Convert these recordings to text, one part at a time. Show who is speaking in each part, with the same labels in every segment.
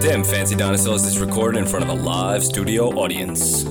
Speaker 1: Damn, Fancy Dinosaurs is recorded in front of a live studio audience.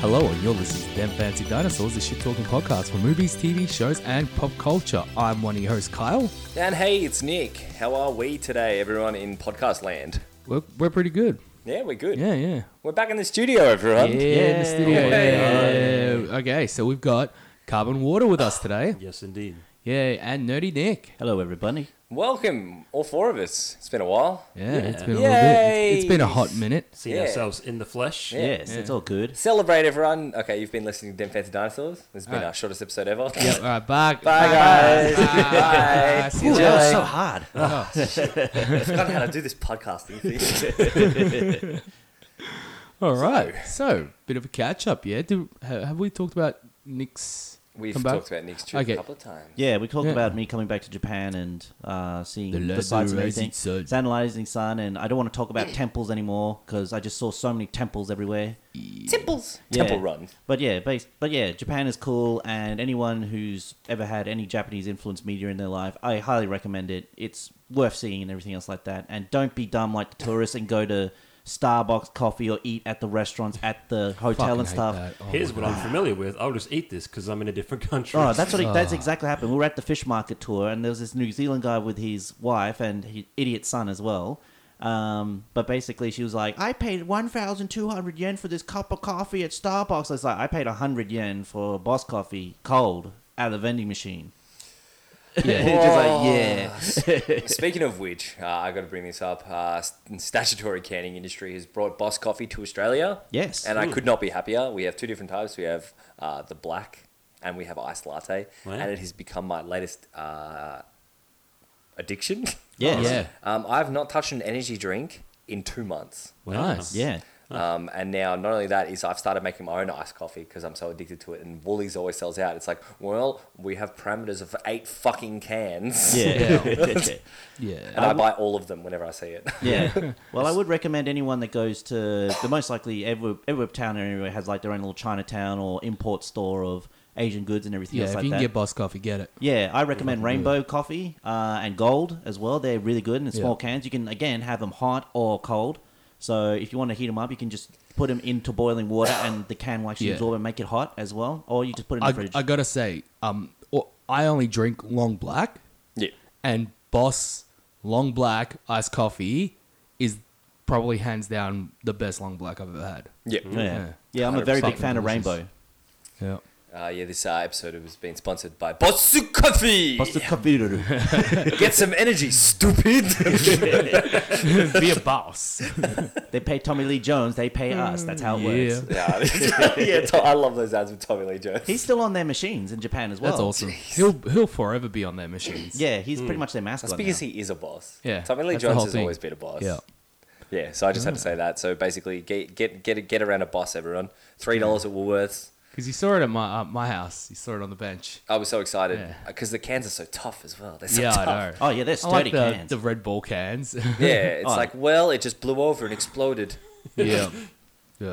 Speaker 2: Hello, and you're listening to Them Fancy Dinosaurs, the shit talking podcast for movies, TV shows, and pop culture. I'm one of your hosts, Kyle.
Speaker 1: And hey, it's Nick. How are we today, everyone in podcast land?
Speaker 2: We're, we're pretty good.
Speaker 1: Yeah, we're good.
Speaker 2: Yeah, yeah.
Speaker 1: We're back in the studio, everyone.
Speaker 2: Yeah, in the studio. Yeah. Okay, so we've got Carbon Water with us today.
Speaker 3: Yes, indeed.
Speaker 2: Yeah, and Nerdy Nick.
Speaker 3: Hello, everybody.
Speaker 1: Welcome, all four of us. It's been a while.
Speaker 2: Yeah, it's been a little bit. It's been a hot minute.
Speaker 3: Seeing
Speaker 1: Yeah.
Speaker 3: ourselves in the flesh.
Speaker 1: Yeah.
Speaker 4: Yes, it's all good.
Speaker 1: Celebrate, everyone. Okay, you've been listening to Dem Fancy Dinosaurs. This has been
Speaker 2: Alright.
Speaker 1: our shortest episode ever.
Speaker 2: Yep, all right, bye.
Speaker 1: Bye, guys. Bye.
Speaker 2: Bye. See you
Speaker 1: Ooh,
Speaker 2: later.
Speaker 1: that was
Speaker 4: so hard.
Speaker 1: I forgot how to do this podcasting thing.
Speaker 2: All right, so bit of a catch up, yeah. Do, ha- have we talked about Nick's?
Speaker 1: We've
Speaker 2: come back?
Speaker 1: talked about Nick's trip
Speaker 2: Okay.
Speaker 1: a couple of times.
Speaker 4: Yeah, we talked
Speaker 2: Yeah.
Speaker 4: about me coming back to Japan and uh, seeing
Speaker 2: The
Speaker 4: the,
Speaker 2: laser
Speaker 4: sights and
Speaker 2: rising
Speaker 4: everything.
Speaker 2: sun.
Speaker 4: It's analyzing sun, and I don't want to talk about temples anymore because I just saw so many temples everywhere.
Speaker 1: Temples.
Speaker 4: Yeah.
Speaker 1: Temple Run.
Speaker 4: But yeah, bas but yeah, Japan is cool, and anyone who's ever had any Japanese influence media in their life, I highly recommend it. It's worth seeing and everything else like that. And don't be dumb like the tourists and go to Starbucks coffee or eat at the restaurants at the hotel
Speaker 2: Fucking
Speaker 4: and
Speaker 2: hate
Speaker 4: stuff.
Speaker 2: that. Oh
Speaker 3: Here's
Speaker 2: my
Speaker 3: what
Speaker 2: God.
Speaker 3: I'm familiar with. I'll just eat this because I'm in a different country.
Speaker 4: Oh, that's what it, that's exactly what happened. We were at the fish market tour, and there was this New Zealand guy with his wife and his idiot son as well. Um, but basically, she was like, "I paid one thousand two hundred yen for this cup of coffee at Starbucks." I was like, "I paid hundred yen for Boss Coffee cold out of the vending machine."
Speaker 2: Yeah.
Speaker 4: Just like, yeah.
Speaker 1: Speaking of which, uh, I got to bring this up. Uh, st- statutory canning industry has brought Boss Coffee to Australia.
Speaker 4: Yes.
Speaker 1: and I could not be happier. We have two different types. We have uh, the black, and we have iced latte,
Speaker 3: Wow.
Speaker 1: and it has become my latest uh, addiction.
Speaker 4: Yes.
Speaker 2: Yeah.
Speaker 1: um, I've not touched an energy drink in two months.
Speaker 3: Wow.
Speaker 2: Nice.
Speaker 4: Yeah.
Speaker 1: Um, and now, not only that, is I've started making my own iced coffee because I'm so addicted to it. And Woolies always sells out. It's like, well, we have parameters of eight fucking cans.
Speaker 4: Yeah.
Speaker 2: Yeah.
Speaker 1: And
Speaker 2: Um,
Speaker 1: I buy all of them whenever I see it.
Speaker 4: Yeah. Well, I would recommend anyone that goes to the most likely every every town or anywhere has like their own little Chinatown or import store of Asian goods and everything
Speaker 2: Yeah,
Speaker 4: else
Speaker 2: if
Speaker 4: like
Speaker 2: you can
Speaker 4: that.
Speaker 2: get Boss Coffee, get it.
Speaker 4: Yeah, I recommend Rainbow Coffee uh, and Gold as well. They're really good in
Speaker 2: Yeah.
Speaker 4: small cans. You can again have them hot or cold. So if you want to heat them up, you can just put them into boiling water, and the can will actually
Speaker 2: Yeah.
Speaker 4: absorb and make it hot as well. Or you just put it in the
Speaker 2: I,
Speaker 4: fridge.
Speaker 2: I gotta say, um, o- I only drink long black,
Speaker 1: yeah.
Speaker 2: and Boss Long Black iced coffee is probably hands down the best long black I've ever had.
Speaker 1: Yeah.
Speaker 4: yeah.
Speaker 2: Yeah.
Speaker 4: yeah, I'm a very big
Speaker 2: 100%
Speaker 4: fan of
Speaker 2: delicious.
Speaker 4: Rainbow.
Speaker 2: Yeah.
Speaker 1: Uh, yeah, this uh, episode has been sponsored by Botsu Coffee.
Speaker 4: What's the computer?
Speaker 1: Get some energy, stupid.
Speaker 2: Be a boss.
Speaker 4: they pay Tommy Lee Jones. They pay us. That's how it
Speaker 2: Mm, yeah.
Speaker 4: works.
Speaker 1: yeah, yeah Tom, I love those ads with Tommy Lee Jones.
Speaker 4: He's still on their machines in Japan as well.
Speaker 1: Oh,
Speaker 2: That's awesome. He'll he'll forever be on their machines.
Speaker 4: Yeah, he's
Speaker 2: Hmm.
Speaker 4: pretty much their
Speaker 1: That's
Speaker 4: mascot.
Speaker 1: because
Speaker 4: now.
Speaker 1: he is a boss.
Speaker 2: Yeah,
Speaker 1: Tommy Lee
Speaker 2: that's the
Speaker 1: Jones
Speaker 2: whole
Speaker 1: has
Speaker 2: thing.
Speaker 1: always been a boss.
Speaker 2: Yeah.
Speaker 1: Yeah, so I just had to say that. So basically, get get get get around a boss, everyone. Three dollars at Woolworths.
Speaker 2: Because you saw it at my uh, my house. You saw it on the bench.
Speaker 1: I was so excited
Speaker 2: Yeah.
Speaker 1: because the cans are so tough as well. They're so
Speaker 2: yeah,
Speaker 1: tough.
Speaker 2: I know.
Speaker 4: Oh yeah, they're
Speaker 2: I
Speaker 4: sturdy
Speaker 2: like the,
Speaker 4: cans.
Speaker 2: the Red Bull cans.
Speaker 1: Yeah, it's
Speaker 4: Oh.
Speaker 1: like well, it just blew over and exploded.
Speaker 2: yeah. Yeah.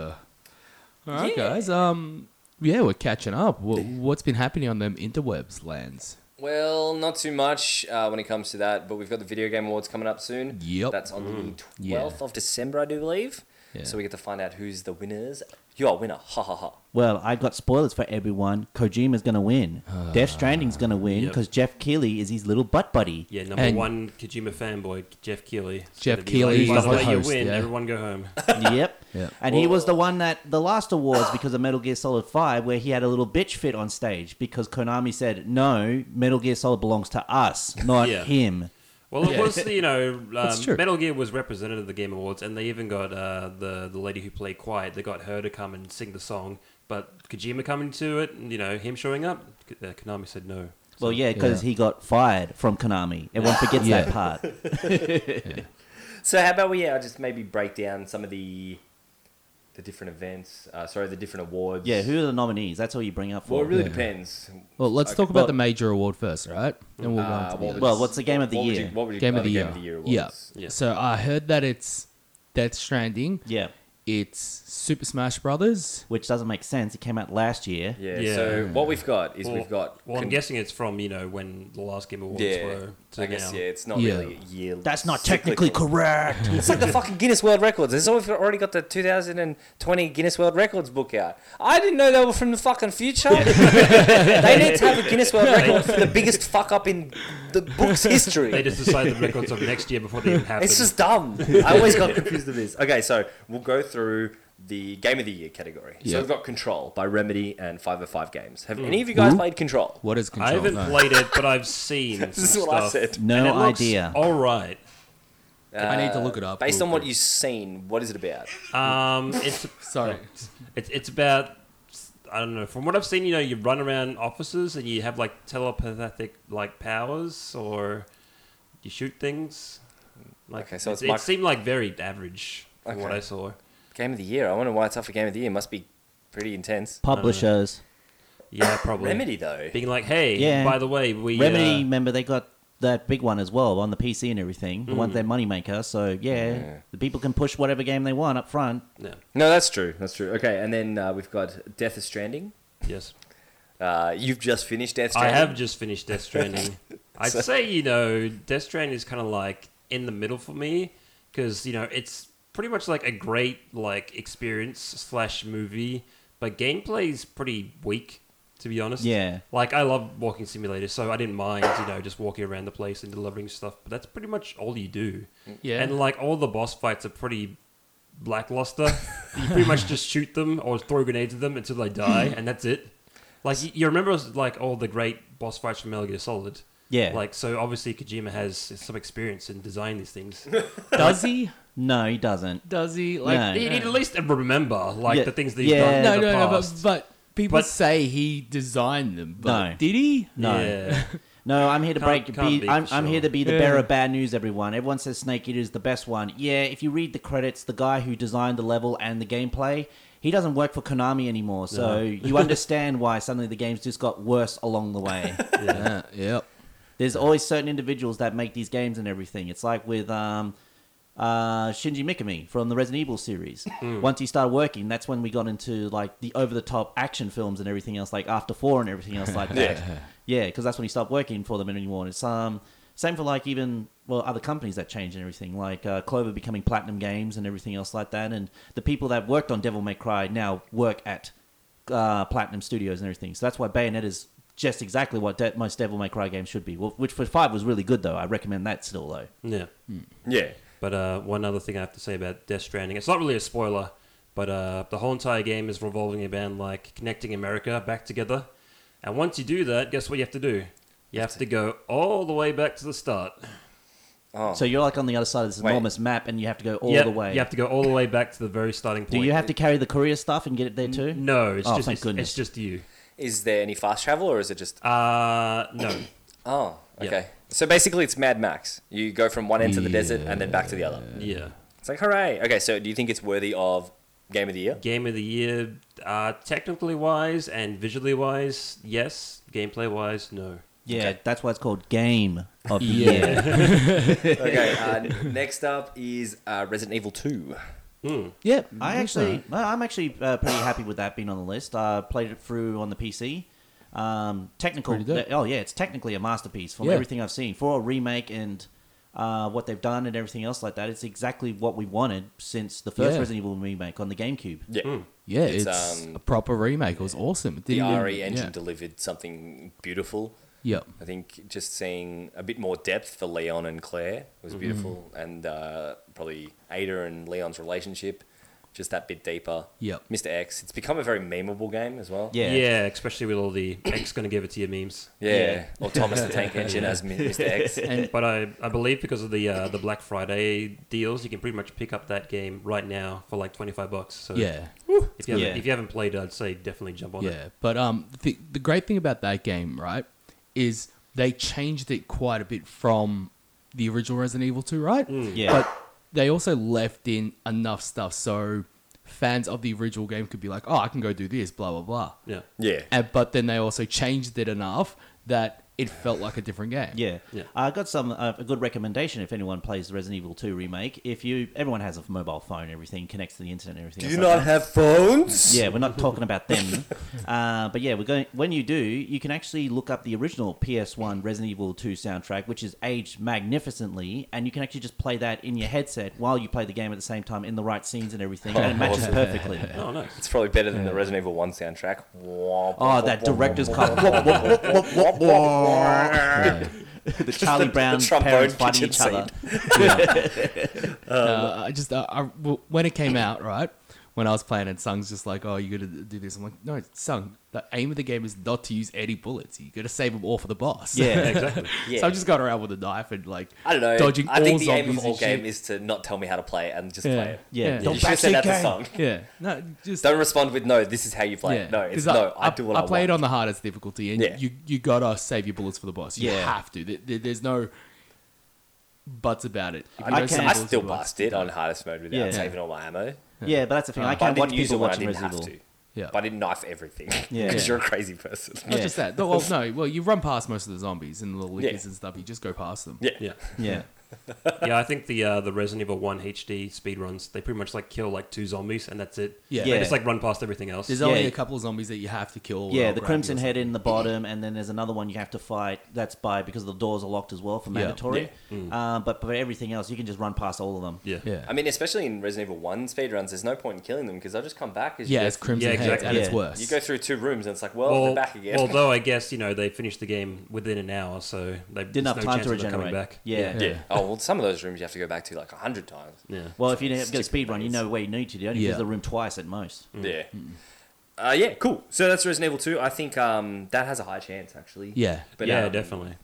Speaker 2: All right,
Speaker 1: Yeah.
Speaker 2: guys. Um. Yeah, we're catching up. What, what's been happening on them interwebs lands?
Speaker 1: Well, not too much uh, when it comes to that, but we've got the Video Game Awards coming up soon.
Speaker 2: Yep.
Speaker 1: That's on the 12th
Speaker 2: Yeah.
Speaker 1: of December, I do believe.
Speaker 2: Yeah.
Speaker 1: So we get to find out who's the winners. You're a winner. Ha ha ha.
Speaker 4: Well, I got spoilers for everyone. Kojima's going to win.
Speaker 2: Ah,
Speaker 4: Death Stranding's going to win
Speaker 3: Yep.
Speaker 4: because Jeff Keighley is his little butt buddy.
Speaker 3: Yeah, number
Speaker 2: And-
Speaker 3: one Kojima fanboy, Jeff Keighley. It's
Speaker 2: Jeff
Speaker 3: gonna be like,
Speaker 2: Keighley
Speaker 3: By
Speaker 2: is
Speaker 3: the
Speaker 2: the
Speaker 3: way,
Speaker 2: host,
Speaker 3: you win.
Speaker 2: yeah.
Speaker 3: Everyone go home.
Speaker 4: yep.
Speaker 2: Yep.
Speaker 4: And he was the one that the last awards because of Metal Gear Solid 5 where he had a little bitch fit on stage because Konami said, "No, Metal Gear Solid belongs to us, not
Speaker 3: Yeah.
Speaker 4: him."
Speaker 3: Well, it
Speaker 2: Yeah.
Speaker 3: was you know
Speaker 2: That's true.
Speaker 3: um, Metal Gear was represented at the Game Awards, and they even got uh, the the lady who played Quiet. They got her to come and sing the song, but Kojima coming to it, and, you know him showing up. K- Uh, Konami said no.
Speaker 4: Well, yeah, because
Speaker 2: Yeah.
Speaker 4: he got fired from Konami. Everyone forgets
Speaker 2: Yeah.
Speaker 4: that part.
Speaker 1: So how about we uh, just maybe break down some of the the different events? Uh, sorry, the different awards.
Speaker 4: Yeah, who are the nominees? That's all you bring up for.
Speaker 1: Well, it really
Speaker 2: Yeah.
Speaker 1: depends.
Speaker 2: Well, let's
Speaker 1: Okay.
Speaker 2: talk about
Speaker 4: Well-
Speaker 2: the major award first, right? And we'll
Speaker 1: Uh,
Speaker 2: go on to
Speaker 1: what
Speaker 2: the
Speaker 1: would
Speaker 2: others.
Speaker 4: Well, what's the game of the
Speaker 1: what would
Speaker 4: year?
Speaker 1: you- what would you-
Speaker 2: game,
Speaker 1: oh,
Speaker 2: of the
Speaker 1: the
Speaker 2: year.
Speaker 1: Game of the Year
Speaker 2: yeah.
Speaker 1: awards.
Speaker 3: Yeah.
Speaker 2: So I heard that it's Death Stranding.
Speaker 4: Yeah.
Speaker 2: It's Super Smash Brothers.
Speaker 4: which doesn't make sense. It came out last year.
Speaker 1: Yeah,
Speaker 3: Yeah.
Speaker 1: So what we've got is
Speaker 3: Well-
Speaker 1: we've got.
Speaker 3: Well, I'm
Speaker 1: con-
Speaker 3: guessing it's from you know when the last Game Awards
Speaker 1: Yeah,
Speaker 3: were. To
Speaker 1: I guess
Speaker 3: now.
Speaker 1: yeah. It's not
Speaker 2: Yeah.
Speaker 1: really a year.
Speaker 4: That's not
Speaker 1: cyclical. Uh-huh.
Speaker 4: technically correct.
Speaker 1: It's like the fucking Guinness World Records. There's always already got the 2020 Guinness World Records book out. I didn't know they were from the fucking future. they need to have a Guinness World Record for the biggest fuck up in the book's
Speaker 3: They
Speaker 1: history.
Speaker 3: just decide the records of next year before they even happen.
Speaker 1: It's just dumb. I always got confused with this. Okay, so we'll go through the Game of the Year category. So
Speaker 2: Yeah. Mm.
Speaker 1: we've got Control by Remedy and 505 Games. Have any of you guys played Control?
Speaker 2: What is Control?
Speaker 3: I haven't
Speaker 2: No.
Speaker 3: played it, but I've seen.
Speaker 1: This is what I said.
Speaker 4: No idea.
Speaker 3: All right.
Speaker 2: I need to look it up.
Speaker 1: Based
Speaker 2: real
Speaker 1: on what
Speaker 2: quick.
Speaker 1: you've seen, what is it about?
Speaker 3: Um, it's
Speaker 2: Sorry.
Speaker 3: It's it's about I don't know. From what I've seen, you know, you run around offices and you have like telepathic like powers, or you shoot things. Like,
Speaker 1: Okay, so
Speaker 3: it,
Speaker 1: it's mic-
Speaker 3: it seemed like very average from what
Speaker 1: Okay.
Speaker 3: I saw.
Speaker 1: Game of the Year. I wonder why it's up for Game of the Year. Must be pretty intense.
Speaker 4: Publishers.
Speaker 3: Yeah, probably
Speaker 1: Remedy though.
Speaker 3: being like, hey,
Speaker 4: Yeah.
Speaker 3: by the way, we
Speaker 4: Remedy,
Speaker 3: uh,
Speaker 4: remember they got that big one as well on the PC and everything. The one's their moneymaker, so yeah,
Speaker 1: Yeah.
Speaker 4: the people can push whatever game they want up front.
Speaker 3: no,
Speaker 1: No, that's true. That's true. Okay, and then uh, we've got Death is Stranding.
Speaker 3: yes,
Speaker 1: Uh, you've just finished Death
Speaker 3: I
Speaker 1: Stranding.
Speaker 3: have just finished Death Stranding. I'd
Speaker 1: So-
Speaker 3: say you know Death Stranding is kind of like in the middle for me because you know it's pretty much like a great like experience slash movie, but gameplay is pretty weak to be honest.
Speaker 4: Yeah.
Speaker 3: like I love walking simulators, so I didn't mind you know just walking around the place and delivering stuff, but that's pretty much all you do.
Speaker 2: Yeah.
Speaker 3: and like all the boss fights are pretty blackluster. you pretty much just shoot them or throw grenades at them until they die, and that's it. Like you, you remember, like all the great boss fights from Metal Gear Solid.
Speaker 4: Yeah.
Speaker 3: Like so, obviously Kojima has some experience in designing these things.
Speaker 2: Does he?
Speaker 4: No, he doesn't.
Speaker 2: Does he? Like,
Speaker 4: No.
Speaker 3: He'd at least remember like
Speaker 4: Yeah.
Speaker 3: the things that he's
Speaker 4: Yeah.
Speaker 3: done in
Speaker 2: no,
Speaker 3: the
Speaker 2: no, no, but,
Speaker 3: past.
Speaker 2: but people
Speaker 3: But-
Speaker 2: say he designed them. But
Speaker 4: No.
Speaker 2: Did he?
Speaker 4: No.
Speaker 3: Yeah.
Speaker 4: No, I'm here to
Speaker 3: Can't-
Speaker 4: break.
Speaker 3: can't
Speaker 4: be,
Speaker 3: be
Speaker 4: I'm,
Speaker 3: for
Speaker 4: I'm here
Speaker 3: sure.
Speaker 4: to be the
Speaker 2: Yeah.
Speaker 4: bearer of bad news. Everyone, everyone says Snake Eater is the best one. Yeah, if you read the credits, the guy who designed the level and the gameplay, he doesn't work for Konami anymore. So
Speaker 3: No.
Speaker 4: you understand why suddenly the games just got worse along the way.
Speaker 3: yeah.
Speaker 2: Yeah. Yep.
Speaker 4: There's always certain individuals that make these games and everything. It's like with um, uh, Shinji Mikami from the Resident Evil series. Once he started working, that's when we got into like the over the top action films and everything else, like After Four and everything else like that. yeah, because that's when he stopped working for them anymore. And it's um, same for like even well other companies that change and everything, like uh, Clover becoming Platinum Games and everything else like that. And the people that worked on Devil May Cry now work at uh, Platinum Studios and everything. So that's why Bayonet is just exactly what de- most Devil May Cry games should be. Well, which for five was really good though. I recommend that still though.
Speaker 3: yeah.
Speaker 1: Yeah.
Speaker 3: But uh, one other thing I have to say about Death Stranding, it's not really a spoiler, but uh, the whole entire game is revolving around like connecting America back together. And once you do that, guess what you have to do? You have to go all the way back to the start.
Speaker 1: Oh.
Speaker 4: So you're like on the other side of this
Speaker 1: Wait.
Speaker 4: enormous map, and you have to go all
Speaker 3: Yeah,
Speaker 4: the way.
Speaker 3: You have to go all the way back to the very starting point.
Speaker 4: Do you have to carry the courier stuff and get it there too?
Speaker 3: No, it's
Speaker 4: Oh,
Speaker 3: just
Speaker 4: thank
Speaker 3: it's,
Speaker 4: goodness.
Speaker 3: it's just you.
Speaker 1: is there any fast travel or is it just?
Speaker 3: Uh, no.
Speaker 1: Oh, okay.
Speaker 3: Yeah.
Speaker 1: So basically, it's Mad Max. You go from one end to the desert and then back to the other.
Speaker 3: yeah.
Speaker 1: It's like hooray. Okay, so do you think it's worthy of Game of the Year?
Speaker 3: Game of the year, uh, technically wise and visually wise, yes. Gameplay wise, no.
Speaker 4: Yeah,
Speaker 1: Okay.
Speaker 4: that's why it's called Game of the
Speaker 2: Yeah.
Speaker 4: Year.
Speaker 1: okay. Uh, next up is uh, Resident Evil Two.
Speaker 3: Mm.
Speaker 4: Yep, I
Speaker 2: Nice
Speaker 4: actually, well, I'm actually uh, pretty happy with that being on the list. I played it through on the PC. Um, technical,
Speaker 2: Pretty dope.
Speaker 4: oh yeah, it's technically a masterpiece from
Speaker 2: Yeah.
Speaker 4: everything I've seen for a remake and uh, what they've done and everything else like that. It's exactly what we wanted since the first
Speaker 2: Yeah.
Speaker 4: Resident Evil remake on the GameCube.
Speaker 1: Yeah.
Speaker 2: Yeah,
Speaker 1: It's,
Speaker 2: it's,
Speaker 1: um,
Speaker 2: a proper remake. It was awesome. It
Speaker 1: The
Speaker 3: Hmm.
Speaker 2: didn't even-
Speaker 1: RE engine
Speaker 2: Yeah.
Speaker 1: delivered something beautiful.
Speaker 2: Yep.
Speaker 1: I think just seeing a bit more depth for Leon and Claire was
Speaker 4: Mm-hmm.
Speaker 1: beautiful, and uh, probably Ada and Leon's relationship, just that bit deeper.
Speaker 2: Yep.
Speaker 1: Mr. X, it's become a very memeable game as well.
Speaker 4: Yeah.
Speaker 3: yeah, especially with all the X gonna give it to you memes.
Speaker 1: Yeah.
Speaker 4: Yeah.
Speaker 1: Or Thomas the Tank Engine as Mi- Mr. X.
Speaker 2: And
Speaker 3: But I, I believe because of the uh, the Black Friday deals, you can pretty much pick up that game right now for like twenty five bucks. So
Speaker 2: yeah,
Speaker 3: if you haven't,
Speaker 4: Yeah.
Speaker 3: if you haven't played, it, I'd say definitely jump on it.
Speaker 2: yeah. But um, the, the great thing about that game, right, is they changed it quite a bit from the original Resident Evil 2, right?
Speaker 1: Mm.
Speaker 4: Yeah.
Speaker 2: But they also left in enough stuff so fans of the original game could be like, oh, I can go do this, blah blah blah.
Speaker 3: Yeah,
Speaker 1: Yeah.
Speaker 2: And, but then they also changed it enough that it felt like a different game.
Speaker 4: Yeah,
Speaker 3: Yeah.
Speaker 4: I got some uh, a good recommendation if anyone plays Resident Evil 2 remake. If you, everyone has a mobile phone, everything connects to the internet, and everything.
Speaker 1: Do
Speaker 4: else
Speaker 1: you
Speaker 4: like
Speaker 1: not have phones?
Speaker 4: yeah, we're not talking about them. Uh, but yeah, we're going. When you do, you can actually look up the original PS1 Resident Evil 2 soundtrack, which is aged magnificently, and you can actually just play that in your headset while you play the game at the same time in the right scenes and everything, and it matches perfectly.
Speaker 3: Oh, nice.
Speaker 1: It's probably better than the Resident Evil 1 soundtrack. Oh,
Speaker 4: Oh, that director's cut. the
Speaker 1: The-
Speaker 4: Charlie
Speaker 1: the
Speaker 4: Brown
Speaker 1: trombone
Speaker 4: parents fighting
Speaker 1: kitchen
Speaker 4: each other.
Speaker 2: Uh, I just uh, I, well, when it came out, right? When I was playing it, Sung's just like, "Oh, you got to do this." I'm like, "No, Sung. The aim of the game is not to use any bullets. You got to save them all for the boss."
Speaker 4: Yeah,
Speaker 3: exactly.
Speaker 1: Yeah.
Speaker 2: so I just got around with a knife and like
Speaker 1: I don't know.
Speaker 2: dodging
Speaker 1: I think
Speaker 2: all
Speaker 1: the
Speaker 2: zombies
Speaker 1: aim of all
Speaker 2: and shit.
Speaker 1: game is to not tell me how to play it and just
Speaker 2: yeah.
Speaker 1: play it.
Speaker 4: Yeah.
Speaker 2: yeah,
Speaker 1: You
Speaker 4: Don't
Speaker 1: should have said that to
Speaker 4: backseat
Speaker 1: Song.
Speaker 2: yeah. No, just
Speaker 1: Don't respond with no. This is how you play. it. No, it's
Speaker 2: 'cause
Speaker 1: no. I, do what I,
Speaker 2: play it
Speaker 1: want.
Speaker 2: on the hardest difficulty, and
Speaker 1: Yeah.
Speaker 2: you you gotta save your bullets for the boss. You
Speaker 4: Yeah.
Speaker 2: have to. There- there- there's no buts about it. If you
Speaker 1: I,
Speaker 2: don't
Speaker 1: can,
Speaker 2: save
Speaker 1: I
Speaker 2: bullets
Speaker 1: still
Speaker 2: for the boss,
Speaker 1: bust it on hardest mode without
Speaker 4: Yeah.
Speaker 1: saving all my ammo.
Speaker 4: Yeah, but that's the thing. I
Speaker 1: But I
Speaker 4: can't watch
Speaker 1: didn't use
Speaker 4: people
Speaker 1: it when I
Speaker 4: watching
Speaker 1: didn't
Speaker 4: Resident
Speaker 1: have
Speaker 4: Evil.
Speaker 1: to.
Speaker 2: Yeah.
Speaker 1: But I didn't knife everything because
Speaker 4: Yeah. Yeah.
Speaker 1: you're a crazy person.
Speaker 2: Not
Speaker 4: Yeah.
Speaker 2: just that. No, well, no. Well, you run past most of the zombies and the lickers
Speaker 1: Yeah.
Speaker 2: and stuff. You just go past them.
Speaker 1: Yeah.
Speaker 3: Yeah.
Speaker 4: Yeah.
Speaker 3: Yeah, I think the uh, the Resident Evil 1 HD speedruns, they pretty much like kill like two zombies and that's it.
Speaker 2: Yeah.
Speaker 3: They
Speaker 4: Yeah.
Speaker 3: just like run past everything else.
Speaker 2: There's
Speaker 4: Yeah.
Speaker 2: only a couple of zombies that you have to kill.
Speaker 4: Yeah,
Speaker 2: without
Speaker 4: the
Speaker 2: grabbing
Speaker 4: Crimson
Speaker 2: or
Speaker 4: Head in the bottom, and then there's another one you have to fight. That's by because the doors are locked as well for
Speaker 2: Yeah.
Speaker 4: mandatory. Uh, but for everything else, you can just run past all of them.
Speaker 3: yeah.
Speaker 2: something. Yeah.
Speaker 1: I mean, especially in Resident Evil 1 speedruns, there's no point in killing them because they'll just come back. As
Speaker 2: yeah,
Speaker 1: you
Speaker 2: it's
Speaker 1: go,
Speaker 2: Crimson
Speaker 3: Yeah,
Speaker 2: Head, and
Speaker 3: exactly.
Speaker 2: it's
Speaker 4: Yeah.
Speaker 2: worse.
Speaker 1: you go through two rooms and it's like, well,
Speaker 3: Well,
Speaker 1: they're back again.
Speaker 3: although I guess, you know, they finished the game within an hour, so they
Speaker 4: Didn't have
Speaker 3: no
Speaker 4: time
Speaker 3: chance
Speaker 4: to
Speaker 3: of them coming
Speaker 4: regenerate.
Speaker 3: back.
Speaker 4: Yeah.
Speaker 1: yeah. Oh, well, some of those rooms you have to go back to like a hundred times.
Speaker 3: Yeah.
Speaker 4: Well, if you don't get a speed
Speaker 1: Stupid
Speaker 4: run, you
Speaker 1: buggers.
Speaker 4: know where you need to. You only
Speaker 2: Yeah.
Speaker 4: use the room twice at most.
Speaker 1: Yeah. Uh, yeah, cool. So that's Resident Evil 2. I think um, that has a high chance, actually.
Speaker 2: Yeah.
Speaker 1: But,
Speaker 3: yeah,
Speaker 1: um,
Speaker 3: definitely.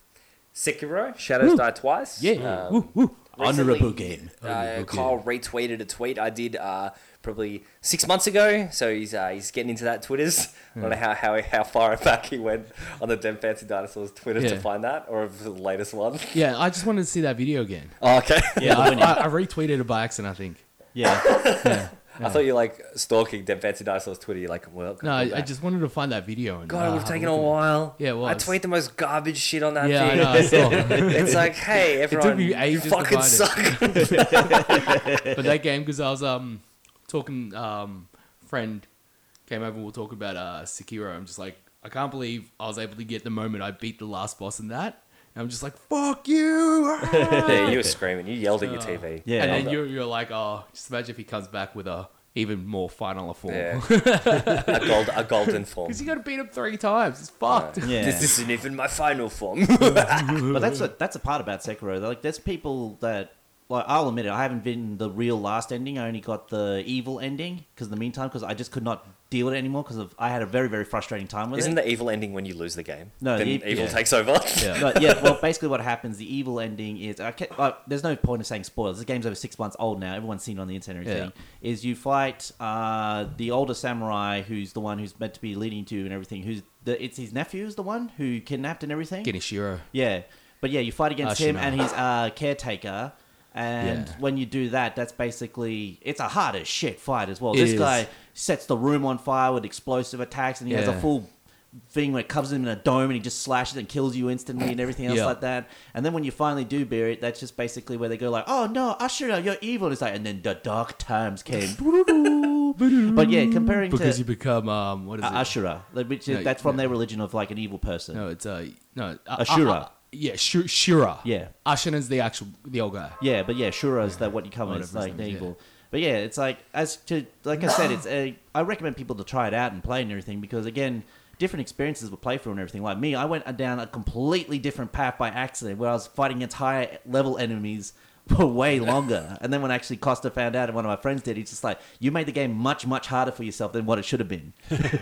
Speaker 1: Sekiro, Shadows Die Twice.
Speaker 2: Yeah.
Speaker 1: Um,
Speaker 2: Woo, woo.
Speaker 1: recently,
Speaker 4: Honorable game.
Speaker 1: Uh,
Speaker 2: Honorable
Speaker 1: Kyle retweeted a tweet I did uh, probably six months ago, so he's uh, he's getting into that Twitter's. I don't know how, how, how far back he went on the Dem Fancy Dinosaurs Twitter
Speaker 2: Yeah.
Speaker 1: to find that, or if it was the latest one.
Speaker 2: Yeah, I just wanted to see that video again.
Speaker 1: Oh, okay.
Speaker 4: Yeah,
Speaker 2: I,
Speaker 4: the winner.
Speaker 2: I, I retweeted it by accident, I think.
Speaker 4: yeah.
Speaker 1: I thought you were like stalking Dem Fancy Dinosaurs Twitter. You're like, well,
Speaker 2: No, I,
Speaker 1: come
Speaker 2: I
Speaker 1: back.
Speaker 2: just wanted to find that video. And,
Speaker 1: God, it
Speaker 2: uh,
Speaker 1: would have
Speaker 2: have
Speaker 1: taken
Speaker 2: look
Speaker 1: a
Speaker 2: at it.
Speaker 1: while.
Speaker 2: Yeah, it
Speaker 1: I
Speaker 2: was.
Speaker 1: tweet the most garbage shit on that
Speaker 2: Yeah, I
Speaker 1: thing.
Speaker 2: know. I saw.
Speaker 1: It's like, hey,
Speaker 2: took
Speaker 1: everyone,
Speaker 2: me
Speaker 1: you
Speaker 2: ages to
Speaker 1: fucking
Speaker 2: find it.
Speaker 1: suck.
Speaker 2: but that game, because I was um talking, um friend came over. and We were talking about uh Sekiro. I'm just like, I can't believe I was able to get the moment I beat the last boss in that. And I'm just like, fuck you. ah!
Speaker 1: yeah, you were screaming. You yelled at your TV.
Speaker 4: Yeah.
Speaker 2: and
Speaker 1: I
Speaker 2: then
Speaker 1: love
Speaker 2: you're, you're like, oh, just imagine if he comes back with a even more final form.
Speaker 1: that. Yeah. a, gold, a golden form.
Speaker 2: Because you got to beat him three times. It's fucked.
Speaker 4: Yeah.
Speaker 1: This isn't even my final form.
Speaker 4: but that's a, that's a part about Sekiro. though. Like, there's people that. Like, I'll admit it, I haven't been the real last ending. I only got the evil ending because in the meantime, because I just could not deal with it anymore because I had a very, very frustrating time with
Speaker 1: Isn't
Speaker 4: it.
Speaker 1: the evil ending when you lose the game?
Speaker 4: No,
Speaker 1: then
Speaker 4: the e-
Speaker 1: evil
Speaker 2: yeah.
Speaker 1: takes over.
Speaker 2: Yeah.
Speaker 4: but yeah, well, basically what happens, the evil ending is, I can't, uh, there's no point of saying spoilers. This game's over six months old now. Everyone's seen it on the internet. and Everything is you fight uh, the older samurai, who's the one who's meant to be leading to and everything. Who's the, it's his nephew is the one who kidnapped and everything.
Speaker 2: Genishiro.
Speaker 4: Yeah, but yeah, you fight against him
Speaker 2: Ashima.
Speaker 4: and his uh, caretaker. And
Speaker 2: Ah, Yeah.
Speaker 4: when you do that, that's basically it's a hard as shit fight as well.
Speaker 2: It
Speaker 4: this
Speaker 2: is.
Speaker 4: guy sets the room on fire with explosive attacks, and he has
Speaker 2: Yeah.
Speaker 4: a full thing where it covers him in a dome, and he just slashes and kills you instantly, and everything else
Speaker 2: Yeah.
Speaker 4: like that. And then when you finally do bear it, that's just basically where they go like, "Oh no, Ashura, you're evil." And it's like, and then the dark times came. but yeah, comparing
Speaker 2: Because you
Speaker 4: to
Speaker 2: become, um, what is
Speaker 4: uh,
Speaker 2: it?
Speaker 4: Ashura, like, which is,
Speaker 2: No,
Speaker 4: that's from
Speaker 2: no.
Speaker 4: their religion of like an evil person.
Speaker 2: No, it's uh, no, uh,
Speaker 4: Ashura.
Speaker 2: uh, uh, yeah, Sh- Shura.
Speaker 4: Yeah.
Speaker 2: Ashina's the actual, the old guy.
Speaker 4: Yeah, but yeah, Shura is that what you come as
Speaker 2: Whatever his
Speaker 4: like
Speaker 2: name is,
Speaker 4: evil. But yeah, it's like as to like I said, it's a, I recommend people to try it out and play and everything because again, different experiences with playthrough and everything. Like me, I went down a completely different path by accident where I was fighting entire level enemies for way longer. and then when actually Costa found out and one of my friends did, he's just like, "You made the game much much harder for yourself than what it should have been."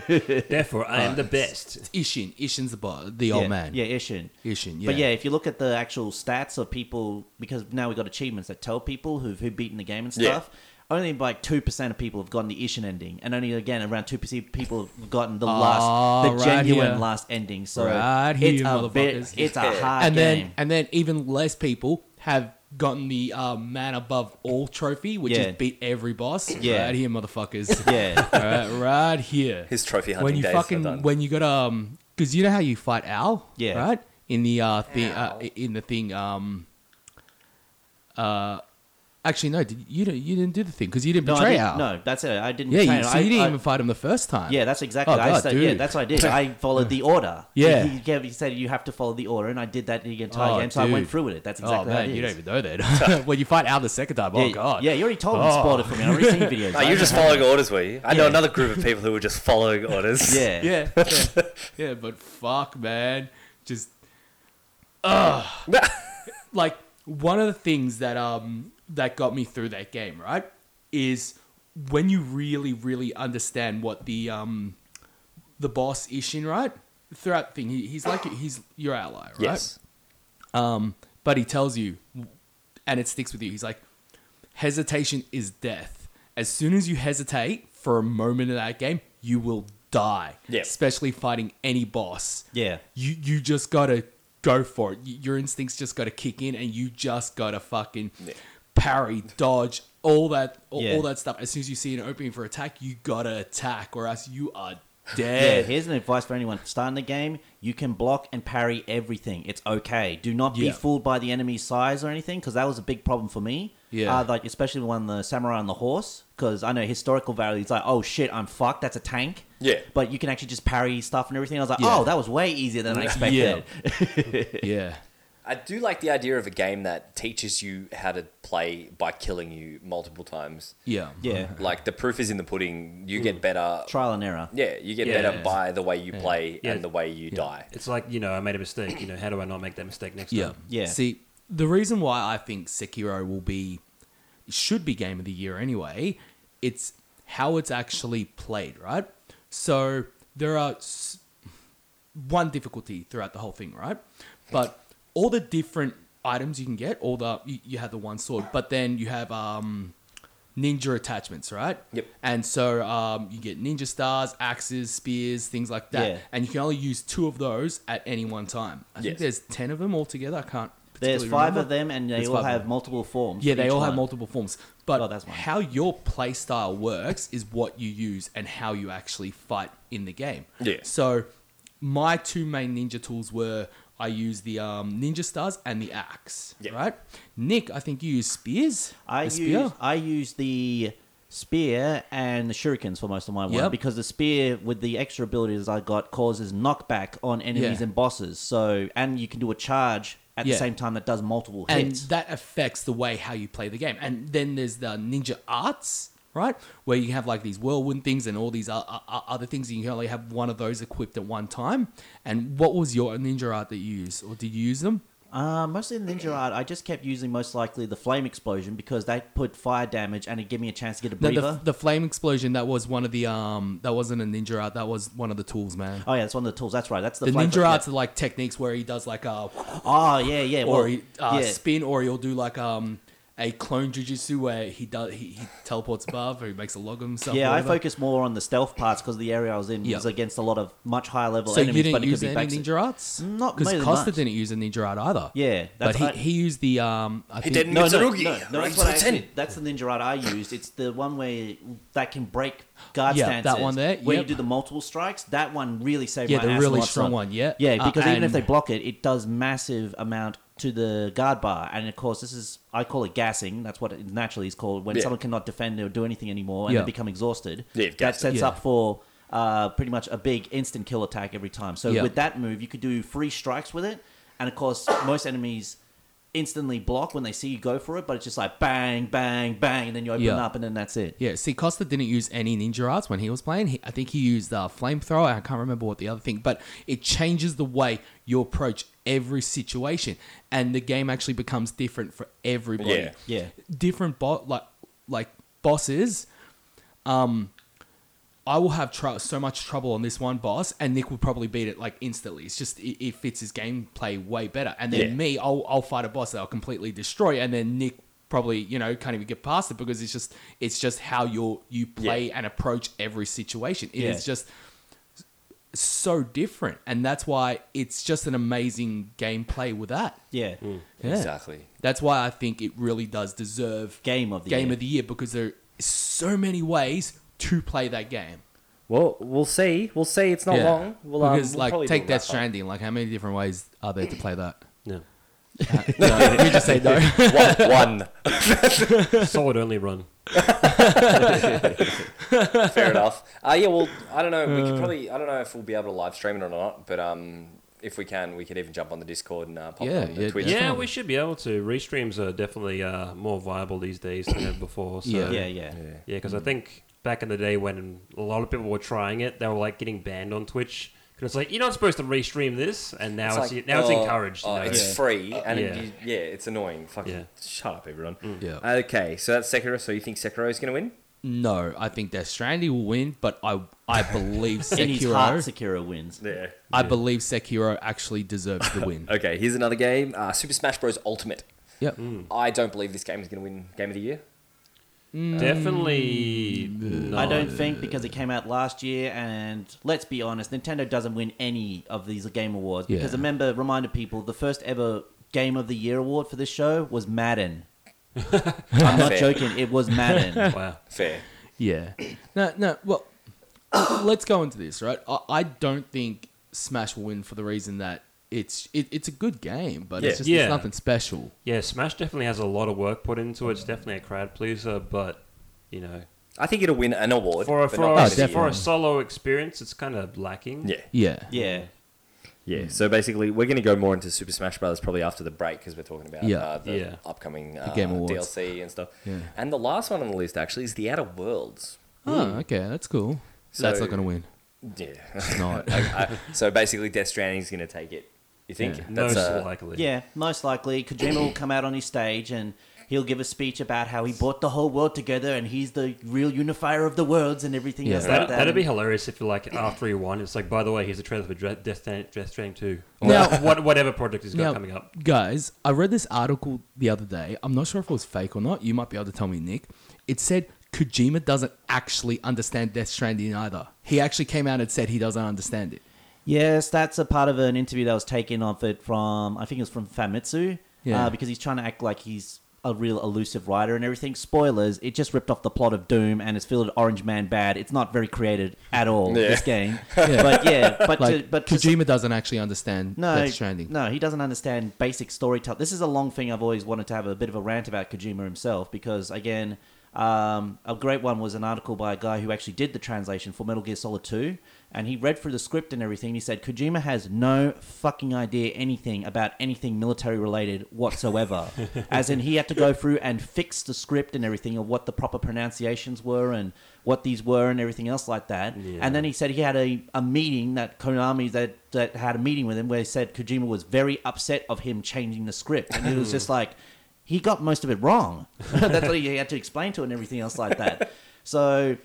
Speaker 3: Therefore, I am the best.
Speaker 2: Ishin. Ishin's the, bo- the
Speaker 4: yeah,
Speaker 2: old Oh, man.
Speaker 4: Yeah, Ishin.
Speaker 2: Ishin,
Speaker 4: But
Speaker 2: yeah.
Speaker 4: yeah, if you look at the actual stats of people, because now we've got achievements that tell people who've, who've beaten the game and
Speaker 1: Yeah.
Speaker 4: stuff. Only like two percent of people have gotten the Ishin ending, and only again around two percent of people have gotten the last,
Speaker 2: Oh,
Speaker 4: the
Speaker 2: right
Speaker 4: genuine
Speaker 2: here.
Speaker 4: last ending. So
Speaker 2: Right
Speaker 4: it's
Speaker 2: here,
Speaker 4: a bit,
Speaker 2: motherfuckers.
Speaker 4: it's a
Speaker 1: Yeah.
Speaker 4: hard
Speaker 2: and
Speaker 4: game.
Speaker 2: then and then even less people have gotten the uh, man above all trophy, which
Speaker 4: Yeah.
Speaker 2: is beat every boss.
Speaker 4: Yeah.
Speaker 2: Right here, motherfuckers.
Speaker 4: yeah,
Speaker 2: All right, right here.
Speaker 1: His trophy hunting
Speaker 2: when you
Speaker 1: days are
Speaker 2: fucking
Speaker 1: done.
Speaker 2: when you got um because you know how you fight Al.
Speaker 4: Yeah.
Speaker 2: Right. in the uh, thing uh,
Speaker 1: Ow.
Speaker 2: in the thing. Um, uh, actually, no, did, you didn't you didn't do the thing because you didn't
Speaker 4: No, I
Speaker 2: betray
Speaker 4: didn't-
Speaker 2: Al.
Speaker 4: no, that's it. I didn't.
Speaker 2: yeah,
Speaker 4: train.
Speaker 2: you, so
Speaker 4: I,
Speaker 2: you didn't
Speaker 4: I-
Speaker 2: even fight him the first time.
Speaker 4: Yeah, that's exactly.
Speaker 2: Oh,
Speaker 4: I
Speaker 2: God,
Speaker 4: said,
Speaker 2: dude.
Speaker 4: yeah, that's what I did. I followed the order.
Speaker 2: Yeah.
Speaker 4: he, he, gave- he said you have to follow the order, and I did that the entire
Speaker 2: Oh,
Speaker 4: game. So I went
Speaker 2: dude.
Speaker 4: through with it. That's exactly
Speaker 2: oh
Speaker 4: how
Speaker 2: man,
Speaker 4: it
Speaker 2: you don't
Speaker 4: is.
Speaker 2: even know that. well, you fight Al the second time. Oh
Speaker 4: yeah,
Speaker 2: god.
Speaker 4: Yeah, you already told me. to
Speaker 2: Oh.
Speaker 4: Spoiled it for me. I've already seen videos.
Speaker 1: Oh,
Speaker 4: I
Speaker 1: you were just
Speaker 4: know.
Speaker 1: following orders, were you? I know
Speaker 4: Yeah.
Speaker 1: another group of people who were just following orders.
Speaker 4: Yeah.
Speaker 2: yeah, yeah, yeah, but fuck, man, just like one of the things that um that got me through that game, right, is when you really, really understand what the um the boss Ishin, right, throughout the thing, he, he's like he's your ally, right?
Speaker 1: yes.
Speaker 2: Um, but he tells you, and it sticks with you. He's like, hesitation is death. As soon as you hesitate for a moment in that game, you will die.
Speaker 1: Yeah.
Speaker 2: Especially fighting any boss.
Speaker 4: Yeah.
Speaker 2: You you just gotta go for it. Y- Your instincts just gotta kick in, and you just gotta fucking
Speaker 1: Yeah.
Speaker 2: parry, dodge, all that, all,
Speaker 4: Yeah.
Speaker 2: all that stuff. As soon as you see an opening for attack, you gotta attack, or else you are
Speaker 4: Yeah,
Speaker 2: dead.
Speaker 4: here's an advice for anyone starting the game. You can block and parry everything. It's okay. Do not be
Speaker 2: Yeah.
Speaker 4: fooled by the enemy's size or anything, because that was a big problem for me.
Speaker 2: Yeah.
Speaker 4: Uh, like especially when the samurai on the horse, because I know historical value. It's like, oh shit, I'm fucked. That's a tank.
Speaker 1: Yeah.
Speaker 4: But you can actually just parry stuff and everything. I was like,
Speaker 2: Yeah.
Speaker 4: oh, that was way easier than I expected.
Speaker 2: yeah.
Speaker 1: I do like the idea of a game that teaches you how to play by killing you multiple times.
Speaker 2: Yeah.
Speaker 4: Yeah.
Speaker 1: Like the proof is in the pudding. You
Speaker 2: Mm.
Speaker 1: get better.
Speaker 4: Trial and error.
Speaker 1: Yeah, you get
Speaker 2: Yeah.
Speaker 1: better by the way you play
Speaker 3: Yeah.
Speaker 1: and the way you die.
Speaker 3: It's like you know, I made a mistake. You know, how do I not make that mistake next
Speaker 2: Yeah.
Speaker 3: time?
Speaker 4: Yeah.
Speaker 2: See, the reason why I think Sekiro will be should be game of the year anyway, it's how it's actually played, right? So there are s- one difficulty throughout the whole thing, right? But all the different items you can get, all the you, you have the one sword, but then you have um ninja attachments, right?
Speaker 1: Yep.
Speaker 2: And so um, you get ninja stars, axes, spears, things like that,
Speaker 4: Yeah.
Speaker 2: and you can only use two of those at any one time. I think
Speaker 1: Yes.
Speaker 2: there's ten of them altogether. I can't.
Speaker 4: There's
Speaker 2: particularly
Speaker 4: five
Speaker 2: remember.
Speaker 4: of them, and they
Speaker 2: There's
Speaker 4: all
Speaker 2: five of
Speaker 4: have
Speaker 2: them.
Speaker 4: multiple forms.
Speaker 2: Yeah, they
Speaker 4: each
Speaker 2: all have
Speaker 4: one.
Speaker 2: multiple forms, but
Speaker 4: Oh, that's one.
Speaker 2: how your playstyle works is what you use and how you actually fight in the game.
Speaker 1: Yeah.
Speaker 2: So my two main ninja tools were I use the um, ninja stars and the axe.
Speaker 1: Yeah.
Speaker 2: Right, Nick, I think you use spears.
Speaker 4: I
Speaker 2: A
Speaker 4: use I use the spear and the shurikens for most of my one
Speaker 2: Yep.
Speaker 4: because the spear with the extra abilities I got causes knockback on enemies
Speaker 2: Yeah.
Speaker 4: and bosses. So and you can do a charge at
Speaker 2: Yeah.
Speaker 4: the same time that does multiple
Speaker 2: and
Speaker 4: hits.
Speaker 2: that affects the way how you play the game. And then there's the ninja arts, right, where you have like these whirlwind things and all these o- o- o- other things, and you can only have one of those equipped at one time. And what was your ninja art that you used, or did you use them?
Speaker 4: uh, mostly the ninja art, I just kept using most likely the flame explosion because that put fire damage and it gave me a chance to get a
Speaker 2: No,
Speaker 4: breather.
Speaker 2: the, the flame explosion that was one of the um that wasn't a ninja art that was one of the tools man
Speaker 4: oh yeah, that's one of the tools. That's right. That's the,
Speaker 2: the
Speaker 4: flame
Speaker 2: ninja arts are like techniques where he does like a
Speaker 4: Oh yeah, yeah. Well,
Speaker 2: or he, uh,
Speaker 4: yeah.
Speaker 2: spin or he'll do like um a clone jujitsu where he does he, he teleports above or he makes a log of himself
Speaker 4: Yeah,
Speaker 2: or
Speaker 4: I
Speaker 2: whatever.
Speaker 4: focus more on the stealth parts because the area I was in
Speaker 2: Yep.
Speaker 4: was against a lot of much higher level
Speaker 2: so
Speaker 4: enemies.
Speaker 2: you didn't
Speaker 4: but it
Speaker 2: use
Speaker 4: could be
Speaker 2: any
Speaker 4: backseat.
Speaker 2: ninja arts
Speaker 4: Not
Speaker 2: because
Speaker 4: really
Speaker 2: Costa
Speaker 4: much.
Speaker 2: didn't use a ninja art either
Speaker 4: Yeah,
Speaker 2: but
Speaker 4: that's
Speaker 2: he,
Speaker 4: I-
Speaker 2: he used the um I
Speaker 1: He
Speaker 2: think,
Speaker 1: didn't
Speaker 4: No,
Speaker 1: It's
Speaker 4: no,
Speaker 1: Arugi.
Speaker 4: no, no,
Speaker 1: Right,
Speaker 4: that's what I
Speaker 1: it's
Speaker 4: actually,
Speaker 1: in.
Speaker 4: That's the ninja art I used. It's the one where that can break guard
Speaker 2: Yeah, that
Speaker 4: stances.
Speaker 2: one there,
Speaker 4: Where
Speaker 2: yep.
Speaker 4: you do the multiple strikes. That one really saved
Speaker 2: Yeah,
Speaker 4: my
Speaker 2: the
Speaker 4: ass
Speaker 2: really
Speaker 4: lots
Speaker 2: strong
Speaker 4: on-
Speaker 2: one, yeah.
Speaker 4: yeah,
Speaker 2: Uh,
Speaker 4: because even
Speaker 2: and-
Speaker 4: if they block it, it does massive amount to the guard bar. And of course, this is I call it gassing. That's what it naturally is called when
Speaker 1: Yeah.
Speaker 4: someone cannot defend or do anything anymore and
Speaker 2: Yeah.
Speaker 4: they become exhausted.
Speaker 1: Yeah, you've
Speaker 4: that
Speaker 1: gassed them.
Speaker 4: sets
Speaker 2: Yeah.
Speaker 4: up for. Uh, pretty much a big instant kill attack every time. So
Speaker 2: Yeah.
Speaker 4: with that move, you could do three strikes with it, and of course, most enemies instantly block when they see you go for it, but it's just like bang, bang, bang, and then you open
Speaker 2: Yeah.
Speaker 4: up, and then that's it.
Speaker 2: Yeah, see, Costa didn't use any ninja arts when he was playing. He, I think he used uh, flamethrower. I can't remember what the other thing, but it changes the way you approach every situation, and the game actually becomes different for everybody.
Speaker 1: Yeah.
Speaker 4: Yeah.
Speaker 2: different bo- like like bosses. Um, I will have tr- so much trouble on this one boss, and Nick will probably beat it like instantly. It's just it, it fits his gameplay way better. And then
Speaker 1: Yeah.
Speaker 2: me, I'll I'll fight a boss that I'll completely destroy, and then Nick probably you know can't even get past it because it's just it's just how you you play and approach every situation. It is
Speaker 4: Yeah.
Speaker 2: just so different, and that's why it's just an amazing gameplay with that.
Speaker 4: Yeah.
Speaker 2: Yeah.
Speaker 1: Exactly.
Speaker 2: That's why I think it really does deserve
Speaker 4: Game of the
Speaker 2: game
Speaker 4: year.
Speaker 2: of the year because there is so many ways to play that game.
Speaker 1: Well, we'll see. We'll see. It's not
Speaker 2: Yeah.
Speaker 1: long. We'll, um,
Speaker 2: because
Speaker 1: we'll
Speaker 2: like
Speaker 1: probably do
Speaker 2: take
Speaker 1: a
Speaker 2: that
Speaker 1: wrap-up.
Speaker 2: stranding. Like how many different ways are there to play that?
Speaker 3: No.
Speaker 2: No, we just say no.
Speaker 1: One,
Speaker 3: Solid only run.
Speaker 1: one. Fair enough. Uh, yeah. Well, I don't know. We
Speaker 2: Uh.
Speaker 1: could probably. I don't know if we'll be able to live stream it or not. But um, if we can, we could even jump on the Discord and uh, pop
Speaker 2: Yeah,
Speaker 1: it on the
Speaker 2: yeah,
Speaker 1: Twitch.
Speaker 2: That's
Speaker 3: Yeah,
Speaker 2: fine.
Speaker 3: we should be able to. Restreams are definitely uh, more viable these days than ever before. So.
Speaker 2: Yeah.
Speaker 4: Yeah, yeah.
Speaker 1: Yeah.
Speaker 3: Yeah, because I think back in the day when a lot of people were trying it, they were like getting banned on Twitch because it's like you're not supposed to restream this, and now it's,
Speaker 1: like,
Speaker 3: now it's
Speaker 1: oh,
Speaker 3: encouraged.
Speaker 1: Oh,
Speaker 3: you know? Uh,
Speaker 1: It's
Speaker 2: Yeah.
Speaker 1: free, and
Speaker 3: Yeah.
Speaker 1: You, yeah, it's annoying. Fucking
Speaker 3: Yeah. Mm.
Speaker 1: shut up, everyone.
Speaker 2: Yeah.
Speaker 1: Okay, so that's Sekiro. So you think Sekiro is going to win?
Speaker 2: No, I think that Strandy will win, but I I believe
Speaker 4: In his heart,
Speaker 2: Sekiro.
Speaker 4: Sekiro wins.
Speaker 1: Yeah.
Speaker 2: I believe Sekiro actually deserves the win.
Speaker 1: Okay, here's another game. Uh, Super Smash Bros. Ultimate.
Speaker 2: Yep.
Speaker 1: I don't believe this game is going to win Game of the Year.
Speaker 3: Definitely.
Speaker 1: Mm.
Speaker 3: not.
Speaker 4: I don't think because it came out last year, and let's be honest, Nintendo doesn't win any of these game awards. Because
Speaker 2: Yeah.
Speaker 4: remember, reminded people, the first ever Game of the Year award for this show was Madden. I'm not
Speaker 1: Fair.
Speaker 4: joking, it was Madden.
Speaker 3: Wow.
Speaker 1: Fair.
Speaker 2: Yeah. No, no. Well, let's go into this, right? I, I don't think Smash will win for the reason that it's it, it's a good game, but
Speaker 1: Yeah.
Speaker 2: it's just
Speaker 3: Yeah.
Speaker 2: it's nothing special.
Speaker 3: Yeah, Smash definitely has a lot of work put into it. It's definitely a crowd pleaser, but you know,
Speaker 1: I think it'll win an award.
Speaker 3: for a
Speaker 1: but
Speaker 3: for,
Speaker 1: not
Speaker 3: a,
Speaker 2: Oh,
Speaker 1: Game of the
Speaker 2: definitely.
Speaker 3: for a solo experience, it's kind of lacking.
Speaker 1: Year. Yeah.
Speaker 2: Yeah.
Speaker 4: yeah.
Speaker 1: Yeah.
Speaker 2: Mm.
Speaker 1: So basically, we're going to go more into Super Smash Brothers probably after the break because we're talking about
Speaker 2: Yeah.
Speaker 1: uh, the
Speaker 3: Yeah.
Speaker 1: upcoming uh,
Speaker 2: Game Awards.
Speaker 1: DLC and stuff.
Speaker 2: Yeah.
Speaker 1: And the last one on the list actually is The Outer Worlds.
Speaker 2: Oh, okay. That's cool.
Speaker 1: So-
Speaker 2: That's not gonna win.
Speaker 1: Yeah.
Speaker 2: It's not.
Speaker 1: Uh, so basically, Death Stranding is going to take it. You think?
Speaker 2: Yeah.
Speaker 3: No,
Speaker 1: That's, uh,
Speaker 3: likely.
Speaker 4: Yeah, most likely Kojima will come out on his stage and he'll give a speech about how he brought the whole world together and he's the real unifier of the worlds and everything
Speaker 2: Yeah.
Speaker 4: else
Speaker 3: That,
Speaker 4: like that.
Speaker 3: that'd be hilarious if, like, after he won, it's like, by the way, here's a trailer for Dre- Death Strand- Death Stranding 2. Or
Speaker 2: Now-
Speaker 3: what, whatever project he's got
Speaker 2: Now,
Speaker 3: coming up.
Speaker 2: Guys, I read this article the other day. I'm not sure if it was fake or not. You might be able to tell me, Nick. It said Kojima doesn't actually understand Death Stranding either. He actually came out and said he doesn't understand it.
Speaker 4: Yes, that's a part of an interview that was taken of it from I think it was from Famitsu.
Speaker 2: Yeah.
Speaker 4: Uh, because he's trying to act like he's a real elusive writer and everything. Spoilers, it just ripped off the plot of Doom and it's filled with Orange Man bad. It's not very creative at all,
Speaker 1: Yeah.
Speaker 4: this game.
Speaker 2: Yeah.
Speaker 4: But yeah, but
Speaker 2: Like,
Speaker 4: to, but to-
Speaker 2: Kojima doesn't actually understand
Speaker 4: no,
Speaker 2: Death Stranding.
Speaker 4: No, he doesn't understand basic storytelling. This is a long thing I've always wanted to have a bit of a rant about Kojima himself because, again, um, a great one was an article by a guy who actually did the translation for Metal Gear Solid 2. And he read through the script and everything. He said, Kojima has no fucking idea anything about anything military related whatsoever. As in, he had to go through and fix the script and everything of what the proper pronunciations were and what these were and everything else like that. And then he said he had a, a meeting that Konami that, that had a meeting with him where he said Kojima was very upset of him changing the script. And it was just like he got most of it wrong. That's what he had to explain to and everything else like that. So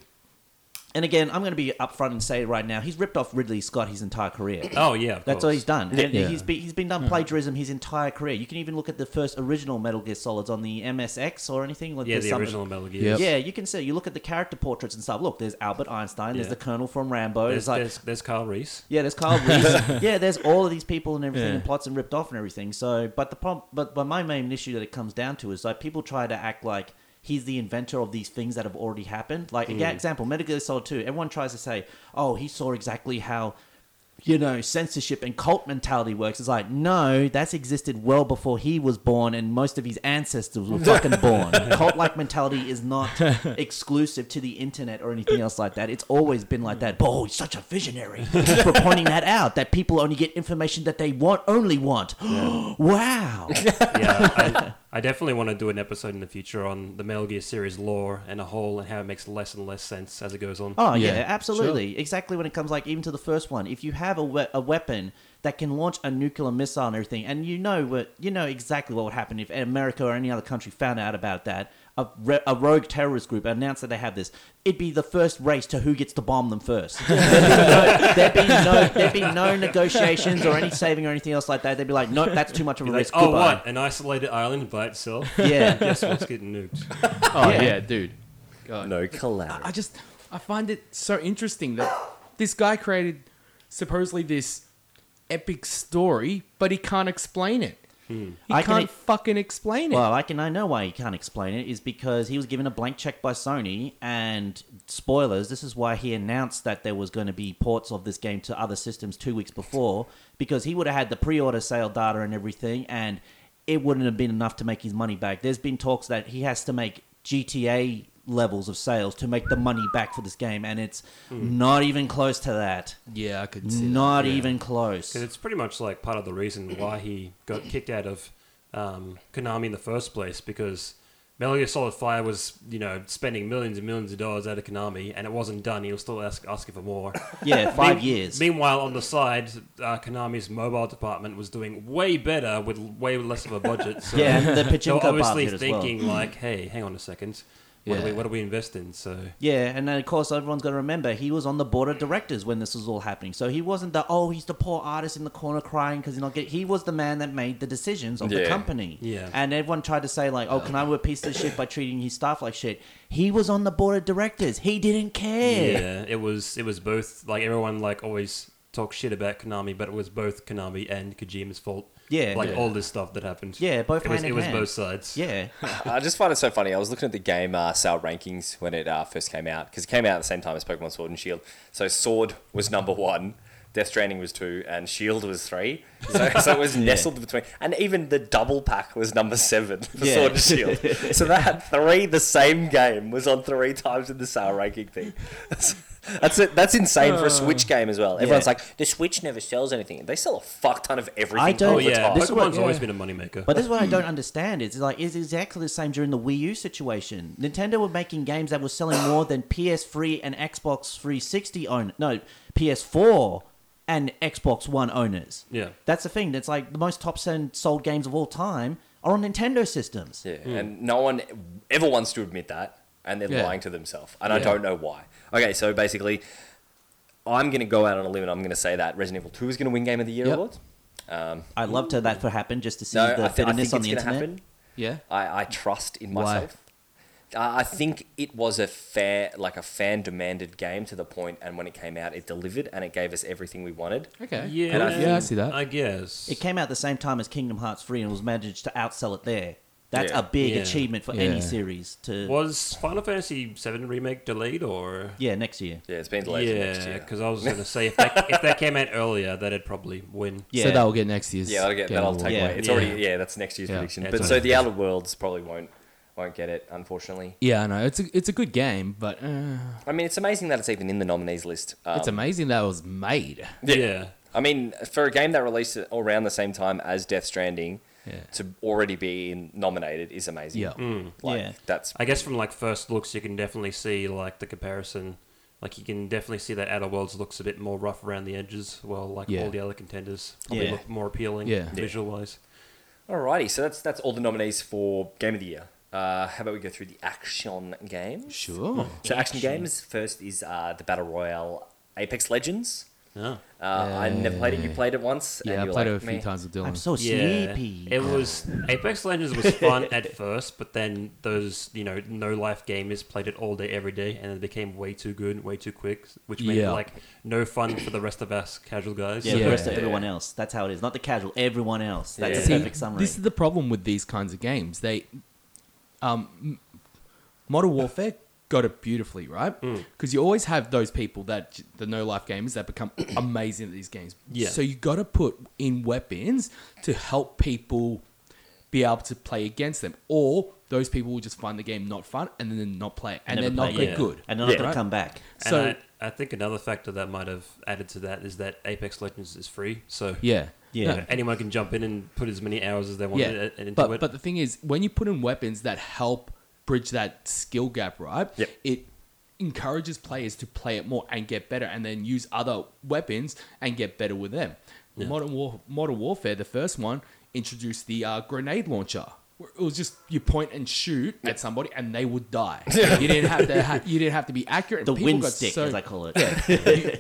Speaker 4: and again, I'm going to be upfront and say it right now. He's ripped off Ridley Scott his entire career.
Speaker 3: Oh, yeah. Mm-hmm. Of
Speaker 4: That's all
Speaker 3: course.
Speaker 4: he's done. And
Speaker 2: Yeah.
Speaker 4: He's, been, he's been done plagiarism his entire career. You can even look at the first original Metal Gear Solids on the MSX or anything. Like
Speaker 3: Yeah,
Speaker 4: there's
Speaker 3: the
Speaker 4: some-
Speaker 3: original Metal Gear.
Speaker 2: Yep.
Speaker 4: Yeah, you can see. You look at the character portraits and stuff. Look, there's Albert Einstein. There's
Speaker 3: Yeah.
Speaker 4: the Colonel from Rambo.
Speaker 3: There's,
Speaker 4: There's like,
Speaker 3: there's, there's Kyle Reese.
Speaker 4: yeah, there's Carl Reese. yeah, there's all of these people and everything,
Speaker 2: Yeah.
Speaker 4: and plots and ripped off and everything. So, but the problem, but, but my main issue that it comes down to is like people try to act like he's the inventor of these things that have already happened. Like,
Speaker 3: Mm.
Speaker 4: yeah, example, Metal Gear Solid 2. Everyone tries to say, oh, he saw exactly how. You know, censorship and cult mentality works. It's like, no, that's existed well before he was born, and most of his ancestors were fucking born. cult like mentality is not exclusive to the internet or anything else like that. It's always been like that. But, oh, he's such a visionary for pointing that out that people only get information that they want only want. wow.
Speaker 3: yeah, I, I definitely want to do an episode in the future on the Metal Gear series lore and a whole and how it makes less and less sense as it goes on.
Speaker 4: Oh
Speaker 2: Yeah,
Speaker 4: yeah, absolutely, exactly. When it comes like even to the first one, if you have a, we- a weapon that can launch a nuclear missile and everything, and you know what, you know exactly what would happen if America or any other country found out about that. A, re- a rogue terrorist group announced that they have this. It'd be the first race to who gets to bomb them first. there'd, be no, there'd be no negotiations or any saving or anything else like that. They'd be like, nope, that's too much of a
Speaker 3: Like,
Speaker 4: risk.
Speaker 3: oh,
Speaker 4: Goodbye."
Speaker 3: what? An isolated island by itself?
Speaker 4: Yeah.
Speaker 3: Guess what's getting nuked?
Speaker 2: Oh
Speaker 4: Yeah.
Speaker 2: yeah, dude. God.
Speaker 1: No
Speaker 2: I
Speaker 1: collateral.
Speaker 2: just I find it so interesting that this guy created supposedly this epic story, but he can't explain it. He
Speaker 4: Hmm. I can- e-
Speaker 2: can't fucking explain it.
Speaker 4: Well, I can I know why he can't explain it is because he was given a blank check by Sony and spoilers. This is why he announced that there was going to be ports of this game to other systems two weeks before because he would have had the pre-order sale data and everything, and it wouldn't have been enough to make his money back. There's been talks that he has to make GTA levels of sales to make the money back for this game, and it's not even close to that.
Speaker 2: yeah, I could Hmm. see
Speaker 4: Not
Speaker 2: that.
Speaker 4: even close.
Speaker 3: Because it's pretty much like part of the
Speaker 4: Mm-hmm.
Speaker 3: reason why he got kicked out of um, Konami in the first place because Metal Gear Solid 5 was, you know, spending millions and millions of dollars out of Konami and it wasn't done. He was still ask, asking for more.
Speaker 4: Yeah, five
Speaker 3: Mean-
Speaker 4: years.
Speaker 3: Meanwhile, on the side, uh, Konami's mobile department was doing way better with way less of a budget. So
Speaker 4: Yeah, and
Speaker 3: they
Speaker 4: the
Speaker 3: were
Speaker 4: Pachinko
Speaker 3: obviously
Speaker 4: basket as well.
Speaker 3: thinking, like, hey, hang on a second. What, do we,
Speaker 2: Yeah.
Speaker 3: what do we invest in? So
Speaker 4: Yeah, and then of course everyone's got to remember he was on the board of directors when this was all happening. So he wasn't the oh he's the poor artist in the corner crying because he's not getting. He was the man that made the decisions of
Speaker 1: Yeah.
Speaker 4: the company.
Speaker 3: Yeah.
Speaker 4: and everyone tried to say like oh can I were a piece of shit by treating his staff like shit. He was on the board of directors. He didn't care.
Speaker 3: yeah, it was it was both like everyone like always talks shit about Konami, but it was both Konami and Kojima's fault.
Speaker 4: Yeah.
Speaker 3: like
Speaker 4: Yeah.
Speaker 3: all this stuff that happened.
Speaker 4: Yeah, both
Speaker 3: it was,
Speaker 4: hand in
Speaker 3: it was
Speaker 4: hand.
Speaker 3: both sides.
Speaker 4: Yeah.
Speaker 1: I just find it so funny. I was looking at the game uh, sale rankings when it uh, first came out because it came out at the same time as Pokemon Sword and Shield. So Sword was number one, Death Stranding was two, and Shield was three. So, so it was nestled between, and even the double pack was number seven for
Speaker 4: Yeah.
Speaker 1: Sword and Shield. so that had three, the same game was on three times in the sale ranking thing. That's it. That's insane for a
Speaker 4: Uh,
Speaker 1: Switch game as well. Everyone's like, the Switch never sells anything. They sell a fuck ton of everything.
Speaker 4: don't-
Speaker 1: all
Speaker 3: Oh
Speaker 1: the
Speaker 3: yeah,
Speaker 1: time.
Speaker 4: This is what-
Speaker 3: Pokemon's always been a moneymaker.
Speaker 4: But this is what I don't understand. Is like it's exactly the same during the Wii U situation. Nintendo were making games that were selling more than PS3 and Xbox 360 own no PS4 and Xbox One owners.
Speaker 3: Yeah.
Speaker 4: that's the thing. That's like the most top sen- sold games of all time are on Nintendo systems.
Speaker 1: Yeah, and no one ever wants to admit that, and they're
Speaker 2: Yeah.
Speaker 1: lying to themselves, and I
Speaker 2: Yeah.
Speaker 1: don't know why. Okay, so basically, I'm going to go out on a limb and I'm going to say that Resident Evil 2 is going to win Game of the Year
Speaker 2: Yep.
Speaker 1: award.
Speaker 4: I'd love to that for happen just to see
Speaker 1: No, I,
Speaker 4: the
Speaker 1: th- I think
Speaker 4: bitterness
Speaker 1: it's
Speaker 4: on
Speaker 1: going
Speaker 4: the
Speaker 1: to
Speaker 4: internet.
Speaker 1: happen.
Speaker 2: Yeah.
Speaker 1: I, I trust in
Speaker 2: Why?
Speaker 1: myself. I I think it was a fair, like a fan demanded game to the point, and when it came out, it delivered and it gave us everything we wanted.
Speaker 2: Okay.
Speaker 3: yeah,
Speaker 2: cool. yeah, I see that.
Speaker 3: I guess
Speaker 4: It came out the same time as Kingdom Hearts 3 and was managed to outsell it there. That's
Speaker 1: Yeah.
Speaker 4: a big
Speaker 3: Yeah.
Speaker 4: achievement for
Speaker 2: Yeah.
Speaker 4: any series to
Speaker 3: was Final Fantasy VII remake delayed or?
Speaker 4: yeah next year.
Speaker 1: Yeah, it's been delayed yeah, next
Speaker 3: Yeah,
Speaker 1: year.
Speaker 3: because I was going to say if that, if that came out earlier, that'd probably win.
Speaker 4: Yeah.
Speaker 2: So that will get next year's.
Speaker 1: Yeah, I'll get
Speaker 2: Game
Speaker 1: that. I'll
Speaker 2: Award.
Speaker 1: take
Speaker 4: Yeah.
Speaker 1: away. It's
Speaker 3: Yeah.
Speaker 1: already yeah, that's next year's
Speaker 2: Yeah.
Speaker 1: prediction.
Speaker 3: Yeah, it's
Speaker 1: but
Speaker 3: on
Speaker 1: so
Speaker 3: there.
Speaker 1: the Outer Worlds probably won't won't get it, unfortunately.
Speaker 2: Yeah, I know. It's a it's a good game, but uh,
Speaker 1: I mean, it's amazing that it's even in the nominees list. Um,
Speaker 2: it's amazing that it was made.
Speaker 1: Yeah.
Speaker 3: yeah.
Speaker 1: I mean, for a game that released at- around the same time as Death Stranding,
Speaker 2: Yeah.
Speaker 1: to already be in, nominated is amazing.
Speaker 2: Yeah.
Speaker 1: Like,
Speaker 4: Yeah.
Speaker 1: That's
Speaker 3: I guess from like first looks, you can definitely see like the comparison. Like you can definitely see that Outer Worlds looks a bit more rough around the edges, while like
Speaker 2: Yeah.
Speaker 3: all the other contenders probably
Speaker 4: Yeah.
Speaker 3: look more appealing,
Speaker 2: Yeah. Yeah.
Speaker 3: visual wise.
Speaker 1: alrighty. So that's that's all the nominees for Game of the Year. Uh, how about we go through the action games?
Speaker 2: Sure.
Speaker 1: So action, games first is uh, the battle royale Apex Legends.
Speaker 3: Yeah,
Speaker 1: Uh, I never played it. You played it once.
Speaker 2: Yeah,
Speaker 1: and
Speaker 2: I
Speaker 1: you were
Speaker 2: played
Speaker 1: like,
Speaker 2: it a few
Speaker 1: "Meh."
Speaker 2: times with Dylan.
Speaker 4: I'm so
Speaker 3: yeah.
Speaker 4: sleepy.
Speaker 3: It was Apex Legends was fun at first, but then those you know no life gamers played it all day every day, and it became way too good, way too quick, which made it
Speaker 2: Yeah.
Speaker 3: like no fun for the rest of us casual guys.
Speaker 4: Yeah, the
Speaker 2: Yeah.
Speaker 4: rest of everyone else. That's how it is. Not the casual, everyone else. That's
Speaker 1: Yeah.
Speaker 4: a
Speaker 2: See,
Speaker 4: perfect summary.
Speaker 2: This is the problem with these kinds of games. They, um, m- Modern Warfare got it beautifully right
Speaker 4: Mm.
Speaker 2: because you always have those people that j- the no life gamers that become amazing at these games.
Speaker 3: Yeah.
Speaker 2: So you got to put in weapons to help people be able to play against them, or those people will just find the game not fun and then not play, it, and
Speaker 4: Never
Speaker 2: they're not
Speaker 4: play
Speaker 2: very
Speaker 3: it.
Speaker 2: good.
Speaker 4: and they're not
Speaker 1: Yeah.
Speaker 4: going
Speaker 2: Right.
Speaker 4: to come back.
Speaker 3: And
Speaker 2: So-
Speaker 3: I, I think another factor that might have added to that is that Apex Legends is free, so
Speaker 2: Yeah.
Speaker 4: Yeah.
Speaker 2: No,
Speaker 3: you know, anyone can jump in and put as many hours as they want in- into
Speaker 2: but,
Speaker 3: it.
Speaker 2: But the thing is, when you put in weapons that help bridge that skill gap, right?
Speaker 1: Yep.
Speaker 2: It encourages players to play it more and get better, and then use other weapons and get better with them. Modern War, Modern Warfare, the first one, introduced the uh, grenade launcher. where It was just you point and shoot at somebody, and they would die. You didn't have to. Ha- you didn't have to be accurate.
Speaker 4: The
Speaker 2: and people
Speaker 4: wind
Speaker 2: got
Speaker 4: stick,
Speaker 2: so-
Speaker 4: as I call it.
Speaker 2: you,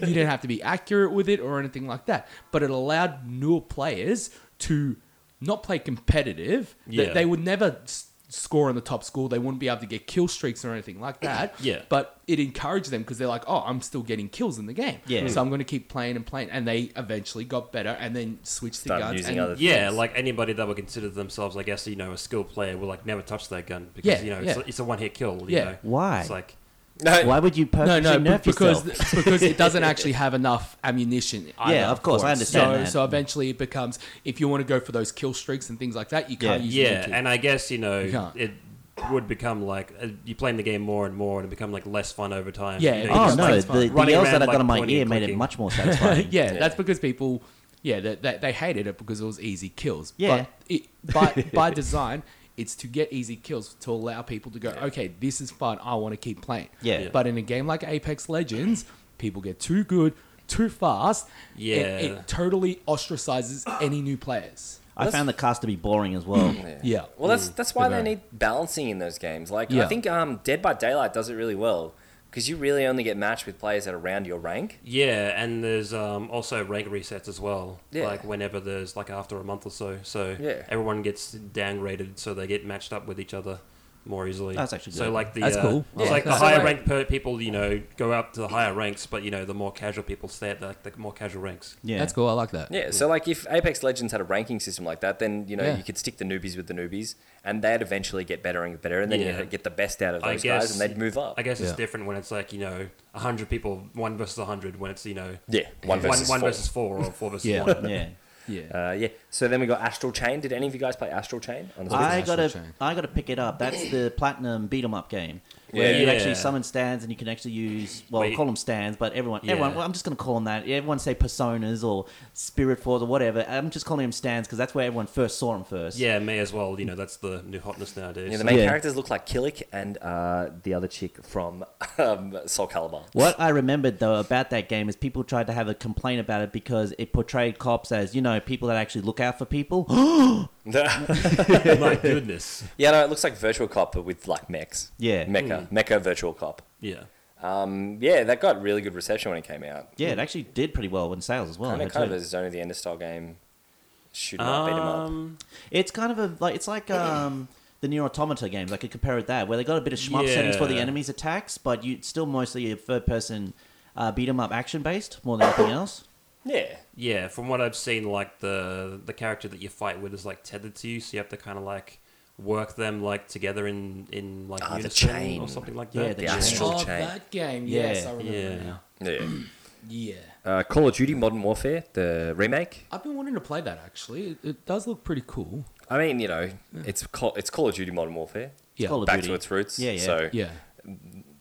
Speaker 2: you didn't have to be accurate with it or anything like that. But it allowed newer players to not play competitive. They-
Speaker 3: Yeah.
Speaker 2: They, would never s- score in the top school, they wouldn't be able to get kill streaks or anything like that.
Speaker 3: Yeah.
Speaker 2: But it encouraged them because they're like, oh, I'm still getting kills in the game.
Speaker 4: Yeah.
Speaker 2: So I'm going to keep playing and playing. And they eventually got better and then switched
Speaker 1: Started
Speaker 2: to guns.
Speaker 1: using
Speaker 2: and
Speaker 1: other
Speaker 3: Yeah,
Speaker 1: things.
Speaker 3: like anybody that would consider themselves, I guess, you know, a skilled player will like never touch their gun because
Speaker 2: Yeah,
Speaker 3: you know
Speaker 2: yeah.
Speaker 3: it's, a, it's a one-hit kill. You
Speaker 2: Yeah.
Speaker 3: know?
Speaker 4: Why?
Speaker 3: It's like
Speaker 1: No,
Speaker 4: Why would you
Speaker 2: no, no,
Speaker 4: purposely nerf
Speaker 2: be- because
Speaker 4: yourself?
Speaker 2: because it doesn't actually have enough ammunition. Either,
Speaker 4: of course, I understand
Speaker 2: So,
Speaker 4: that.
Speaker 2: so eventually it becomes if you want to go for those kill streaks and things like that, you can't
Speaker 4: Yeah.
Speaker 2: use
Speaker 3: yeah,
Speaker 2: Lincoln.
Speaker 3: and I guess you know
Speaker 2: You can't.
Speaker 3: it would become like uh, you playing the game more and more and it become like less fun over time.
Speaker 2: Yeah,
Speaker 3: You
Speaker 2: it
Speaker 3: know,
Speaker 4: Oh
Speaker 2: becomes
Speaker 3: you just,
Speaker 4: no,
Speaker 2: like
Speaker 3: like,
Speaker 4: the, the
Speaker 3: running
Speaker 4: yells
Speaker 3: around,
Speaker 4: that I got
Speaker 3: like,
Speaker 4: in my
Speaker 3: pointing
Speaker 4: ear
Speaker 3: and
Speaker 4: made it
Speaker 3: clicking.
Speaker 4: much more satisfying.
Speaker 2: yeah, that's because people, yeah, they, they, they hated it because it was easy kills.
Speaker 4: Yeah.
Speaker 2: But it, by, by design, it's to get easy kills to allow people to go, okay, this is fun. I want to keep playing.
Speaker 4: Yeah. Yeah.
Speaker 2: But in a game like Apex Legends, people get too good, too fast. and
Speaker 3: Yeah.
Speaker 2: it totally ostracizes any new players.
Speaker 4: I
Speaker 1: Let's-
Speaker 4: found the cast to be boring as well.
Speaker 2: Yeah.
Speaker 1: Well, that's
Speaker 3: Mm,
Speaker 1: that's why they
Speaker 2: Right.
Speaker 1: need balancing in those games. Like I
Speaker 2: Yeah.
Speaker 1: think um, Dead by Daylight does it really well because you really only get matched with players that are around your rank.
Speaker 3: Yeah, and there's um, also rank resets as well.
Speaker 1: Yeah.
Speaker 3: Like whenever there's like after a month or so, so
Speaker 1: Yeah.
Speaker 3: everyone gets downgraded, so they get matched up with each other more easily.
Speaker 4: That's actually
Speaker 3: So
Speaker 4: good.
Speaker 3: like the
Speaker 2: That's
Speaker 3: uh,
Speaker 2: cool.
Speaker 3: It's
Speaker 1: Yeah.
Speaker 3: like the
Speaker 1: That's
Speaker 3: higher
Speaker 1: alright.
Speaker 3: ranked per people, you know, go up to the higher ranks, but you know the more casual people stay at the, the more casual ranks.
Speaker 4: Yeah,
Speaker 2: That's cool. I like that.
Speaker 1: Yeah, so like if Apex Legends had a ranking system like that, then you know
Speaker 2: Yeah.
Speaker 1: you could stick the newbies with the newbies, and they'd eventually get better and better, and then
Speaker 3: Yeah.
Speaker 1: you get the best out of
Speaker 3: I
Speaker 1: those
Speaker 3: guess
Speaker 1: guys, and they'd move up.
Speaker 3: I guess
Speaker 2: Yeah.
Speaker 3: it's different when it's like you know hundred people, one versus hundred. When it's you know
Speaker 1: Yeah, one versus
Speaker 3: one,
Speaker 1: four.
Speaker 3: versus four or four versus
Speaker 2: Yeah.
Speaker 3: one.
Speaker 4: Yeah.
Speaker 2: Yeah.
Speaker 1: Uh, yeah. So then we got Astral Chain. Did any of you guys play Astral Chain? On the Switch?
Speaker 4: I
Speaker 2: Astral
Speaker 4: gotta,
Speaker 2: Chain.
Speaker 4: I gotta pick it up. That's the platinum beat 'em up game where
Speaker 3: Yeah.
Speaker 4: you
Speaker 3: Yeah.
Speaker 4: actually summon stands and you can actually use well,
Speaker 3: Wait.
Speaker 4: call them stands, but everyone,
Speaker 3: Yeah.
Speaker 4: everyone. Well, I'm just gonna call them that. Everyone say personas or spirit force or whatever. I'm just calling them stands because that's where everyone first saw them first.
Speaker 3: Yeah, may as well. You know that's the new hotness nowadays.
Speaker 1: Yeah, the main
Speaker 4: Yeah.
Speaker 1: characters look like Killick and uh, the other chick from um, Soul Calibur.
Speaker 4: What I remembered though about that game is people tried to have a complaint about it because it portrayed cops as you know people that actually look out for people.
Speaker 3: My goodness.
Speaker 1: yeah, no, it looks like Virtual Cop but with like mechs.
Speaker 4: Yeah. Mm.
Speaker 1: Mecha, Mecha Virtual Cop.
Speaker 3: Yeah.
Speaker 1: Um, yeah, that got really good reception when it came out.
Speaker 4: yeah, it actually did pretty well in sales as well.
Speaker 1: and
Speaker 4: I
Speaker 1: it
Speaker 4: heard,
Speaker 1: kind
Speaker 4: too.
Speaker 1: of is only the end of style game. Shoot 'em up, beat 'em up.
Speaker 3: Um,
Speaker 4: It's kind of a like it's like um the Near Automata games. I could compare it that where they got a bit of shmup settings for the
Speaker 3: Yeah.
Speaker 4: enemy's attacks, but you it's still mostly a third person uh, beat 'em up action based more than anything else.
Speaker 1: Yeah.
Speaker 3: Yeah, from what I've seen, like the the character that you fight with is like tethered to you, so you have to kind of like work them like together in in like
Speaker 1: Ah, the
Speaker 3: unison
Speaker 1: chain.
Speaker 3: or something like
Speaker 4: Yeah,
Speaker 3: that.
Speaker 4: the
Speaker 1: Yeah.
Speaker 4: chain.
Speaker 1: Astral
Speaker 2: oh,
Speaker 1: Chain.
Speaker 2: that game.
Speaker 4: Yeah.
Speaker 2: Yes, I remember
Speaker 3: Yeah.
Speaker 2: now.
Speaker 1: Yeah.
Speaker 2: Yeah.
Speaker 1: Uh, Call of Duty Modern Warfare, the remake.
Speaker 2: I've been wanting to play that actually. It, it does look pretty cool.
Speaker 1: I mean, you know, it's Call, it's Call of Duty Modern Warfare.
Speaker 2: Yeah.
Speaker 4: Call of
Speaker 1: Back
Speaker 4: Duty.
Speaker 1: to its roots.
Speaker 4: Yeah, yeah.
Speaker 1: So
Speaker 2: yeah.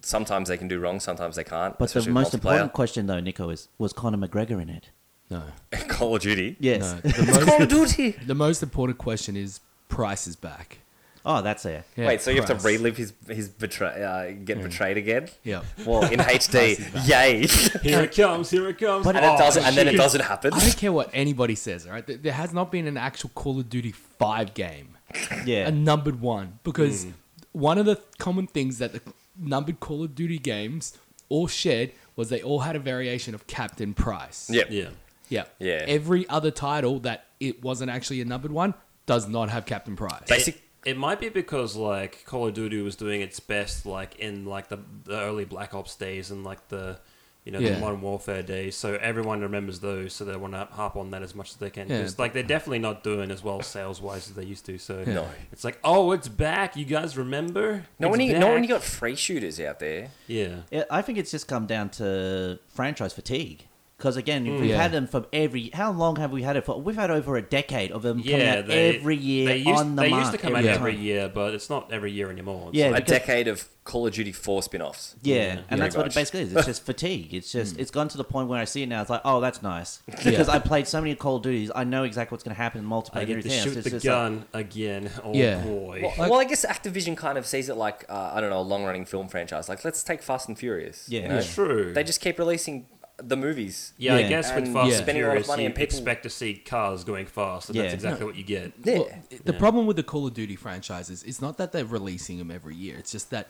Speaker 1: sometimes they can do wrong, sometimes they can't.
Speaker 4: But the
Speaker 1: especially
Speaker 4: most
Speaker 1: multiplayer.
Speaker 4: important question though, Nico, is was Conor McGregor in it?
Speaker 2: No.
Speaker 1: Call of Duty.
Speaker 4: Yes.
Speaker 2: No, the, most,
Speaker 1: Call of Duty.
Speaker 2: the most important question is price is back.
Speaker 4: Oh, that's it.
Speaker 2: Yeah,
Speaker 1: Wait, so you have
Speaker 2: price.
Speaker 1: to relive his his betray, uh, get betrayed again?
Speaker 2: Yeah.
Speaker 1: Well, in HD, yay!
Speaker 3: Here it comes! Here it comes! Oh,
Speaker 1: and it doesn't, and then it doesn't happen.
Speaker 2: I don't care what anybody says, all right? There, there has not been an actual Call of Duty 5 game,
Speaker 4: Yeah.
Speaker 2: a numbered one, because one of the common things that the numbered Call of Duty games all shared was they all had a variation of Captain Price.
Speaker 1: Yep.
Speaker 3: Yeah.
Speaker 2: Yeah.
Speaker 1: Yeah.
Speaker 2: Every other title that it wasn't actually a numbered one does not have Captain Price.
Speaker 1: Basic.
Speaker 3: It might be because like Call of Duty was doing its best like in like the, the early Black Ops days and like the you know
Speaker 2: Yeah.
Speaker 3: the Modern Warfare days, so everyone remembers those, so they want to harp on that as much as they can.
Speaker 2: Yeah.
Speaker 3: 'Cause, like they're definitely not doing as well sales wise as they used to. So
Speaker 1: No.
Speaker 3: it's like oh, it's back! You guys remember?
Speaker 1: No,
Speaker 3: It's
Speaker 1: when you, no, when
Speaker 3: back."
Speaker 1: you got free shooters out there.
Speaker 3: yeah.
Speaker 4: Yeah, I think it's just come down to franchise fatigue. Because again,
Speaker 3: Mm.
Speaker 4: we've
Speaker 2: Yeah.
Speaker 4: had them for every. How long have we had it for? We've had over a decade of them coming
Speaker 3: Yeah,
Speaker 4: out
Speaker 3: they-
Speaker 4: every year
Speaker 3: they used,
Speaker 4: on the
Speaker 3: They
Speaker 4: mark.
Speaker 3: used to come out
Speaker 2: every
Speaker 3: every
Speaker 4: time.
Speaker 3: year, but it's not every year anymore. It's
Speaker 4: Yeah,
Speaker 1: A
Speaker 4: because-
Speaker 1: decade of Call of Duty 4 spin offs.
Speaker 4: Yeah, and that's what
Speaker 1: much.
Speaker 4: it basically is. It's just fatigue. It's
Speaker 3: Hmm.
Speaker 4: just it's gone to the point where I see it now. It's like, oh, that's nice because I played so many Call of Duties. I know exactly what's going to happen in multiplayer.
Speaker 3: I
Speaker 4: and
Speaker 3: get to
Speaker 4: everything else.
Speaker 3: shoot
Speaker 4: It's
Speaker 3: the
Speaker 4: just like-
Speaker 3: gun again. Oh
Speaker 2: Yeah.
Speaker 3: boy.
Speaker 1: Well, well, I guess Activision kind of sees it like, uh, I don't know, a long running film franchise. Like, let's take Fast and Furious.
Speaker 4: Yeah.
Speaker 1: you know?
Speaker 4: Yeah.
Speaker 3: True.
Speaker 1: They just keep releasing the movies.
Speaker 3: yeah,
Speaker 4: Yeah.
Speaker 3: I guess
Speaker 1: And
Speaker 3: with Fast
Speaker 2: yeah.
Speaker 3: and
Speaker 1: spending a lot of
Speaker 3: Furious,
Speaker 1: money
Speaker 3: you
Speaker 1: and people-
Speaker 3: expect to see cars going fast, and
Speaker 4: Yeah.
Speaker 3: that's exactly what you get.
Speaker 1: Yeah.
Speaker 2: Well, the problem with the Call of Duty franchises is not that they're releasing them every year. It's just that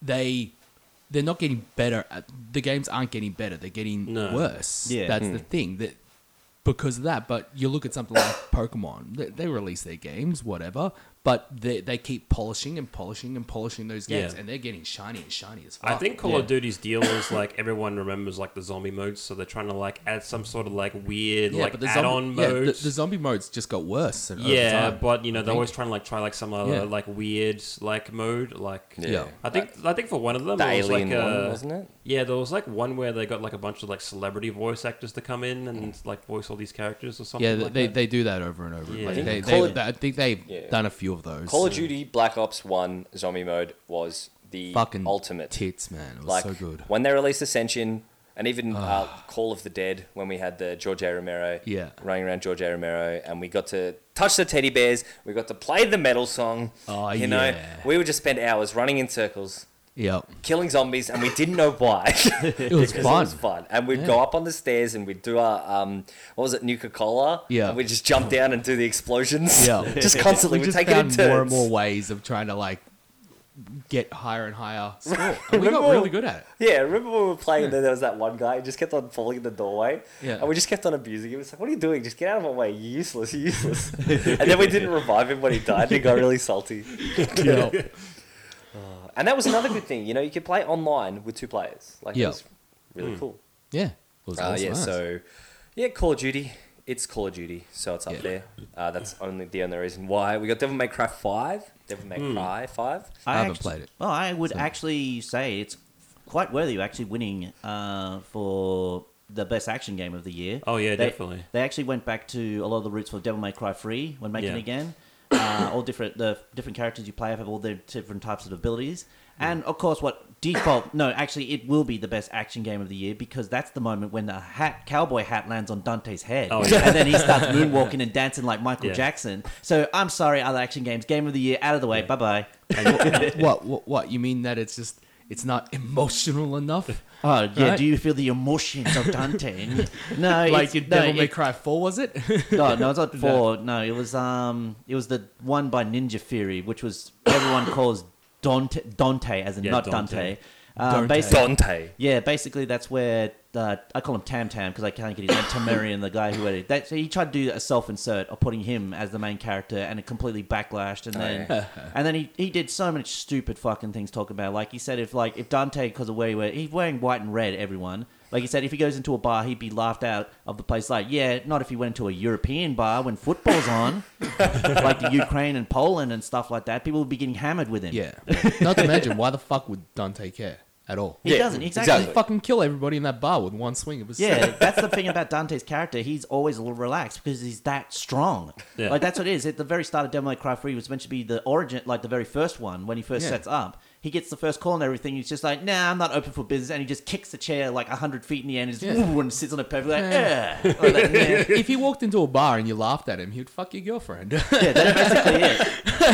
Speaker 2: they they're not getting better. At, the games aren't getting better. They're getting
Speaker 3: No. Hmm.
Speaker 2: worse.
Speaker 4: Yeah.
Speaker 2: that's the thing that because of that. But you look at something like Pokemon. They, they release their games, whatever. But they, they keep polishing and polishing and polishing those games,
Speaker 3: Yeah.
Speaker 2: and they're getting shiny and shiny as fuck.
Speaker 3: I think Call
Speaker 4: yeah.
Speaker 3: of Duty's deal is like everyone remembers like the zombie modes, so they're trying to like add some sort of like weird
Speaker 2: yeah,
Speaker 3: like
Speaker 2: but the
Speaker 3: add-on
Speaker 2: zombie, yeah, the,
Speaker 3: mode.
Speaker 2: the zombie modes just got worse. Over
Speaker 3: Yeah,
Speaker 2: time.
Speaker 3: but you know
Speaker 2: I
Speaker 3: they're
Speaker 2: think.
Speaker 3: always trying to like try like some other
Speaker 2: Yeah.
Speaker 3: like weird like mode. Like
Speaker 2: Yeah.
Speaker 3: I think I think for one of them
Speaker 1: the
Speaker 3: it was
Speaker 1: alien
Speaker 3: like
Speaker 1: one,
Speaker 3: uh,
Speaker 1: wasn't it?
Speaker 3: yeah there was like one where they got like a bunch of like celebrity voice actors to come in and like voice all these characters or something.
Speaker 2: yeah,
Speaker 3: like
Speaker 2: they,
Speaker 3: that.
Speaker 2: they do that over and over.
Speaker 3: Yeah.
Speaker 2: Like,
Speaker 3: I think
Speaker 2: they,
Speaker 1: Call
Speaker 2: they,
Speaker 1: of-
Speaker 2: they- I think they've
Speaker 1: Yeah.
Speaker 2: done a few of those. uh,
Speaker 1: Call of Duty Black Ops One Zombie Mode was the
Speaker 2: fucking
Speaker 1: ultimate.
Speaker 2: tits, man. It was
Speaker 1: like
Speaker 2: so good. Ah.
Speaker 1: when they released Ascension and even uh, Call of the Dead when we had the George A. Romero
Speaker 2: Yeah.
Speaker 1: running around George A. Romero and we got to touch the teddy bears, we got to play the metal song.
Speaker 2: Oh,
Speaker 1: you know,
Speaker 2: yeah.
Speaker 1: we would just spend hours running in circles,
Speaker 2: Yeah,
Speaker 1: killing zombies, and we didn't know why.
Speaker 2: it was
Speaker 1: Because
Speaker 2: fun.
Speaker 1: It was fun. And we'd go up on the stairs and we'd do our, um, what was it, Nuka Cola?
Speaker 2: Yeah.
Speaker 1: And we'd just jump down and do the explosions.
Speaker 2: Yeah.
Speaker 1: just constantly.
Speaker 2: We
Speaker 1: We'd
Speaker 2: just
Speaker 1: take it in
Speaker 2: found
Speaker 1: turns.
Speaker 2: more and more ways of trying to like get higher and higher. Score. And we got
Speaker 1: Remember-
Speaker 2: really good at it.
Speaker 1: Yeah, remember when we were playing and then there was that one guy who just kept on falling in the doorway?
Speaker 2: Hmm. Yeah.
Speaker 1: And we just kept on abusing him. It's like, what are you doing? Just get out of my way. You're useless. You're useless. and then we didn't revive him when he died. He got really salty.
Speaker 2: Yeah.
Speaker 1: And that was another good thing. You know, you could play online with two players. Like, it
Speaker 2: Yeah.
Speaker 1: was really cool.
Speaker 2: yeah. It was
Speaker 1: Uh,
Speaker 2: awesome.
Speaker 1: yeah,
Speaker 2: Nice.
Speaker 1: so, yeah, Call of Duty. It's Call of Duty, so it's up
Speaker 2: Yeah.
Speaker 1: there. Uh, that's only the only reason why. We got Devil May Cry 5. Devil May Cry 5.
Speaker 2: I haven't
Speaker 4: actu-
Speaker 2: played it.
Speaker 4: Well, I would
Speaker 2: So-
Speaker 4: actually say it's quite worthy of actually winning uh, for the best action game of the year.
Speaker 3: Oh, yeah,
Speaker 4: They-
Speaker 3: definitely.
Speaker 4: They actually went back to a lot of the roots for Devil May Cry Free when making
Speaker 3: Yeah.
Speaker 4: it again. Uh, all different the different characters you play have all their different types of abilities, and of course, what default? No, actually, it will be the best action game of the year because that's the moment when the hat cowboy hat lands on Dante's head,
Speaker 3: Oh, yeah.
Speaker 4: and then he starts moonwalking and dancing like Michael
Speaker 3: Yeah.
Speaker 4: Jackson. So I'm sorry, other action games, game of the year, out of the way, bye bye.
Speaker 2: what, what? What? You mean that it's just it's not emotional enough?
Speaker 4: Oh yeah,
Speaker 2: Right?
Speaker 4: do you feel the emotions of Dante? no,
Speaker 2: like
Speaker 4: it's,
Speaker 2: in
Speaker 4: no,
Speaker 2: Devil May
Speaker 4: it-
Speaker 2: Cry Four, was it?
Speaker 4: no, no, it's not four. No, it was um, it was the one by Ninja Fury, which was everyone calls Dante, Dante, as in
Speaker 3: Yeah,
Speaker 4: not Dante.
Speaker 3: Dante.
Speaker 4: Um,
Speaker 2: Dante.
Speaker 4: basi-
Speaker 1: Dante.
Speaker 4: yeah, basically that's where uh, I call him Tam Tam because I can't get his name. Tamarian, the guy who had it. That, so he tried to do a self-insert of putting him as the main character, and it completely backlashed. And then,
Speaker 1: Oh,
Speaker 4: and then he, he did so much stupid fucking things. Talking about like he said, if like if Dante because of where he went, he's wearing white and red. Everyone like he said, if he goes into a bar, he'd be laughed out of the place. Like yeah, not if he went to a European bar when football's on, like the Ukraine and Poland and stuff like that. People would be getting hammered with him.
Speaker 2: yeah. Not to mention, why the fuck would Dante care at all?
Speaker 4: he
Speaker 1: Yeah,
Speaker 4: doesn't
Speaker 1: exactly.
Speaker 4: exactly.
Speaker 2: He'd fucking kill everybody in that bar with one swing. It was
Speaker 4: Yeah, that's the thing about Dante's character. He's always a little relaxed because he's that strong.
Speaker 3: Yeah.
Speaker 4: Like that's what it is. At the very start of Devil May Cry 3 was meant to be the origin, like the very first one when he first
Speaker 2: Yeah.
Speaker 4: sets up. He gets the first call and everything. He's just like, "Nah, I'm not open for business," and he just kicks the chair like hundred feet in the air and, just,
Speaker 2: Yeah.
Speaker 4: "Ooh," and sits on it perfectly. Like,
Speaker 2: Yeah.
Speaker 4: "Yeah." Like that, yeah.
Speaker 2: if he walked into a bar and you laughed at him, he'd fuck your girlfriend.
Speaker 4: Yeah, that's basically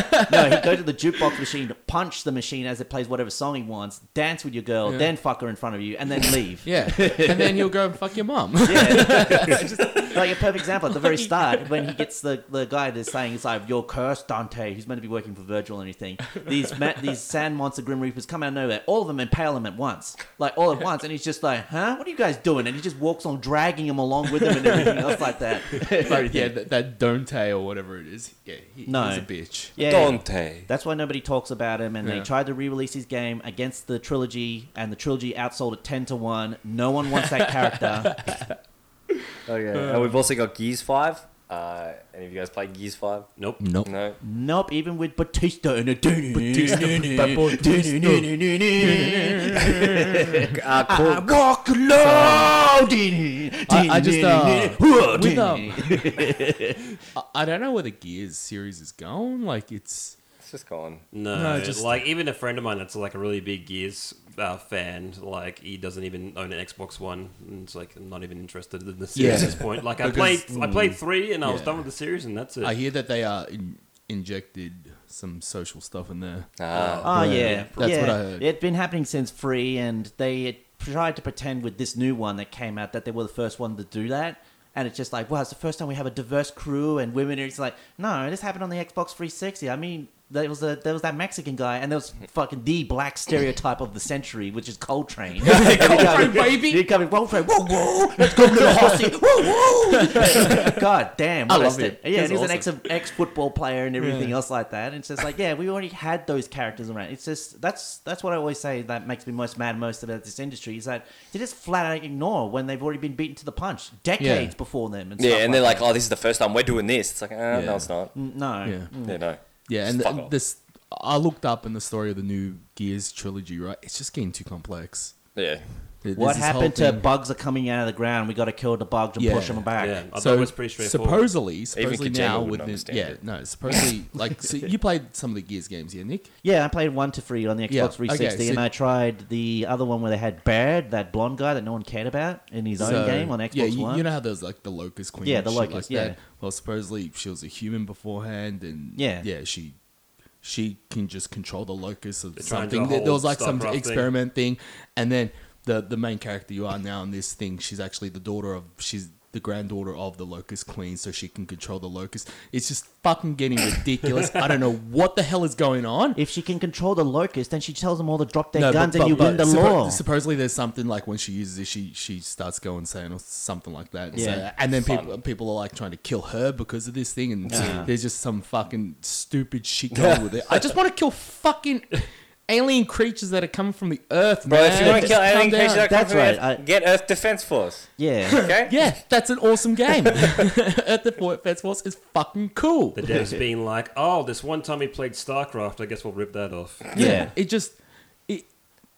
Speaker 4: it. No, he'd go to the jukebox machine, punch the machine as it plays whatever song he wants, dance with your girl,
Speaker 2: Yeah.
Speaker 4: then fuck her in front of you, and then leave.
Speaker 2: yeah, and then he'll go and fuck your mum.
Speaker 4: like a perfect example at the very start when he gets the, the guy that's saying it's like you're cursed Dante who's meant to be working for Virgil and anything these ma- these sand monster grim reapers come out of nowhere all of them impale him at once like all at once and he's just like huh what are you guys doing and he just walks on dragging him along with him and everything else like that
Speaker 2: But yeah, that, that Dante or whatever it is. Yeah, he,
Speaker 4: No.
Speaker 2: he's a bitch.
Speaker 4: yeah
Speaker 1: Dante.
Speaker 4: That's why nobody talks about him, and they
Speaker 2: Yeah.
Speaker 4: tried to re-release his game against the trilogy, and the trilogy outsold it ten to one. No one wants that character.
Speaker 1: Oh
Speaker 2: Hmm.
Speaker 1: yeah, and we've also got Gears Five. Uh, any of you guys play Gears Five?
Speaker 3: nope.
Speaker 2: Nope.
Speaker 1: No.
Speaker 4: nope, even with Batista and a Batista,
Speaker 2: bad boy
Speaker 1: Uh, Call,
Speaker 4: I walk loud in
Speaker 2: I- I just, uh, with, um,
Speaker 4: uh,
Speaker 2: I, I don't know where the Gears series is going. Like, it's.
Speaker 1: it's just gone.
Speaker 3: No,
Speaker 2: No, just-
Speaker 3: like even a friend of mine that's like a really big Gears uh, fan, like he doesn't even own an Xbox One. And it's like I'm not even interested in the series
Speaker 2: Yeah.
Speaker 3: at this point. Like I
Speaker 2: Because- mm.
Speaker 3: played, I played three, and I was
Speaker 2: Yeah.
Speaker 3: done with the series, and that's it.
Speaker 2: I hear that they uh, in, injected some social stuff in there.
Speaker 1: Ah.
Speaker 4: Oh
Speaker 2: Yeah,
Speaker 4: yeah,
Speaker 2: that's
Speaker 4: yeah.
Speaker 2: what I heard.
Speaker 4: It's been happening since free, and they tried to pretend with this new one that came out that they were the first one to do that. And it's just like, wow, it's the first time we have a diverse crew and women. And it's like, no, this happened on the Xbox 360. I mean, There was a, there was that Mexican guy, and there was fucking the black stereotype of the century, which is Coltrane. Coltrane,
Speaker 2: baby.
Speaker 4: He'd come in, Coltrane, whoa, whoa, let's go, little hussy, whoa, whoa. God damn,
Speaker 2: I
Speaker 4: what a
Speaker 2: love
Speaker 4: sta-
Speaker 2: it.
Speaker 4: Yeah,
Speaker 2: That's
Speaker 4: and he's an ex ex football player and everything else like that. And it's just like, yeah, we already had those characters around. It's just that's that's what I always say that makes me most mad most about this industry is that they just flat out ignore when they've already been beaten to the punch decades before them. And
Speaker 1: Yeah,
Speaker 4: stuff
Speaker 1: and they're
Speaker 4: like
Speaker 1: like, oh, this is the first time we're doing this. It's like, uh,
Speaker 2: Yeah.
Speaker 1: no, it's not.
Speaker 4: that. no,
Speaker 2: Yeah.
Speaker 1: Yeah, no.
Speaker 2: Yeah,
Speaker 1: Just
Speaker 2: and
Speaker 1: fuck
Speaker 2: th-
Speaker 1: off.
Speaker 2: this I looked up in the story of the new Gears trilogy, right? It's just getting too complex.
Speaker 1: Yeah.
Speaker 2: There's
Speaker 4: What
Speaker 2: this whole
Speaker 4: happened to
Speaker 2: thing-
Speaker 4: bugs are coming out of the ground? We got to kill the bugs and
Speaker 2: Yeah.
Speaker 4: push them back.
Speaker 3: Yeah, I thought
Speaker 2: So
Speaker 3: it was pretty straightforward.
Speaker 2: supposedly, supposedly
Speaker 1: Kojima
Speaker 2: now
Speaker 1: wouldn't
Speaker 2: with the,
Speaker 1: understand
Speaker 2: yeah,
Speaker 1: it.
Speaker 2: no, supposedly like so you played some of the Gears games, yeah, Nick.
Speaker 4: Yeah, I played one to three on the Xbox
Speaker 2: Yeah, okay,
Speaker 4: 360, and
Speaker 2: so-
Speaker 4: I tried the other one where they had Baird, that blonde guy that no one cared about, in his
Speaker 2: So,
Speaker 4: own game on Xbox
Speaker 2: yeah, you,
Speaker 4: One.
Speaker 2: you know how there's like the Locust Queen,
Speaker 4: Yeah,
Speaker 2: and
Speaker 4: the
Speaker 2: shit
Speaker 4: Locust,
Speaker 2: like that?
Speaker 4: yeah.
Speaker 2: Well, supposedly she was a human beforehand, and
Speaker 4: Yeah.
Speaker 2: yeah, she she can just control the Locust or
Speaker 3: trying to do
Speaker 2: something.
Speaker 3: a
Speaker 2: There, there was
Speaker 3: whole
Speaker 2: like some
Speaker 3: Starcraft thing.
Speaker 2: experiment thing. and then the the main character you are now in this thing, she's actually the daughter of she's the granddaughter of the Locust Queen, so she can control the Locust. It's just fucking getting ridiculous. I don't know what the hell is going on.
Speaker 4: if she can control the locust, then she tells them all to drop their
Speaker 2: No, but-
Speaker 4: guns,
Speaker 2: but-
Speaker 4: and you
Speaker 2: but
Speaker 4: win the
Speaker 2: suppo-
Speaker 4: law.
Speaker 2: Supposedly, there's something like when she uses it, she she starts going insane or something like that. Yeah,
Speaker 4: Yeah.
Speaker 2: and then
Speaker 1: Fun.
Speaker 2: people people are like trying to kill her because of this thing, and
Speaker 4: Yeah.
Speaker 2: there's just some fucking stupid shit going with it. I just want to kill fucking alien creatures that are coming from the earth,
Speaker 1: Bro,
Speaker 2: man.
Speaker 1: if you want to
Speaker 2: Just
Speaker 1: kill
Speaker 2: calm
Speaker 1: alien
Speaker 2: down.
Speaker 1: creatures, that come
Speaker 4: That's
Speaker 1: from
Speaker 4: right,
Speaker 1: Earth,
Speaker 4: I-
Speaker 1: get Earth Defense Force.
Speaker 4: yeah,
Speaker 1: Okay.
Speaker 2: yeah, that's an awesome game. Earth Defense Force is fucking cool.
Speaker 3: The devs being like, oh, this one time we played StarCraft, I guess we'll rip that off.
Speaker 2: Yeah.
Speaker 4: Yeah.
Speaker 2: It just it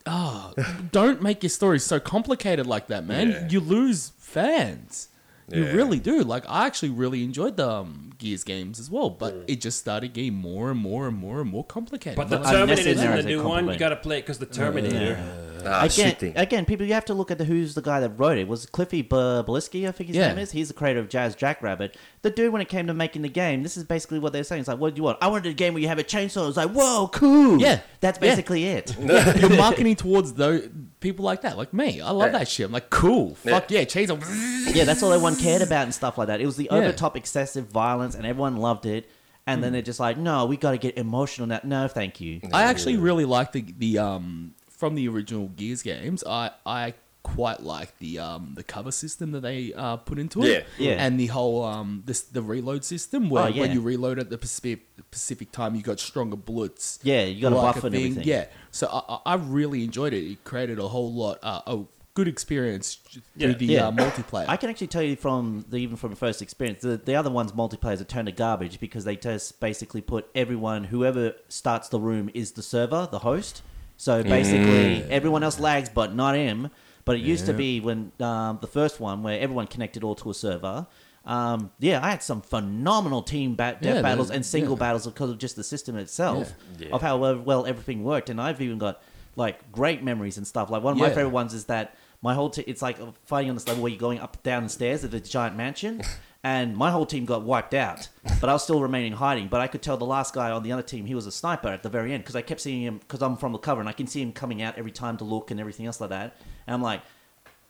Speaker 2: ah don't make your story so complicated like that, man.
Speaker 1: Yeah.
Speaker 2: You lose fans. You
Speaker 1: Yeah.
Speaker 2: really do. Like I actually really enjoyed the um, Gears games as well,
Speaker 1: Mm.
Speaker 2: but it just started getting more and more and more and more complicated.
Speaker 3: But the
Speaker 2: Like,
Speaker 3: Terminator's in
Speaker 4: unnecessary
Speaker 3: the
Speaker 4: as a
Speaker 3: new one. You
Speaker 4: compliment.
Speaker 3: got to play it because the Terminator.
Speaker 1: Ah,
Speaker 4: again, again, people, you have to look at the who's the guy that wrote it. Was it Cliffy B- Belisky, I think his
Speaker 2: Yeah.
Speaker 4: name is. He's the creator of Jazz Jackrabbit. The dude, when it came to making the game, this is basically what they're saying. It's like, what do you want? I wanted a game where you have a chainsaw. It's like, whoa, cool.
Speaker 2: Yeah.
Speaker 4: that's
Speaker 2: Yeah.
Speaker 4: basically it.
Speaker 2: you're marketing towards those people like that, like me. I love
Speaker 1: Yeah.
Speaker 2: that shit. I'm like, cool, fuck yeah, chainsaw.
Speaker 4: yeah, that's all everyone cared about and stuff like that. It was the
Speaker 2: Yeah.
Speaker 4: over top excessive violence, and everyone loved it. And then they're just like, no, we got to get emotional now. No, thank you.
Speaker 2: I actually really like the the um from the original Gears games. I I quite like the um the cover system that they uh, put into it.
Speaker 4: Yeah. Yeah.
Speaker 2: And the whole um this the reload system where
Speaker 4: Oh, yeah.
Speaker 2: when you reload at the Pacific Pacific time, you got stronger bullets.
Speaker 4: Yeah, you got a
Speaker 2: like
Speaker 4: buff and
Speaker 2: thing.
Speaker 4: everything.
Speaker 2: Yeah. So I, I- I really enjoyed it. It created a whole lot uh, a good experience through
Speaker 3: Yeah.
Speaker 2: the
Speaker 4: Yeah.
Speaker 2: Uh, multiplayer.
Speaker 4: I can actually tell you from the, even from first experience, the, the other one's multiplayers are turned to garbage because they just basically put everyone, whoever starts the room is the server, the host. So
Speaker 2: Mm.
Speaker 4: basically, everyone else lags, but not him. But it used to be when um, the first one where everyone connected all to a server. Um, yeah, I had some phenomenal team bat-
Speaker 2: Yeah,
Speaker 4: death battles
Speaker 2: they-
Speaker 4: and single
Speaker 2: yeah.
Speaker 4: battles because of just the system itself
Speaker 1: Yeah.
Speaker 4: of how well, well everything worked. And I've even got like great memories and stuff. Like one of my
Speaker 2: Yeah.
Speaker 4: favorite ones is that my whole team. It's like fighting on this level where you're going up down the stairs of the giant mansion, and my whole team got wiped out, but I was still remaining hiding. But I could tell the last guy on the other team he was a sniper at the very end because I kept seeing him because I'm from the cover and I can see him coming out every time to look and everything else like that. And I'm like,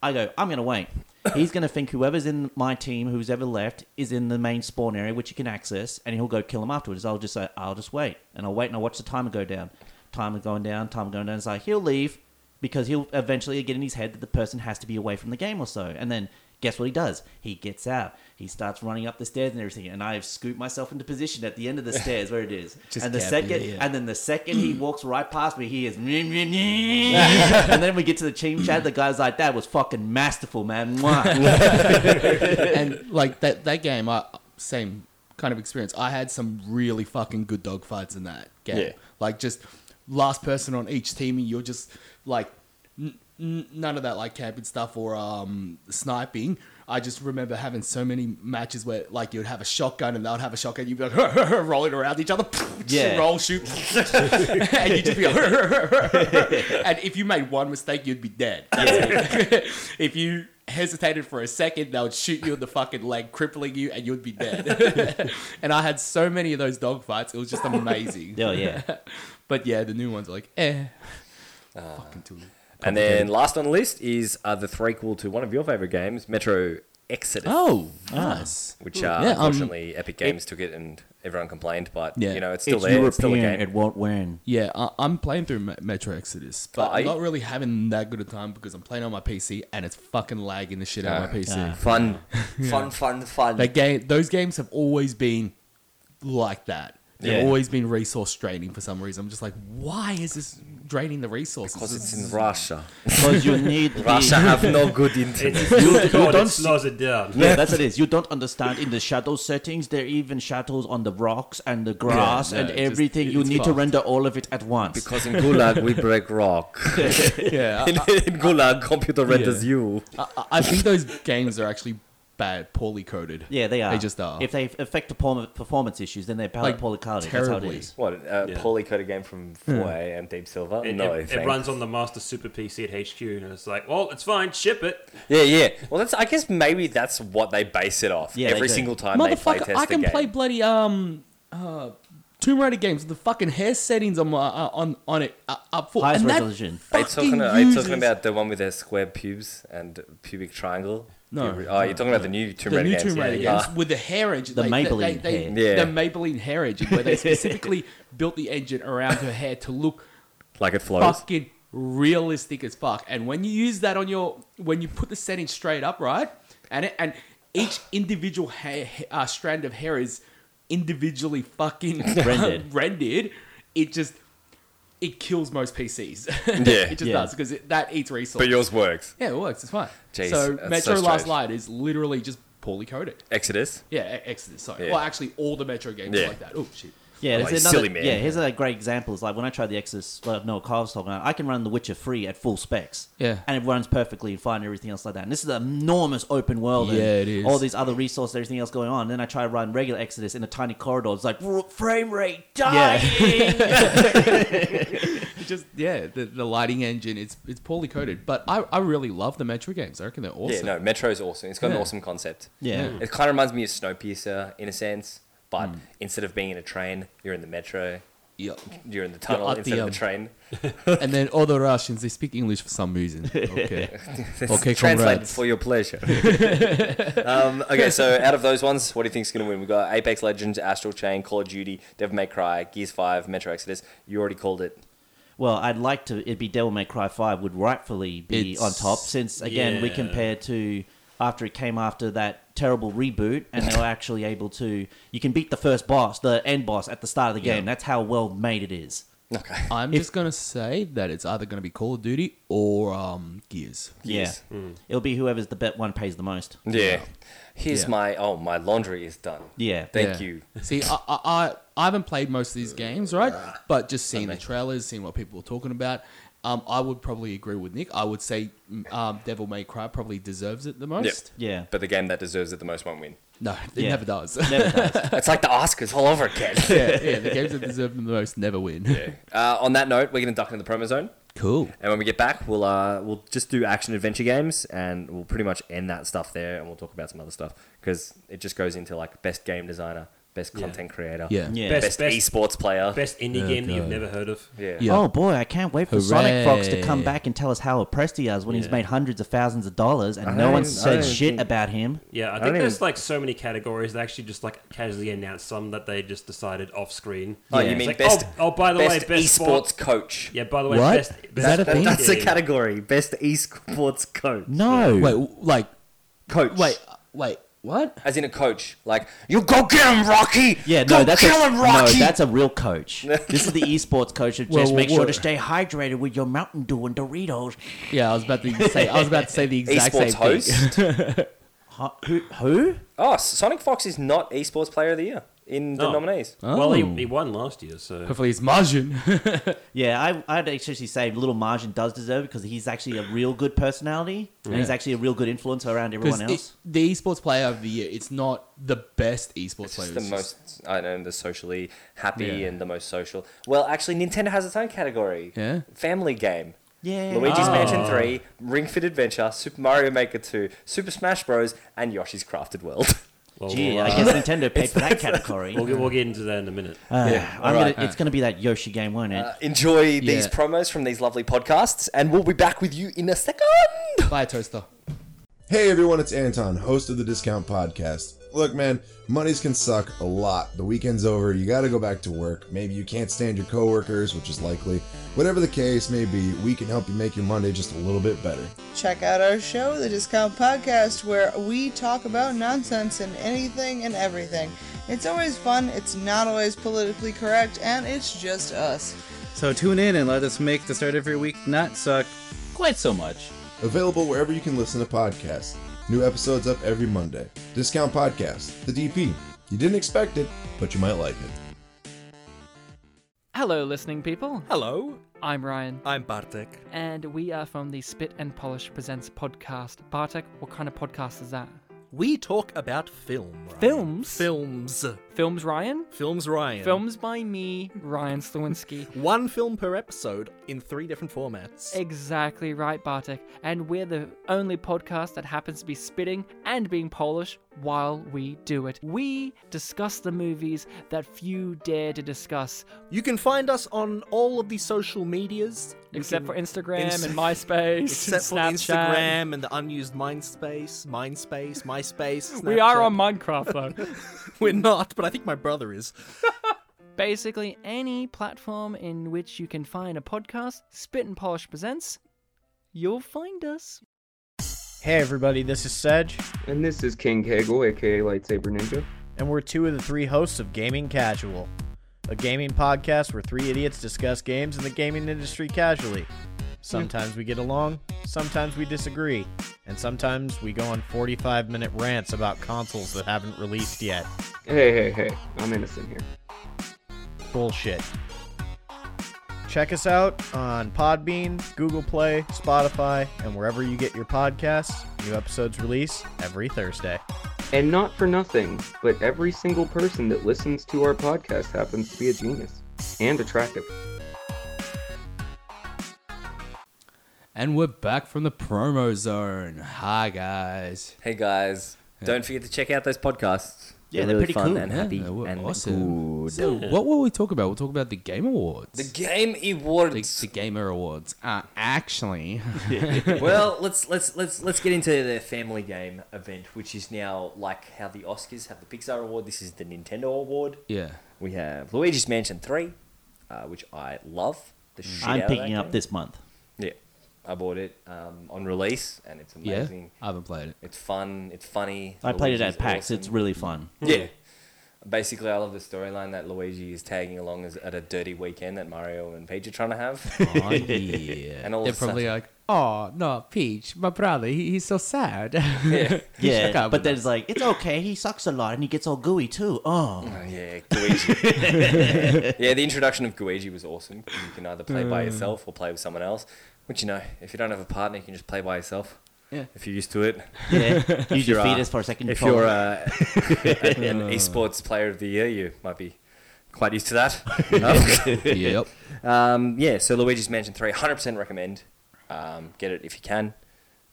Speaker 4: I go, I'm gonna wait. He's gonna think whoever's in my team, who's ever left, is in the main spawn area which you can access, and he'll go kill him afterwards. I'll just say, I'll just wait, and I'll wait and I'll watch the timer go down. Timer going down, timer going down. It's like he'll leave because he'll eventually get in his head that the person has to be away from the game or so. And then guess what he does? He gets out. He starts running up the stairs and everything. And I've scooped myself into position at the end of the stairs where it is.
Speaker 2: Just
Speaker 4: and the
Speaker 2: can't
Speaker 4: second,
Speaker 2: believe it.
Speaker 4: and then the second
Speaker 2: Mm.
Speaker 4: he walks right past me, he is. and then we get to the team chat. The guy's like, "That was fucking masterful, man." Mwah."
Speaker 2: and like that that game, I same kind of experience. I had some really fucking good dog fights in that game.
Speaker 1: Yeah.
Speaker 2: Like just last person on each team, and you're just like n- n- none of that like camping stuff or um sniping. I just remember having so many matches where like you'd have a shotgun and they'd have a shotgun. You'd be like rolling around each other,
Speaker 4: Yeah.
Speaker 2: roll shoot, and you'd just be like, and if you made one mistake, you'd be dead. if you hesitated for a second, they would shoot you in the fucking leg, crippling you, and you'd be dead. and I had so many of those dog fights; it was just amazing.
Speaker 4: oh yeah,
Speaker 2: But yeah, the new ones are like, eh. Fucking too.
Speaker 1: Ah. And then last on the list is uh, the threequel to one of your favorite games, Metro Exodus,
Speaker 2: Oh, nice.
Speaker 1: which uh,
Speaker 2: Yeah, um,
Speaker 1: unfortunately Epic Games took it and everyone complained. But
Speaker 2: Yeah.
Speaker 1: you know, it's still
Speaker 4: It's
Speaker 1: there. It's still a
Speaker 4: European.
Speaker 1: game.
Speaker 4: It won't win.
Speaker 2: Yeah, I- I'm playing through Me- Metro Exodus,
Speaker 1: Oh,
Speaker 2: but
Speaker 1: are
Speaker 2: I'm
Speaker 1: you?
Speaker 2: not really having that good a time because I'm playing on my PC and it's fucking lagging the shit out of my
Speaker 1: Ah,
Speaker 2: PC.
Speaker 4: ah.
Speaker 1: Fun, fun, fun, fun.
Speaker 2: That game, those games have always been like that. They've
Speaker 3: Yeah.
Speaker 2: always been resource draining for some reason. I'm just like, why is this draining the resources?
Speaker 1: because
Speaker 2: This
Speaker 1: it's
Speaker 2: is-
Speaker 1: in Russia.
Speaker 4: Because you need
Speaker 1: Russia
Speaker 4: the,
Speaker 1: have no good internet.
Speaker 3: It's you
Speaker 4: don't
Speaker 3: it
Speaker 4: see-
Speaker 3: slows it down.
Speaker 4: Yeah, that's what it is. You don't understand in the shadow settings. There are even shadows on the rocks and the grass
Speaker 2: no,
Speaker 4: and
Speaker 2: it's just-
Speaker 4: everything. you
Speaker 2: it's
Speaker 4: need to
Speaker 2: fucked.
Speaker 4: render all of it at once.
Speaker 1: Because in Gulag we break rock.
Speaker 2: yeah,
Speaker 1: in, in Gulag, computer renders
Speaker 2: Yeah.
Speaker 1: you.
Speaker 2: I, I- I think those games are actually bad, poorly coded.
Speaker 4: yeah, they are.
Speaker 2: They just are.
Speaker 4: If they affect the perform- performance issues, then they're
Speaker 2: Like,
Speaker 4: like, polycolored. That's how it
Speaker 2: terribly.
Speaker 4: is.
Speaker 1: What a
Speaker 3: Yeah.
Speaker 1: polycoded game from 4A and Deep Silver?
Speaker 3: It,
Speaker 1: no,
Speaker 3: it, it
Speaker 1: thanks.
Speaker 3: runs on the master super PC at HQ, and it's like, well, it's fine, ship it.
Speaker 1: Yeah, yeah. Well, that's. I guess maybe that's what they base it off.
Speaker 4: Yeah, they
Speaker 1: every
Speaker 4: do.
Speaker 1: single time they play
Speaker 2: Motherfucker,
Speaker 1: test
Speaker 2: I can
Speaker 1: the game.
Speaker 2: play bloody um uh Tomb Raider games with the fucking hair settings on my uh, on on it uh, up full.
Speaker 4: Highest
Speaker 2: and that
Speaker 4: resolution.
Speaker 1: Are you
Speaker 2: fucking
Speaker 1: talking, are you talking
Speaker 2: uses-
Speaker 1: about the one with the square pubes and pubic triangle?
Speaker 2: No,
Speaker 1: Pubi- Oh, you're talking about the new Tomb
Speaker 2: the
Speaker 1: Raider
Speaker 2: new
Speaker 1: games.
Speaker 2: Tomb Raider
Speaker 1: yeah,
Speaker 2: games
Speaker 1: yeah.
Speaker 2: with the hair engine,
Speaker 4: The
Speaker 2: like, they,
Speaker 4: Maybelline
Speaker 2: they, they,
Speaker 1: hair. Yeah.
Speaker 2: the Maybelline hair engine, where they specifically built the engine around her hair to look
Speaker 1: Like it flows.
Speaker 2: fucking realistic as fuck. And when you use that on your, when you put the setting straight up, right, and it, and each individual hair, uh, strand of hair is individually fucking
Speaker 4: Rendered.
Speaker 2: rendered, it just it kills most PCs.
Speaker 1: Yeah.
Speaker 2: it just
Speaker 4: Yeah.
Speaker 2: does because that eats resources.
Speaker 1: But yours works.
Speaker 2: yeah, it works. It's fine.
Speaker 1: Jeez,
Speaker 2: so
Speaker 1: that's so
Speaker 2: Metro Last
Speaker 1: strange.
Speaker 2: Light is literally just poorly coded.
Speaker 1: Exodus.
Speaker 2: Yeah, E- Exodus. Sorry.
Speaker 1: Yeah.
Speaker 2: Well, actually, all the Metro games
Speaker 1: Yeah.
Speaker 2: are like that. Oh shit.
Speaker 4: Yeah,
Speaker 1: Like,
Speaker 4: there's another,
Speaker 1: silly man.
Speaker 4: yeah, here's a great example. It's like when I tried the Exodus, well, no, Kyle's talking about, I can run The Witcher free at full specs.
Speaker 2: Yeah.
Speaker 4: And it runs perfectly fine and everything else like that. And this is an enormous open world. and
Speaker 2: Yeah, it is.
Speaker 4: All these other resources, everything else going on. then I try to run regular Exodus in a tiny corridor. It's like, "Whoa, frame rate, die!
Speaker 2: It just yeah, the, the lighting engine it's it's poorly coded, but I, I really love the Metro games. I reckon they're awesome.
Speaker 1: Yeah, no, Metro's awesome. It's got an
Speaker 2: Yeah.
Speaker 1: awesome concept.
Speaker 4: Yeah.
Speaker 1: It kind of reminds me of Snowpiercer in a sense, but
Speaker 2: Hmm.
Speaker 1: instead of being in a train, you're in the metro,
Speaker 2: Yeah.
Speaker 1: you're in the tunnel
Speaker 2: at the,
Speaker 1: instead of
Speaker 2: um,
Speaker 1: the train.
Speaker 2: and then all the Russians they speak English for some reason. Okay, okay,
Speaker 1: Translated
Speaker 2: comrades.
Speaker 1: for your pleasure. um, okay, so out of those ones, what do you think's going to win? We've got Apex Legends, Astral Chain, Call of Duty, Devil May Cry, Gears 5, Metro Exodus. You already called it.
Speaker 4: Well, I'd like to. It'd be Devil May Cry Five would rightfully be
Speaker 2: It's-
Speaker 4: on top since again we
Speaker 3: yeah.
Speaker 4: compare to after it came after that terrible reboot, and they were actually able to. You can beat the first boss, the end boss at the start of the game.
Speaker 2: Yeah.
Speaker 4: That's how well made it is.
Speaker 1: Okay.
Speaker 2: I'm just gonna say that it's either gonna be Call of Duty or um Gears.
Speaker 1: Yes.
Speaker 4: Yeah, it'll be whoever's the bet one pays the most.
Speaker 1: Yeah. Here's
Speaker 2: Yeah.
Speaker 1: my oh my laundry is done.
Speaker 4: Yeah.
Speaker 1: Thank
Speaker 2: Yeah.
Speaker 1: you.
Speaker 2: See, I, I I I haven't played most of these games, right? But just seeing the trailers, seeing what people were talking about. Um, I would probably agree with Nick. I would say mm, um, Devil May Cry probably deserves it the most.
Speaker 4: Yeah,
Speaker 1: But the game that deserves it the most won't win.
Speaker 2: No, it
Speaker 4: Yeah.
Speaker 2: never does.
Speaker 4: never does.
Speaker 1: It's like the Oscars all over again.
Speaker 2: yeah, yeah, the games that deserve them the most never win.
Speaker 1: uh, on that note, we're going to duck into the promo zone.
Speaker 2: Cool.
Speaker 1: And when we get back, we'll uh, we'll just do action adventure games, and we'll pretty much end that stuff there, and we'll talk about some other stuff because it just goes into like best game designer, best
Speaker 3: Yeah.
Speaker 1: content creator,
Speaker 2: Yeah.
Speaker 4: Yeah.
Speaker 3: Best-
Speaker 1: best, esports player,
Speaker 3: Best indie
Speaker 2: Oh,
Speaker 3: game that you've
Speaker 2: God.
Speaker 3: never heard of.
Speaker 1: yeah.
Speaker 2: Yeah.
Speaker 4: Oh boy, I can't wait for Sonic Fox to come
Speaker 2: Hooray.
Speaker 4: back and tell us how oppressed he is when he's
Speaker 3: Yeah.
Speaker 4: made hundreds of thousands of dollars and
Speaker 1: I
Speaker 4: no one
Speaker 1: don't- I
Speaker 4: said
Speaker 1: don't
Speaker 4: shit
Speaker 1: think-
Speaker 4: about him.
Speaker 3: Yeah, I
Speaker 1: don't
Speaker 3: think there's
Speaker 1: even-
Speaker 3: like so many categories. They actually just like casually announced some that they just decided off screen.
Speaker 1: Oh, you
Speaker 3: It's
Speaker 1: mean
Speaker 3: like,
Speaker 1: best?
Speaker 3: Oh, oh, by the
Speaker 1: best
Speaker 3: way, best
Speaker 1: esports
Speaker 3: sport-
Speaker 1: coach.
Speaker 3: Yeah, by the way,
Speaker 2: What?
Speaker 3: best.
Speaker 2: Is
Speaker 3: best
Speaker 2: that a thing?
Speaker 3: board
Speaker 1: That's the
Speaker 3: game.
Speaker 1: category. Best esports coach.
Speaker 4: No,
Speaker 2: Wait, w- like,
Speaker 1: Coach.
Speaker 2: wait, wait, what?
Speaker 1: As in a coach, like you go get him, Rocky.
Speaker 4: Yeah,
Speaker 1: go
Speaker 4: no, that's
Speaker 1: kill
Speaker 4: a,
Speaker 1: him, Rocky.
Speaker 4: no, that's a real coach. this is the esports coach. That
Speaker 2: Well,
Speaker 4: just make
Speaker 2: well,
Speaker 4: sure to
Speaker 2: well-
Speaker 4: stay hydrated with your Mountain Dew and Doritos.
Speaker 2: Yeah, I was about to say. I was about to say the exact
Speaker 1: esports
Speaker 2: same thing.
Speaker 1: host.
Speaker 4: Huh, who? Who?
Speaker 1: oh, Sonic Fox is not esports player of the year in the
Speaker 3: Oh.
Speaker 1: nominees.
Speaker 3: Well, he,
Speaker 2: Oh.
Speaker 3: he won last year, so
Speaker 2: Hopefully, it's Margin.
Speaker 4: Yeah, I, I'd actually say Little Margin does deserve it because he's actually a real good personality and he's actually a real good influence around everyone else.
Speaker 2: the esports player of the year, it's not the best esports
Speaker 1: It's
Speaker 2: player.
Speaker 1: just the
Speaker 2: it's
Speaker 1: most, I don't know, the socially happy
Speaker 2: Yeah.
Speaker 1: and the most social. Well, actually, Nintendo has its own category.
Speaker 2: Yeah. Ah.
Speaker 1: Family game.
Speaker 4: yeah,
Speaker 1: Luigi's
Speaker 3: Oh.
Speaker 1: Mansion 3, Ring Fit Adventure, Super Mario Maker 2, Super Smash Bros, and Yoshi's Crafted World.
Speaker 3: well,
Speaker 4: Gee,
Speaker 3: we'll,
Speaker 4: I
Speaker 3: uh,
Speaker 4: guess Nintendo paid for that category.
Speaker 3: we'll, get, we'll get into that in a minute.
Speaker 4: Uh,
Speaker 1: Yeah,
Speaker 4: I'm
Speaker 1: alright.
Speaker 4: gonna, it's going to be that Yoshi game, won't it?
Speaker 1: Uh, enjoy these
Speaker 2: Yeah.
Speaker 1: promos from these lovely podcasts, and we'll be back with you in a second.
Speaker 2: Buy a toaster.
Speaker 5: Hey everyone, it's Anton, host of the Discount Podcast. Look, man, monies can suck a lot. The weekend's over, you gotta go back to work. Maybe you can't stand your coworkers, which is likely. Whatever the case may be, we can help you make your Monday just a little bit better.
Speaker 6: Check out our show, The Discount Podcast, where we talk about nonsense and anything and everything. It's always fun, it's not always politically correct, and it's just us.
Speaker 7: So tune in and let us make the start of your week not suck quite so much.
Speaker 5: Available wherever you can listen to podcasts. New episodes up every Monday. Discount Podcast, the DP. You didn't expect it, but you might like it.
Speaker 8: Hello, listening people.
Speaker 9: Hello,
Speaker 8: I'm Ryan,
Speaker 9: I'm Bartek.
Speaker 8: and we are from the Spit and Polish Presents podcast. Bartek, what kind of podcast is that?
Speaker 9: We talk about film. Ryan.
Speaker 8: Films?
Speaker 9: Films.
Speaker 8: Films, Ryan?
Speaker 9: Films, Ryan.
Speaker 8: Films by me, Ryan Slewinski.
Speaker 9: One film per episode in three different formats.
Speaker 8: Exactly right, Bartek. And we're the only podcast that happens to be spitting and being Polish while we do it. We discuss the movies that few dare to discuss,
Speaker 9: You can find us on all of the social medias. You
Speaker 8: except for
Speaker 9: can-
Speaker 8: Instagram
Speaker 9: Ins-
Speaker 8: and MySpace,
Speaker 9: Except for
Speaker 8: and Snapchat.
Speaker 9: Instagram and the unused Mindspace, Mindspace, MySpace.
Speaker 8: We are
Speaker 9: Snapchat.
Speaker 8: on Minecraft though.
Speaker 9: We're not, but I think my brother is.
Speaker 8: Basically, any platform in which you can find a podcast, Spit and Polish presents, you'll find us.
Speaker 10: Hey everybody, this is Sedge,
Speaker 11: And this is King Kegel, aka Lightsaber Ninja.
Speaker 10: and we're two of the three hosts of Gaming Casual, a gaming podcast where three idiots discuss games and the gaming industry casually. Sometimes we get along, sometimes we disagree, and sometimes we go on 45 minute rants about consoles that haven't released yet.
Speaker 11: Hey, hey, hey, I'm innocent here.
Speaker 10: Bullshit. Check us out on Podbean, Google Play, Spotify, and wherever you get your podcasts. New episodes release every Thursday.
Speaker 11: And not for nothing, but every single person that listens to our podcast happens to be a genius and attractive.
Speaker 2: And we're back from the promo zone. Hi, guys.
Speaker 1: Hey guys, don't forget to check out those podcasts.
Speaker 4: Yeah, they're
Speaker 1: really
Speaker 4: pretty
Speaker 1: fun
Speaker 4: cool.
Speaker 1: and happy
Speaker 2: they were
Speaker 1: and
Speaker 2: awesome.
Speaker 1: good.
Speaker 2: So, what will we talk about? We'll talk about the Game Awards.
Speaker 1: The Game
Speaker 2: the,
Speaker 1: Awards.
Speaker 2: the Gamer Awards. Uh, actually,
Speaker 1: well, let's let's let's let's get into the Family Game event, which is now like how the Oscars have the Pixar Award. This is the Nintendo Award.
Speaker 2: yeah.
Speaker 1: We have Luigi's Mansion Three, uh, which I love. The shit
Speaker 4: Mm. I'm
Speaker 1: out
Speaker 4: picking
Speaker 1: of that
Speaker 4: up
Speaker 1: game.
Speaker 4: this month.
Speaker 1: Yeah, I bought it um, on release, and it's amazing.
Speaker 2: Yeah. I haven't played it.
Speaker 1: It's fun. It's funny.
Speaker 4: I played it
Speaker 1: Luigi's
Speaker 4: at PAX.
Speaker 1: awesome.
Speaker 4: It's really fun.
Speaker 1: Yeah. Basically, I love the storyline that Luigi is tagging along as, at a dirty weekend that Mario and Peach are trying to have.
Speaker 2: Oh, yeah.
Speaker 1: And all
Speaker 2: They're
Speaker 1: of a
Speaker 2: probably
Speaker 1: sudden-
Speaker 2: like, oh, no, Peach, my brother, he, he's so sad.
Speaker 1: yeah.
Speaker 4: Yeah,
Speaker 2: up with
Speaker 4: but
Speaker 2: that.
Speaker 4: then it's like it's okay. He sucks a lot, and he gets all gooey too. Oh,
Speaker 1: Oh, yeah, Luigi. yeah, the introduction of Luigi was awesome. 'cause You can either play by yourself or play with someone else. Which, you know, if you don't have a partner, you can just play by yourself.
Speaker 2: Yeah.
Speaker 1: If you're used to it.
Speaker 4: yeah. Use your
Speaker 1: you're, uh,
Speaker 4: fetus for a second.
Speaker 1: If
Speaker 4: control.
Speaker 1: you're uh, an esports player of the year, you might be quite used to that.
Speaker 2: yep.
Speaker 1: Um, yeah, so Luigi's Mansion 3, 100% recommend. Um, get it if you can.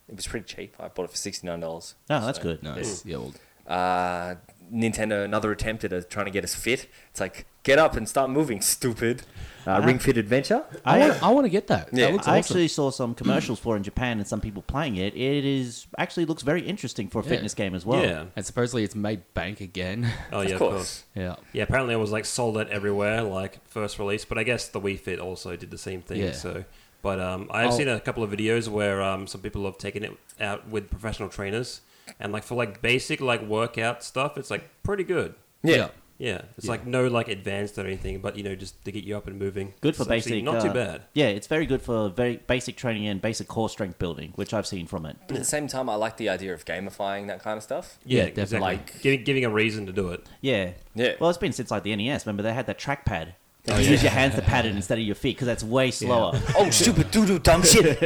Speaker 1: It was pretty cheap. I bought it for $69.
Speaker 4: oh, that's
Speaker 1: So,
Speaker 4: good.
Speaker 2: Nice. Yeah, well,
Speaker 1: Uh, Nintendo, another attempt at uh, trying to get us fit. It's like, get up and start moving, stupid. Uh, Ring Fit Adventure.
Speaker 2: I,
Speaker 4: I-
Speaker 2: want, I want to get that.
Speaker 1: Yeah.
Speaker 2: that looks
Speaker 4: I
Speaker 2: awesome.
Speaker 4: actually saw some commercials for it in Japan and some people playing it. It is actually looks very interesting for a
Speaker 2: Yeah.
Speaker 4: fitness game as well.
Speaker 3: Yeah.
Speaker 2: And supposedly it's made bank again.
Speaker 3: Oh, yeah,
Speaker 1: of course.
Speaker 2: yeah.
Speaker 3: Yeah, apparently it was like sold out everywhere, like first release. But I guess the Wii Fit also did the same thing.
Speaker 2: Yeah.
Speaker 3: So, but um, I've
Speaker 2: Oh.
Speaker 3: seen a couple of videos where um, some people have taken it out with professional trainers, and like for like basic like workout stuff, it's like pretty good.
Speaker 1: Yeah.
Speaker 3: Yeah, it's like no like advanced or anything, but you know just to get you up and moving.
Speaker 4: Good for
Speaker 3: It's actually
Speaker 4: basic.
Speaker 3: Not too
Speaker 4: uh,
Speaker 3: bad.
Speaker 4: Yeah, it's very good for very basic training and basic core strength building, which I've seen from it.
Speaker 1: But at the same time, I like the idea of gamifying that kind of stuff.
Speaker 3: Yeah,
Speaker 2: definitely.
Speaker 3: exactly.
Speaker 1: Like-
Speaker 3: giving giving a reason to do it.
Speaker 4: Yeah.
Speaker 1: Yeah.
Speaker 4: Well, it's been since like the NES. Remember they had that trackpad. You use your hands to pad it instead of your feet because that's way slower.
Speaker 1: Oh, stupid doodoo dumb shit.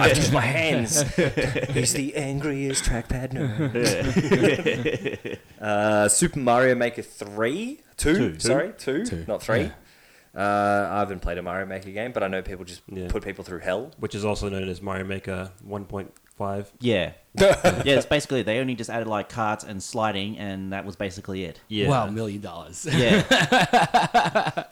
Speaker 1: I use my hands. He's the angriest trackpad nerd. uh, Super Mario Maker 3? 2?
Speaker 3: Two.
Speaker 1: Sorry, 2?
Speaker 2: Two.
Speaker 1: Not 3. Uh, I haven't played a Mario Maker game, but I know people just
Speaker 3: Yeah.
Speaker 1: put people through hell.
Speaker 3: which is also known as Mario Maker 1.5.
Speaker 4: Yeah. yeah, it's basically they only just added like carts and sliding, and that was basically it.
Speaker 2: Yeah. Wow, million dollars.
Speaker 4: Yeah.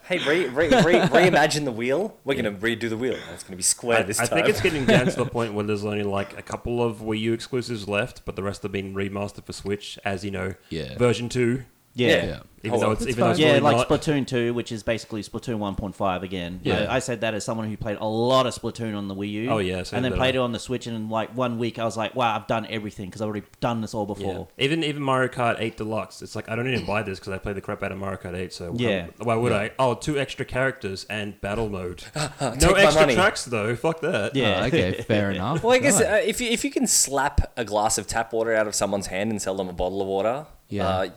Speaker 1: hey, re, re, re, reimagine the wheel. We're gonna redo the wheel. It's gonna be square
Speaker 3: I,
Speaker 1: this
Speaker 3: I
Speaker 1: time.
Speaker 3: think it's getting down to the point where there's only like a couple of Wii U exclusives left, but the rest are being remastered for Switch, as you know,
Speaker 2: yeah.
Speaker 3: version two.
Speaker 4: Yeah. Oh,
Speaker 3: Even though it's, even though it's
Speaker 4: yeah,
Speaker 3: really
Speaker 4: like
Speaker 3: not.
Speaker 4: Splatoon 2, which is basically Splatoon 1.5 again. Uh,
Speaker 3: Yeah.
Speaker 4: I, I said that as someone who played a lot of Splatoon on the Wii U.
Speaker 3: Oh, yeah, same
Speaker 4: and then
Speaker 3: did
Speaker 4: played
Speaker 3: I.
Speaker 4: it on the Switch, and in like one week, I was like, wow, I've done everything because I've already done this all
Speaker 3: Yeah.
Speaker 4: before.
Speaker 3: Even even Mario Kart 8 Deluxe, it's like I don't even buy this because I play the crap out of Mario Kart 8. So
Speaker 4: Yeah.
Speaker 3: why, why would
Speaker 4: Yeah.
Speaker 3: I? Oh, two extra characters and battle mode.
Speaker 1: Take
Speaker 3: no
Speaker 1: my
Speaker 3: extra
Speaker 1: money.
Speaker 3: tracks though. Fuck that.
Speaker 2: Oh, okay, fair enough.
Speaker 1: Well, I guess
Speaker 2: Right.
Speaker 1: uh, if you, if you can slap a glass of tap water out of someone's hand and sell them a bottle of water,
Speaker 2: Yeah.
Speaker 1: uh,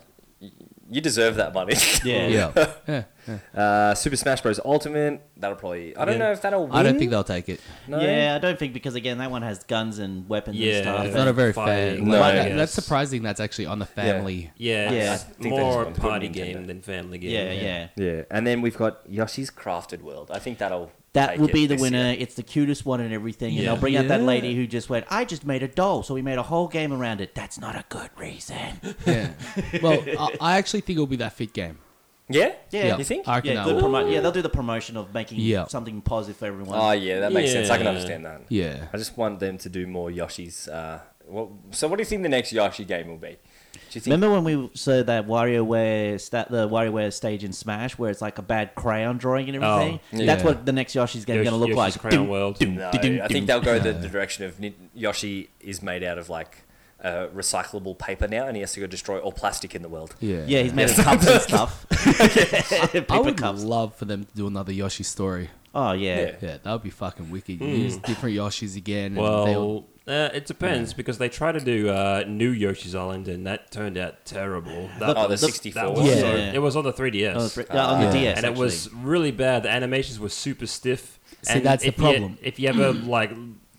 Speaker 1: y- you deserve that money.
Speaker 2: Yeah. Yeah. Yeah,
Speaker 1: Uh, Super Smash Bros. Ultimate. That'll probably. I don't
Speaker 2: Yeah.
Speaker 1: know if that'll. Win.
Speaker 2: I don't think they'll take it.
Speaker 1: No?
Speaker 4: Yeah, I don't think because again that one has guns and weapons
Speaker 3: Yeah,
Speaker 4: and stuff.
Speaker 2: It's not a very fair.
Speaker 3: Fighting,
Speaker 2: like,
Speaker 3: I
Speaker 2: that-
Speaker 3: guess.
Speaker 2: that's surprising. That's actually on the family.
Speaker 3: Yeah.
Speaker 4: Yeah.
Speaker 3: it's
Speaker 4: I
Speaker 1: think they just
Speaker 3: More
Speaker 1: want to put
Speaker 3: party
Speaker 1: Nintendo.
Speaker 3: game than family game.
Speaker 4: Yeah, yeah.
Speaker 1: Yeah, and then we've got Yoshi's Crafted World. I think that'll.
Speaker 4: That
Speaker 1: take
Speaker 4: will
Speaker 1: it
Speaker 4: be the
Speaker 1: this
Speaker 4: winner.
Speaker 1: year.
Speaker 4: It's the cutest one and everything. And
Speaker 1: Yeah.
Speaker 4: they'll bring out that
Speaker 1: Yeah.
Speaker 4: lady who just went, I just made a doll, so we made a whole game around it. That's not a good reason.
Speaker 2: Yeah. well, I, I actually think it'll be that fit game.
Speaker 1: Yeah?
Speaker 4: Yeah.
Speaker 2: Yeah,
Speaker 4: You think?
Speaker 2: I reckon that
Speaker 4: yeah, good
Speaker 2: will-
Speaker 4: promo- yeah, they'll do the promotion of making
Speaker 2: Yeah.
Speaker 4: something positive for everyone.
Speaker 1: Oh yeah, that makes sense. I can
Speaker 3: Yeah.
Speaker 1: understand that.
Speaker 2: Yeah.
Speaker 1: I just want them to do more Yoshi's. Uh, what, so, what do you think the next Yoshi game will be? Do you think?
Speaker 4: Remember when we saw that WarioWare sta- the WarioWare stage in Smash where it's like a bad crayon drawing and
Speaker 3: Oh,
Speaker 4: everything?
Speaker 3: yeah.
Speaker 4: That's what the next Yoshi's game
Speaker 3: Yoshi-
Speaker 4: going to look
Speaker 3: Yoshi's
Speaker 4: like.
Speaker 3: Crown
Speaker 4: Doom,
Speaker 3: World.
Speaker 4: doom,
Speaker 1: No, I
Speaker 4: doom, doom.
Speaker 1: think they'll go the, the direction of Nin- Yoshi is made out of like uh, recyclable paper now, and he has to go destroy all plastic in the world.
Speaker 2: Yeah.
Speaker 4: Yeah, he's made of cups and stuff.
Speaker 2: I, I
Speaker 4: Paper
Speaker 2: would
Speaker 4: cups.
Speaker 2: love for them to do another Yoshi story.
Speaker 4: Oh, yeah.
Speaker 1: Yeah.
Speaker 2: Yeah, that would be fucking wicked. Use different Yoshis again. And they all,
Speaker 3: Well, uh, it depends because they tried to do uh, New Yoshi's Island and that turned out terrible. That
Speaker 1: Oh, the
Speaker 3: was-
Speaker 1: 64.
Speaker 3: that was
Speaker 2: Yeah.
Speaker 3: so-
Speaker 4: Yeah.
Speaker 3: it was on the 3DS.
Speaker 4: On the thr- yeah, on the Ah. DS,
Speaker 3: and it was really bad. The animations were super stiff.
Speaker 2: See,
Speaker 3: and
Speaker 2: that's the
Speaker 3: if you-
Speaker 2: problem.
Speaker 3: if you ever like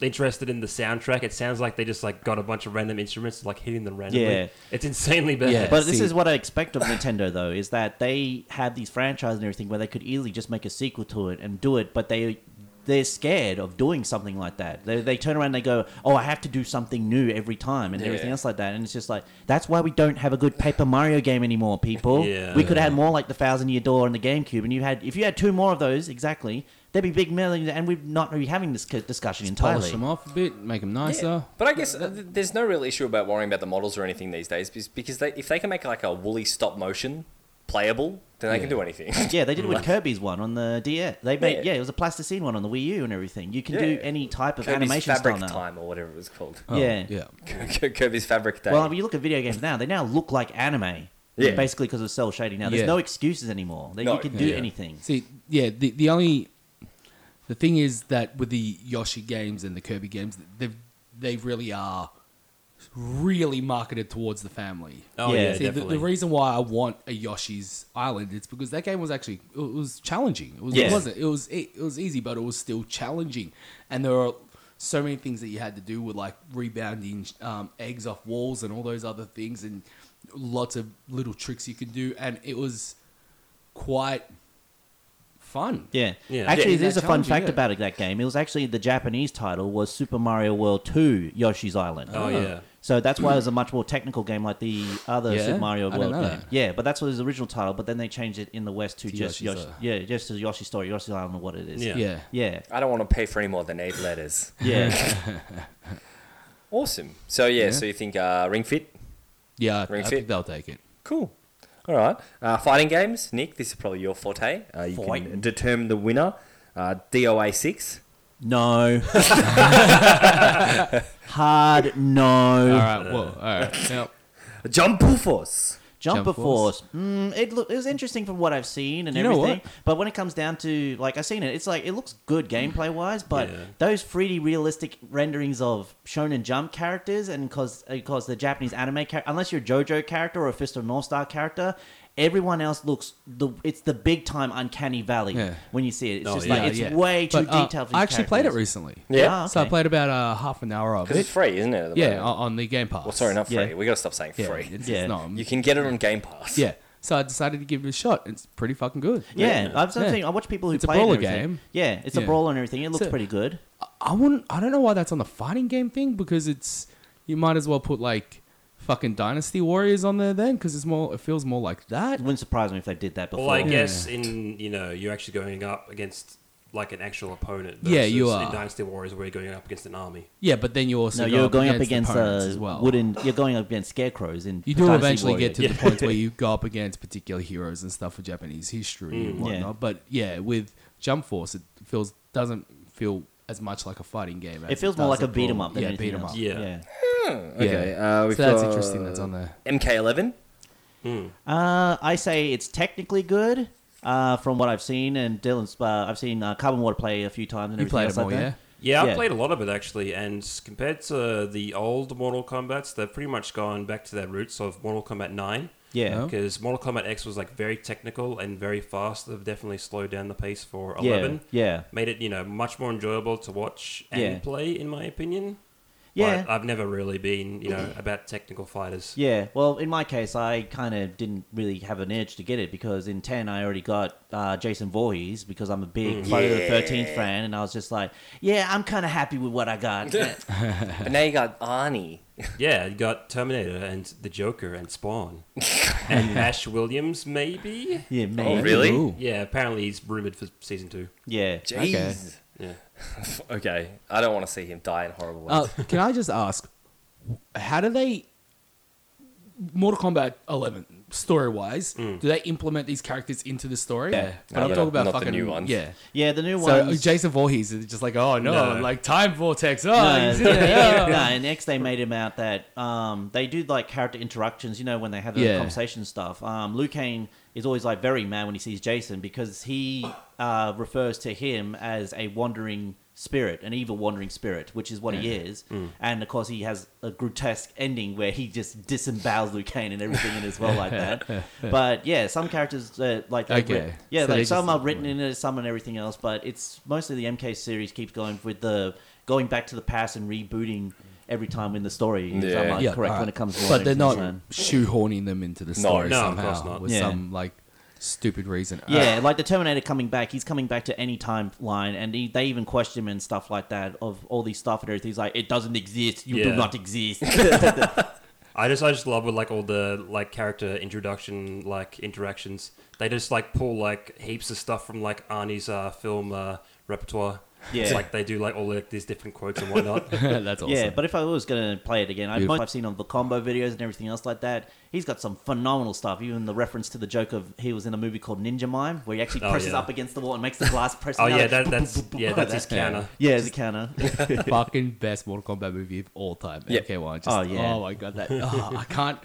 Speaker 3: interested in the soundtrack, it sounds like they just like got a bunch of random instruments like hitting them randomly.
Speaker 4: Yeah.
Speaker 3: it's insanely bad. Oh,
Speaker 2: Yeah.
Speaker 4: But this
Speaker 2: See-
Speaker 4: is what I expect of Nintendo, though, is that they have these franchises and everything where they could easily just make a sequel to it and do it, but they they're scared of doing something like that. They, they turn around and they go, "Oh, I have to do something new every time," and
Speaker 1: Yeah.
Speaker 4: everything else like that. And it's just like that's why we don't have a good Paper Mario game anymore, people.
Speaker 3: Yeah.
Speaker 4: We could have had more like the Thousand Year Door and the GameCube, and you had if you had two more of those exactly. There'd be big millions, and we'd not be having this c- discussion
Speaker 2: polish
Speaker 4: entirely.
Speaker 2: them off a bit, make them
Speaker 1: Yeah.
Speaker 2: nicer.
Speaker 1: But I guess uh, th- there's no real issue about worrying about the models or anything these days because- because they, if they can make like a woolly stop motion playable, then they can
Speaker 2: Yeah.
Speaker 1: do anything.
Speaker 4: Yeah, they did it with Kirby's one on the DS. They made
Speaker 1: Yeah.
Speaker 4: yeah. it was a plasticine one on the Wii U and everything. You can
Speaker 1: Yeah.
Speaker 4: do any type of
Speaker 1: Kirby's
Speaker 4: animation
Speaker 1: Fabric
Speaker 4: style now.
Speaker 1: Time or whatever it was called.
Speaker 2: Oh,
Speaker 4: yeah.
Speaker 2: Yeah.
Speaker 1: Kirby's Fabric Day.
Speaker 4: Well, if you look at video games now, they now look like anime.
Speaker 1: Yeah.
Speaker 4: Basically, because of cell shading. Now, there's
Speaker 2: Yeah.
Speaker 4: no excuses anymore. They,
Speaker 1: No.
Speaker 4: you can do
Speaker 2: Yeah.
Speaker 4: anything.
Speaker 2: See, yeah, the, the only the thing is that with the Yoshi games and the Kirby games, they they really are really marketed towards the family.
Speaker 3: Oh
Speaker 4: Yeah.
Speaker 3: yeah,
Speaker 2: See, the,
Speaker 3: definitely.
Speaker 2: the reason why I want a Yoshi's Island is because that game was actually it was challenging. It was
Speaker 4: Yeah.
Speaker 2: it wasn't it was it, it was easy, but it was still challenging, and there are so many things that you had to do with like rebounding um, eggs off walls and all those other things, and lots of little tricks you could do, and it was quite fun.
Speaker 4: Yeah.
Speaker 3: Yeah.
Speaker 4: Actually,
Speaker 2: Yeah,
Speaker 4: there's a
Speaker 2: that
Speaker 4: fun
Speaker 2: challenge,
Speaker 4: fact
Speaker 2: yeah.
Speaker 4: about that game. It was actually the Japanese title was Super Mario World 2 Yoshi's Island.
Speaker 3: Oh, yeah.
Speaker 4: So that's why it was a much more technical game like the other
Speaker 2: Yeah?
Speaker 4: Super Mario
Speaker 2: I didn't
Speaker 4: World
Speaker 2: know
Speaker 4: game.
Speaker 2: that.
Speaker 4: Yeah, but that's what his original title, but then they changed it in the West
Speaker 2: To
Speaker 4: to,
Speaker 2: Yoshi's
Speaker 4: just Yoshi.
Speaker 2: Island.
Speaker 4: Yeah, just to Yoshi's story, Yoshi's Island and what it is.
Speaker 3: Yeah.
Speaker 2: Yeah.
Speaker 4: Yeah.
Speaker 1: I don't want to pay for any more than eight letters.
Speaker 4: Yeah.
Speaker 1: Awesome. So yeah,
Speaker 2: Yeah.
Speaker 1: so you think uh, Ring Fit?
Speaker 2: Yeah, I, I
Speaker 1: Ring
Speaker 2: think
Speaker 1: fit.
Speaker 2: they'll take it.
Speaker 1: Cool. All right. Uh, fighting games, Nick. This is probably your forte. Uh, you can
Speaker 4: Fighting.
Speaker 1: determine the winner. Uh, DOA six.
Speaker 4: no. Hard no.
Speaker 2: All right, well, all right. Now,
Speaker 1: Jump Force.
Speaker 4: Jumper,
Speaker 2: Jumper Force.
Speaker 4: Force. Mm, it look, it was interesting from what I've seen and
Speaker 2: You know
Speaker 4: everything. But when it comes down to like I've seen it, it's like it looks good gameplay wise, but
Speaker 3: Yeah.
Speaker 4: those 3D realistic renderings of Shonen Jump characters and cause because the Japanese anime char- unless you're a JoJo character or a Fist of North Star character. Everyone else looks the it's the big time uncanny valley
Speaker 2: Yeah.
Speaker 4: when you see it. It's
Speaker 3: Oh,
Speaker 4: just
Speaker 3: yeah,
Speaker 4: like it's way too
Speaker 2: But, uh,
Speaker 4: detailed. For
Speaker 2: I
Speaker 4: these
Speaker 2: actually played it
Speaker 4: characters.
Speaker 2: recently.
Speaker 1: Yeah.
Speaker 4: Ah,
Speaker 2: So I
Speaker 4: okay.
Speaker 2: played about uh, half an hour of
Speaker 1: Because
Speaker 2: it.
Speaker 1: it's free, isn't it? at the
Speaker 2: Yeah,
Speaker 1: moment?
Speaker 2: on on the Game Pass.
Speaker 1: Well, sorry, not free.
Speaker 4: Yeah.
Speaker 1: We gotta stop saying
Speaker 2: yeah,
Speaker 1: free.
Speaker 2: It's,
Speaker 4: Yeah.
Speaker 2: It's not,
Speaker 1: You can get it on Game Pass.
Speaker 2: yeah. So I decided to give it a shot. It's pretty fucking good.
Speaker 4: Yeah, I've
Speaker 2: Yeah.
Speaker 4: seen. I watch people who
Speaker 2: It's a
Speaker 4: play it and
Speaker 2: brawler
Speaker 4: everything.
Speaker 2: game.
Speaker 4: Yeah, it's
Speaker 2: Yeah.
Speaker 4: a brawler and everything. It looks
Speaker 2: So-
Speaker 4: pretty good.
Speaker 2: I- I wouldn't. I don't know why that's on the fighting game thing because it's you might as well put like fucking Dynasty Warriors on there then, because it's more. It feels more like that. It
Speaker 4: wouldn't surprise me if they did that
Speaker 2: before.
Speaker 3: Well, I guess in you know you're actually going up against like an actual opponent.
Speaker 2: Yeah, you
Speaker 3: versus
Speaker 2: are.
Speaker 3: in Dynasty Warriors where you're going up against an army.
Speaker 2: Yeah, but then you also
Speaker 4: no,
Speaker 2: go
Speaker 4: you're
Speaker 2: up
Speaker 4: going up
Speaker 2: against
Speaker 4: against
Speaker 2: opponents
Speaker 4: uh,
Speaker 2: as well.
Speaker 4: wooden. You're going up against scarecrows in.
Speaker 2: You do
Speaker 4: Dynasty
Speaker 2: eventually
Speaker 4: Warrior.
Speaker 2: get to the point where you go up against particular heroes and stuff for Japanese history
Speaker 4: Mm.
Speaker 2: and whatnot.
Speaker 4: Yeah.
Speaker 2: But yeah, with Jump Force, it feels doesn't feel as much like a fighting game. As
Speaker 4: It feels more
Speaker 2: does
Speaker 4: like a beat 'em up than
Speaker 2: Yeah,
Speaker 4: anything
Speaker 2: beat 'em
Speaker 4: else.
Speaker 2: up.
Speaker 4: Yeah. Yeah.
Speaker 1: Hmm, okay, uh, we've
Speaker 2: so that's
Speaker 1: got
Speaker 2: interesting. That's on there.
Speaker 1: MK11.
Speaker 4: Uh, I say it's technically good uh, from what I've seen, and Dylan's. Uh, I've seen uh, Carbon Water play a few times. And
Speaker 2: You
Speaker 4: everything
Speaker 2: played
Speaker 4: else
Speaker 2: it
Speaker 4: like
Speaker 2: more,
Speaker 4: that.
Speaker 3: Yeah, I've played a lot of it actually, and s- compared to the old Mortal Kombat's, they've pretty much gone back to their roots of Mortal Kombat 9.
Speaker 4: Yeah. Oh.
Speaker 3: Because Mortal Kombat X was like very technical and very fast. They've definitely slowed down the pace for
Speaker 4: Yeah,
Speaker 3: 11.
Speaker 4: yeah.
Speaker 3: Made it, you know, much more enjoyable to watch and
Speaker 4: Yeah.
Speaker 3: play, in my opinion.
Speaker 4: Yeah.
Speaker 3: But I've never really been, you know, about technical fighters.
Speaker 4: Yeah, well, in my case, I kind of didn't really have an edge to get it because in 10, I already got uh, Jason Voorhees because I'm a big
Speaker 1: Mm.
Speaker 4: Friday
Speaker 1: Yeah.
Speaker 4: the 13th fan, and I was just like, yeah, I'm kind of happy with what I got.
Speaker 1: Oh, but now you got Arnie.
Speaker 3: Yeah, you got Terminator and the Joker and Spawn. and Ash Williams, maybe?
Speaker 4: Yeah, maybe.
Speaker 1: Oh, really? Ooh.
Speaker 3: Yeah, apparently he's rumored for season two.
Speaker 4: Yeah.
Speaker 1: Jeez. Okay.
Speaker 3: Yeah.
Speaker 1: okay, I don't want to see him die in horrible ways.
Speaker 2: Uh, can I just ask, how do they, Mortal Kombat 11, story wise, do they implement these characters into the story?
Speaker 4: Mm. Yeah.
Speaker 2: But
Speaker 4: No,
Speaker 2: I'm
Speaker 4: but
Speaker 2: talking about
Speaker 4: not the
Speaker 2: fucking
Speaker 4: new ones.
Speaker 2: Yeah,
Speaker 4: Yeah, the new
Speaker 2: so,
Speaker 4: ones-
Speaker 2: Jason Voorhees is just like, oh no,
Speaker 4: No.
Speaker 2: like time vortex. Oh,
Speaker 4: no,
Speaker 2: he's in there.
Speaker 4: no, and next they made him out that um, they do like character interactions, you know, when they have the
Speaker 2: Yeah.
Speaker 4: conversation stuff. Um, Liu Kang is always like very mad when he sees Jason because he uh, refers to him as a wandering spirit, an evil wandering spirit, which is what he
Speaker 2: Yeah.
Speaker 4: is.
Speaker 2: Mm.
Speaker 4: And of course, he has a grotesque ending where he just disembowels Liu Kang and everything in as well like that. But yeah, some characters uh, like they're
Speaker 2: Okay.
Speaker 4: writ- yeah,
Speaker 2: So they
Speaker 4: like
Speaker 2: just-
Speaker 4: some are written in it, some and everything else, but it's mostly the MK series keeps going with the going back to the past and rebooting every time in the story. If I'm like, correct
Speaker 2: alright.
Speaker 4: when it comes to
Speaker 2: But
Speaker 4: Warner
Speaker 2: they're not
Speaker 4: Brothers.
Speaker 2: shoehorning them into the
Speaker 4: No,
Speaker 2: story
Speaker 4: no, of
Speaker 2: somehow
Speaker 4: course not.
Speaker 2: with
Speaker 4: Yeah.
Speaker 2: some like stupid reason.
Speaker 4: Yeah, like the Terminator coming back, he's coming back to any timeline, and he, they even question him and stuff like that of all these stuff and everything. He's like, "It doesn't exist. You do
Speaker 3: Yeah.
Speaker 4: not exist."
Speaker 3: I just I just love with like all the like character introduction like interactions. They just like pull like heaps of stuff from like Arnie's uh, film uh, repertoire. It's
Speaker 4: Yeah.
Speaker 3: like they do like all like, these different quotes and whatnot.
Speaker 4: Yeah, but if I was going to play it again, I've,
Speaker 3: Beautiful.
Speaker 4: I've seen on the combo videos and everything else like that. He's got some phenomenal stuff. Even the reference to the joke of he was in a movie called Ninja Mime, where he actually
Speaker 3: Oh,
Speaker 4: presses
Speaker 3: yeah.
Speaker 4: up against the wall and makes the glass press.
Speaker 3: Oh,
Speaker 4: down,
Speaker 3: yeah,
Speaker 4: like,
Speaker 3: that-
Speaker 4: boop,
Speaker 3: that's-
Speaker 4: boop, boop,
Speaker 3: yeah,
Speaker 4: like
Speaker 3: that's
Speaker 4: that.
Speaker 3: his counter.
Speaker 4: Yeah, it's a counter.
Speaker 2: fucking best Mortal Kombat movie of all time.
Speaker 4: Yeah.
Speaker 2: Okay, one. Just,
Speaker 4: Oh,
Speaker 2: oh
Speaker 4: yeah.
Speaker 2: my god, that oh, I can't.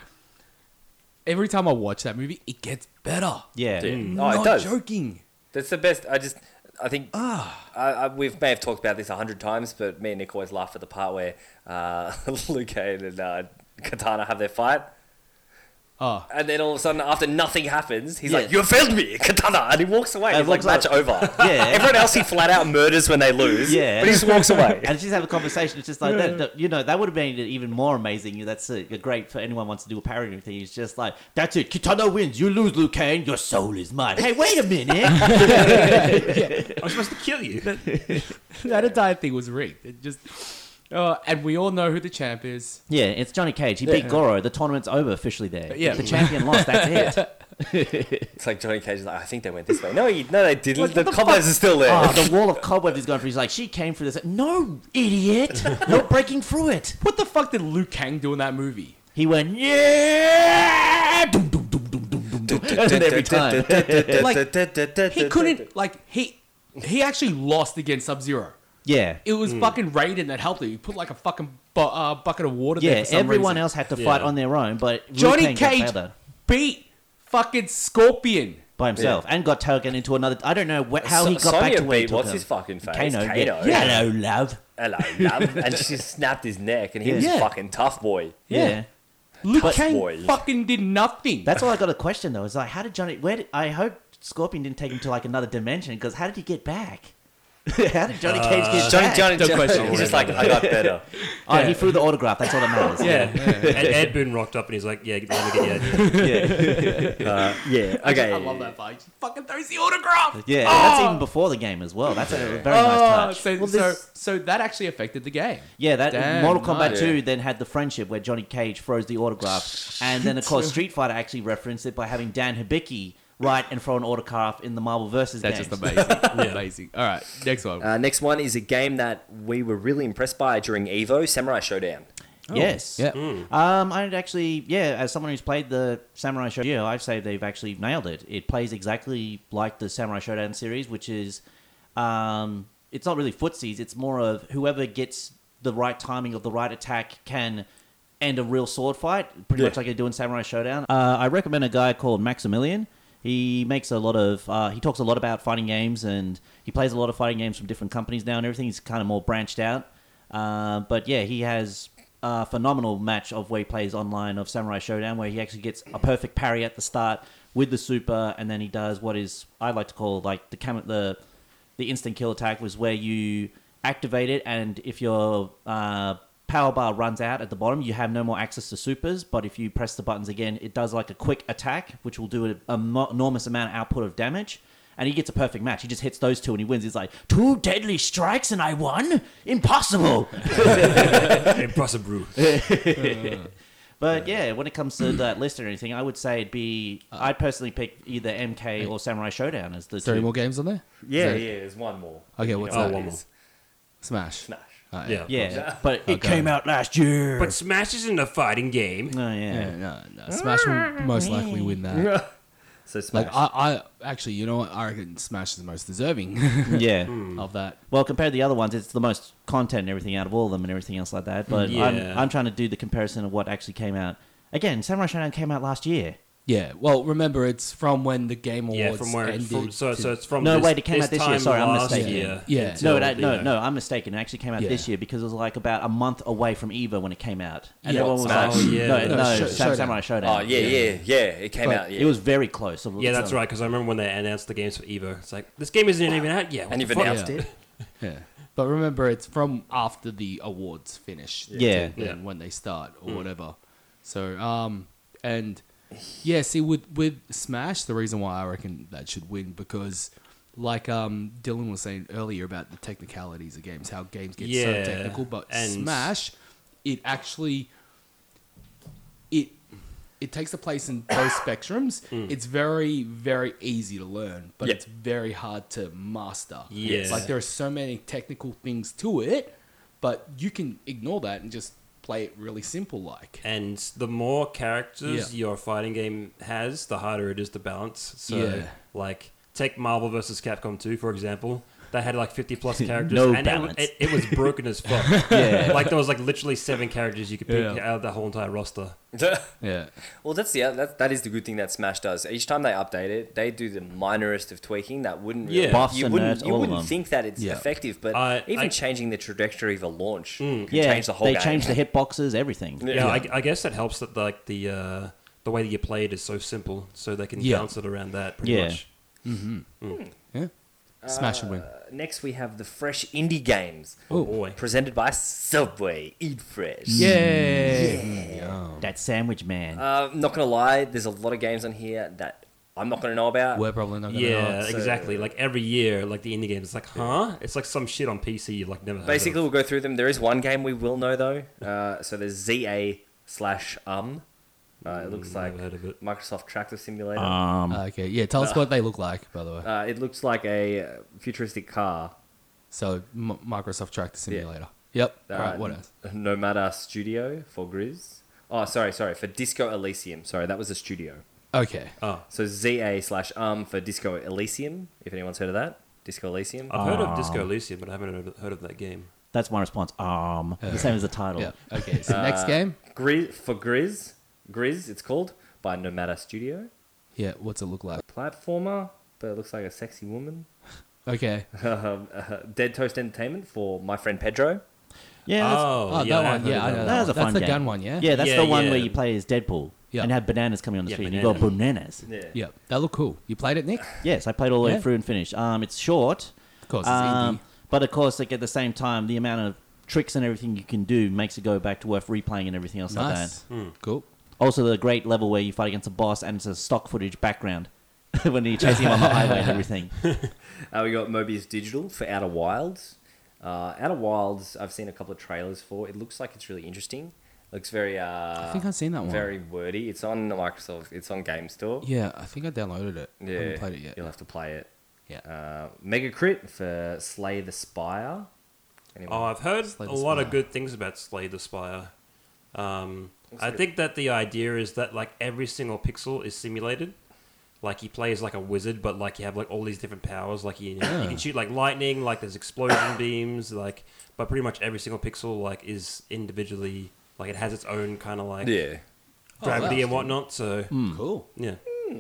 Speaker 2: Every time I watch that movie, it gets better.
Speaker 4: Yeah.
Speaker 2: I'm
Speaker 1: Oh, it
Speaker 2: not
Speaker 1: does.
Speaker 2: joking.
Speaker 1: That's the best. I just, I think,
Speaker 4: Ah.
Speaker 1: I, I, we may have talked about this a hundred times, but me and Nick always laugh at the part where uh, Liu Kang and uh, Katana have their fight.
Speaker 4: Ah.
Speaker 2: Oh.
Speaker 1: And then all of a sudden, after nothing happens, he's
Speaker 2: Yeah.
Speaker 1: like, "You have failed me, Katana," and he walks away.
Speaker 4: And
Speaker 1: He's like,
Speaker 4: walks
Speaker 1: "Match
Speaker 4: away.
Speaker 1: over."
Speaker 4: Yeah.
Speaker 1: Everyone else he flat out murders when they lose.
Speaker 4: Yeah,
Speaker 1: But he just walks away.
Speaker 4: and just have a conversation. It's just like that, that- You know, that would have made it even more amazing. That's a, a great for anyone who wants to do a parody thing. It's just like that's it. Kitano wins. You lose, Liu Kang. Your soul is mine. Hey, wait a minute.
Speaker 3: I'm supposed to kill you.
Speaker 2: that entire thing was rigged. It just. Oh, and we all know who the champ is.
Speaker 4: Yeah, it's Johnny Cage. He
Speaker 2: Yeah.
Speaker 4: beat Goro. The tournament's over officially there.
Speaker 2: Yeah.
Speaker 4: The champion lost. That's it.
Speaker 1: it's like Johnny Cage is like, "I think they went this way." No, you, no, they didn't.
Speaker 4: Like,
Speaker 1: the
Speaker 4: what
Speaker 1: cobwebs
Speaker 4: fuck?
Speaker 1: are still there.
Speaker 4: Oh, the wall of cobwebs is going through. He's like, she came for this. No, idiot. Not breaking through it.
Speaker 2: What the fuck did Liu Kang do in that movie?
Speaker 4: He went, yeah! Dum, dum, dum, dum, dum, dum, dum. And every time.
Speaker 2: like, he couldn't, like, he he actually lost against Sub Zero.
Speaker 4: Yeah.
Speaker 2: It was
Speaker 4: Mm.
Speaker 2: fucking Raiden that helped him. He put like a fucking bu- uh, bucket of water there.
Speaker 4: Yeah,
Speaker 2: for some
Speaker 4: everyone
Speaker 2: reason.
Speaker 4: else had to fight on their own, but Liu
Speaker 2: Johnny
Speaker 4: Kang got
Speaker 2: Cage
Speaker 4: found out
Speaker 2: beat fucking Scorpion
Speaker 4: by himself and got taken into another. I don't know wh- how
Speaker 1: So-
Speaker 4: he got
Speaker 1: Sonya
Speaker 4: back to where he
Speaker 1: beat-
Speaker 4: took
Speaker 1: what's
Speaker 4: him.
Speaker 1: his fucking face?
Speaker 4: Kano.
Speaker 1: Kano.
Speaker 4: Yeah. Hello, love.
Speaker 1: Hello, love. and she snapped his neck, and he
Speaker 4: Yeah.
Speaker 1: was
Speaker 4: Yeah.
Speaker 1: fucking tough boy.
Speaker 4: Yeah.
Speaker 2: Liu
Speaker 1: Tough
Speaker 2: Kang
Speaker 1: boy.
Speaker 2: fucking did nothing.
Speaker 4: That's why I got a question though. It's like, how did Johnny? Where did, I hope Scorpion didn't take him to like another dimension because how did he get back? How did Johnny Cage get
Speaker 1: Johnny,
Speaker 4: back?
Speaker 1: Uh, Johnny, Johnny, He's just like, I got better.
Speaker 4: Oh, he threw the autograph. That's all that matters.
Speaker 3: Yeah. And Ed Boon rocked up and he's like, "Yeah, let me get you."
Speaker 4: Yeah. Yeah,
Speaker 2: I just-
Speaker 4: okay.
Speaker 2: I love that part. He just fucking throws the autograph.
Speaker 4: Yeah,
Speaker 2: Oh!
Speaker 4: that's even before the game as well. That's a very nice
Speaker 2: Oh,
Speaker 4: touch.
Speaker 2: So,
Speaker 4: Well,
Speaker 2: so,
Speaker 4: this-
Speaker 2: so that actually affected the game.
Speaker 4: Yeah, that
Speaker 2: Damn,
Speaker 4: Mortal Kombat
Speaker 2: nice.
Speaker 4: 2 then had the friendship where Johnny Cage froze the autograph. And then, of course, Street Fighter actually referenced it by having Dan Hibiki write and throw an autograph in the Marvel vs.
Speaker 2: That's
Speaker 4: games.
Speaker 2: just amazing. Amazing. All right, next one.
Speaker 1: Uh, next one is a game that we were really impressed by during Evo, Samurai Showdown.
Speaker 4: Yes.
Speaker 1: Yeah.
Speaker 4: Um, I'd actually, yeah, as someone who's played the Samurai Showdown, I'd say they've actually nailed it. It plays exactly like the Samurai Showdown series, which is, um, it's not really footsies. It's more of whoever gets the right timing of the right attack can end a real sword fight, pretty
Speaker 10: Yeah.
Speaker 4: much like they do in Samurai Showdown. Uh, I recommend a guy called Maximilian. He makes a lot of, uh, he talks a lot about fighting games and he plays a lot of fighting games from different companies now and everything. He's kind of more branched out. Uh, but yeah, he has a phenomenal match of where he plays online of Samurai Showdown, where he actually gets a perfect parry at the start with the super, and then he does what is I like to call like the cam- the the instant kill attack, was where you activate it, and if your uh, power bar runs out at the bottom, you have no more access to supers. But if you press the buttons again, it does like a quick attack, which will do an emo- enormous amount of output of damage. And he gets a perfect match. He just hits those two and he wins. He's like, two deadly strikes and I won? Impossible!
Speaker 3: Impossible.
Speaker 4: But yeah, when it comes to that list or anything, I would say it'd be I'd personally pick either MK or Samurai Showdown as the
Speaker 2: Is there any
Speaker 4: two.
Speaker 2: more games on there?
Speaker 1: Yeah,
Speaker 2: Is
Speaker 1: yeah,
Speaker 2: there-
Speaker 1: there's one more.
Speaker 2: Okay, what's
Speaker 1: You know
Speaker 2: that?
Speaker 1: what it is.
Speaker 2: Smash. Smash.
Speaker 3: Yeah,
Speaker 4: Yeah, but it came out last year. Oh,
Speaker 3: But Smash isn't a fighting game.
Speaker 4: No,
Speaker 2: Yeah, no, no. Smash will most likely win that.
Speaker 1: so Smash.
Speaker 2: Like I, I actually, you know what? I reckon Smash is the most deserving.
Speaker 4: Yeah.
Speaker 2: Of that.
Speaker 4: Well, compared to the other ones, it's the most content and everything out of all of them and everything else like that. But I'm,
Speaker 2: Yeah.
Speaker 4: I'm trying to do the comparison of what actually came out. Again, Samurai Showdown came out last year.
Speaker 2: Yeah. Well, remember it's from when the Game Awards
Speaker 3: Yeah, from where-
Speaker 2: ended.
Speaker 3: from- so-
Speaker 2: to-
Speaker 3: so it's from
Speaker 4: no, wait, it came out this year. Sorry, I'm mistaken.
Speaker 2: Yeah.
Speaker 4: No, that, no, no, I'm mistaken. It actually came out this year because it was like about a month away from Eva when it came out, and
Speaker 2: Yeah.
Speaker 4: everyone was
Speaker 2: Oh,
Speaker 4: like,
Speaker 2: yeah.
Speaker 4: "No,
Speaker 2: No,
Speaker 4: no,
Speaker 2: Show-
Speaker 4: Sam-
Speaker 2: Showdown.
Speaker 4: Samurai Showdown."
Speaker 1: Oh, yeah, yeah, yeah. It came
Speaker 4: But
Speaker 1: out, yeah.
Speaker 4: It was very close.
Speaker 3: Yeah, that's right. Because I remember when they announced the games for Evo, it's like this game isn't even out yet. what
Speaker 1: And
Speaker 3: the
Speaker 1: you've
Speaker 3: fuck?
Speaker 1: announced it.
Speaker 2: Yeah. But remember, it's from after the awards finish.
Speaker 4: Yeah.
Speaker 2: to then
Speaker 4: Yeah.
Speaker 2: When they start or
Speaker 3: Hmm.
Speaker 4: Mm.
Speaker 2: whatever. So, um, and yeah, see, with, with Smash, the reason why I reckon that should win because, like, um, Dylan was saying earlier about the technicalities of games, how games get
Speaker 3: Yeah,
Speaker 2: so technical, but
Speaker 3: and-
Speaker 2: Smash, it actually, it, it takes the place in both spectrums.
Speaker 3: Hmm.
Speaker 2: It's very, very easy to learn, but
Speaker 1: Yeah.
Speaker 2: it's very hard to master.
Speaker 3: Yes.
Speaker 2: Like there are so many technical things to it, but you can ignore that and just play it really simple like.
Speaker 3: And the more characters your fighting game has, the harder it is to balance. So,
Speaker 2: Yeah.
Speaker 3: like, take Marvel versus Capcom 2, for example. They had like 50 plus characters,
Speaker 4: No
Speaker 3: and it, wa-
Speaker 4: balance.
Speaker 3: it, it was broken as fuck.
Speaker 4: Yeah.
Speaker 3: Like, there was like literally seven characters you could pick
Speaker 2: Yeah.
Speaker 3: out of the whole entire roster.
Speaker 2: Yeah.
Speaker 1: Well, that's the that, that is the good thing that Smash does. Each time they update it, they do the minorest of tweaking that wouldn't really
Speaker 3: Yeah. Buffs
Speaker 1: you
Speaker 3: and
Speaker 1: wouldn't
Speaker 3: nerfs,
Speaker 1: you
Speaker 3: all of
Speaker 1: wouldn't
Speaker 3: them.
Speaker 1: think that it's
Speaker 3: Yeah.
Speaker 1: effective, but
Speaker 3: I-
Speaker 1: even
Speaker 3: I- Hmm.
Speaker 1: changing the trajectory of a launch can
Speaker 4: Yeah,
Speaker 1: change the whole
Speaker 4: they
Speaker 1: game.
Speaker 4: changed the hitboxes, everything.
Speaker 3: Yeah, I, I guess that helps that, like, the uh, the way that you play it is so simple, so they can
Speaker 2: Yeah.
Speaker 3: bounce it around that pretty
Speaker 4: Yeah.
Speaker 3: much.
Speaker 2: Mm-hmm.
Speaker 3: Mm.
Speaker 2: Yeah. Smash and win.
Speaker 1: Uh, Next, we have the fresh indie games.
Speaker 2: Oh,
Speaker 3: boy.
Speaker 1: Presented by Subway. Eat fresh.
Speaker 4: Yay. That sandwich man.
Speaker 1: Uh, not gonna lie, there's a lot of games on here that I'm not gonna know about.
Speaker 2: We're probably not gonna
Speaker 3: Yeah,
Speaker 2: know.
Speaker 3: exactly. Like every year, like the indie games, it's like, huh? It's like some shit on PC you've like never heard
Speaker 1: Basically,
Speaker 3: of.
Speaker 1: we'll go through them. There is one game we will know though. Uh, so there's ZA slash Um. Uh, it looks like Microsoft Tractor Simulator.
Speaker 3: Ah,
Speaker 2: Um, okay, yeah, tell us
Speaker 1: Uh,
Speaker 2: what they look like, by the way.
Speaker 1: Uh, it looks like a uh, futuristic car.
Speaker 2: So, M- Microsoft Tractor Simulator. Yep.
Speaker 1: Uh,
Speaker 2: All right, what else?
Speaker 1: No Matter Studio for Grizz. Oh, sorry, sorry. For Disco Elysium. Sorry, that was a studio.
Speaker 2: Okay.
Speaker 3: Oh.
Speaker 1: So ZA slash um for Disco Elysium, if anyone's heard of that. Disco Elysium.
Speaker 3: I've heard
Speaker 2: Ah.
Speaker 3: of Disco
Speaker 4: Um,
Speaker 3: Elysium, but I haven't heard of, heard of that game.
Speaker 4: That's my response. Um, the same as the title.
Speaker 2: Yeah. Okay, so next game?
Speaker 1: Grizz, for Grizz. Grizz, it's called, by No Matter Studio.
Speaker 2: Yeah, what's it look like?
Speaker 1: Platformer, but it looks like a sexy woman.
Speaker 2: Okay.
Speaker 1: Um, uh, Dead Toast Entertainment for My Friend Pedro.
Speaker 4: Yeah, that's-
Speaker 2: Oh, Oh, yeah, that I've one, heard yeah, of I that know one. that
Speaker 4: was a
Speaker 2: one. That's
Speaker 4: fun
Speaker 2: the
Speaker 4: game.
Speaker 2: gun one, yeah?
Speaker 4: Yeah, that's
Speaker 2: Yeah,
Speaker 4: the one
Speaker 2: yeah.
Speaker 4: where you play as Deadpool
Speaker 2: Yeah.
Speaker 4: and have bananas coming on the
Speaker 2: Yeah,
Speaker 4: screen. You got bananas.
Speaker 1: Yeah.
Speaker 2: Yeah, that looked cool. You played it, Nick?
Speaker 4: Yes, I played all the
Speaker 2: Yeah.
Speaker 4: way through and finished. Um, it's short. Of
Speaker 2: course, it's
Speaker 4: um,
Speaker 2: indie.
Speaker 4: But of course, like at the same time, the amount of tricks and everything you can do makes it go back to worth replaying and everything else
Speaker 2: Nice.
Speaker 4: like that.
Speaker 2: Hmm. Cool.
Speaker 4: Also, the great level where you fight against a boss and it's a stock footage background when you're chasing him on the highway and everything.
Speaker 1: uh, we got Mobius Digital for Outer Wilds. Uh, Outer Wilds, I've seen a couple of trailers for. It looks like it's really interesting. Looks very. Uh,
Speaker 2: I think I've seen that one.
Speaker 1: Very wordy. It's on Microsoft. It's on Game Store.
Speaker 2: Yeah, I think I downloaded it. I
Speaker 1: Yeah,
Speaker 2: haven't played it yet.
Speaker 1: You'll have to play it.
Speaker 2: Yeah.
Speaker 1: Uh, Mega Crit for Slay the Spire. Anyone?
Speaker 3: Oh, I've heard
Speaker 1: Slay
Speaker 3: a
Speaker 1: the
Speaker 3: lot of
Speaker 1: Spire.
Speaker 3: good things about Slay the Spire. Um,
Speaker 1: Looks
Speaker 3: I
Speaker 1: good.
Speaker 3: think that the idea is that like every single pixel is simulated. Like he plays like a wizard, but like you have like all these different powers. Like you, you
Speaker 2: Yeah.
Speaker 3: can shoot like lightning. Like there's explosion beams. Like, but pretty much every single pixel like is individually like it has its own kind of like
Speaker 1: Yeah. Oh,
Speaker 3: gravity
Speaker 1: wow.
Speaker 3: and whatnot. So
Speaker 2: cool.
Speaker 3: Yeah.
Speaker 1: Hmm.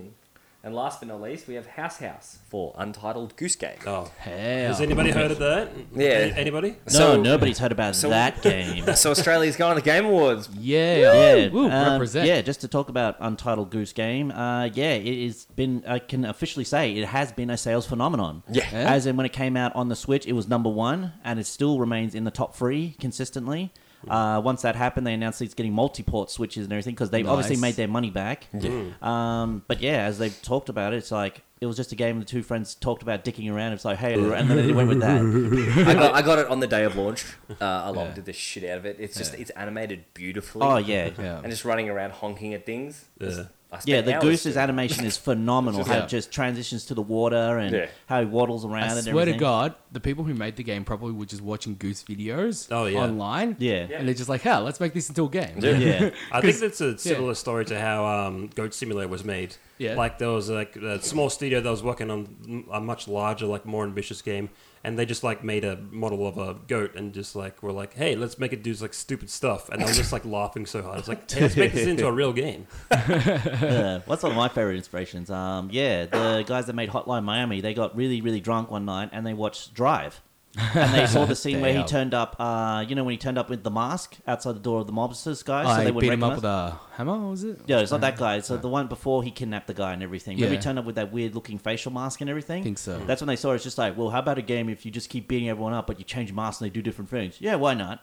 Speaker 1: And last but not least, we have House House for Untitled Goose Game.
Speaker 3: Oh,
Speaker 2: hell.
Speaker 3: Has anybody heard of that?
Speaker 1: Yeah.
Speaker 3: Any- anybody?
Speaker 4: No, nobody's heard about that game.
Speaker 1: So Australia's going to the Game Awards.
Speaker 4: Yeah,
Speaker 1: Woo,
Speaker 4: um,
Speaker 1: represent.
Speaker 4: Yeah, just to talk about Untitled Goose Game. Uh, yeah, it has been. I can officially say it has been a sales phenomenon.
Speaker 1: Yeah. Yeah.
Speaker 4: As in when it came out on the Switch, it was number one, and it still remains in the top three consistently. Uh, once that happened, they announced it's getting multi-port switches and everything because they obviously
Speaker 2: Nice.
Speaker 4: made their money back.
Speaker 2: Yeah. Mm.
Speaker 4: Um, but yeah, as they've talked about it, it's like it was just a game the two friends talked about dicking around. It's like, hey, and then they went with that.
Speaker 1: I, got, I got it on the day of launch. Uh, I loved it the shit out of it. It's just it's animated beautifully.
Speaker 4: Oh, yeah. Yeah.
Speaker 2: Um,
Speaker 1: And just running around honking at things. Just- I
Speaker 4: Yeah,
Speaker 1: spent
Speaker 4: the
Speaker 1: hours
Speaker 4: goose's
Speaker 1: doing it.
Speaker 4: animation is phenomenal.
Speaker 1: It's
Speaker 4: how
Speaker 1: just-
Speaker 4: it just transitions to the water and
Speaker 1: Yeah.
Speaker 4: how he waddles around.
Speaker 2: I
Speaker 4: and
Speaker 2: swear to
Speaker 4: everything.
Speaker 2: God, the people who made the game probably were just watching Goose videos
Speaker 3: Oh, yeah.
Speaker 2: online.
Speaker 4: Yeah.
Speaker 2: And they're just like, hell, let's make this into a game.
Speaker 3: I think
Speaker 2: 'Cause-
Speaker 3: that's
Speaker 2: yeah.
Speaker 3: a similar story to how um, Goat Simulator was made.
Speaker 2: Yeah.
Speaker 3: Like there was like a small studio that was working on a much larger, like more ambitious game, and they just like made a model of a goat and just like were like, hey, let's make it do like stupid stuff, and they're just like laughing so hard. It's like hey, let's make this into a real game.
Speaker 4: Yeah, what's one of my favorite inspirations? Um, yeah, the guys that made Hotline Miami, they got really, really drunk one night and they watched Drive. And they saw the scene where he
Speaker 2: Damn.
Speaker 4: turned up, uh, you know, when he turned up with the mask outside the door of the mobsters guy. so
Speaker 2: I
Speaker 4: they
Speaker 2: beat
Speaker 4: wouldn't
Speaker 2: him up
Speaker 4: recognize-
Speaker 2: with a hammer, was it?
Speaker 4: Yeah, it's not that guy. It's uh the one before he kidnapped the guy and everything. Remember
Speaker 2: Yeah.
Speaker 4: he turned up with that weird looking facial mask and everything?
Speaker 2: Think so.
Speaker 4: That's when they saw it. it's just like, well, how about a game if you just keep beating everyone up but you change masks and they do different things? Yeah, why not?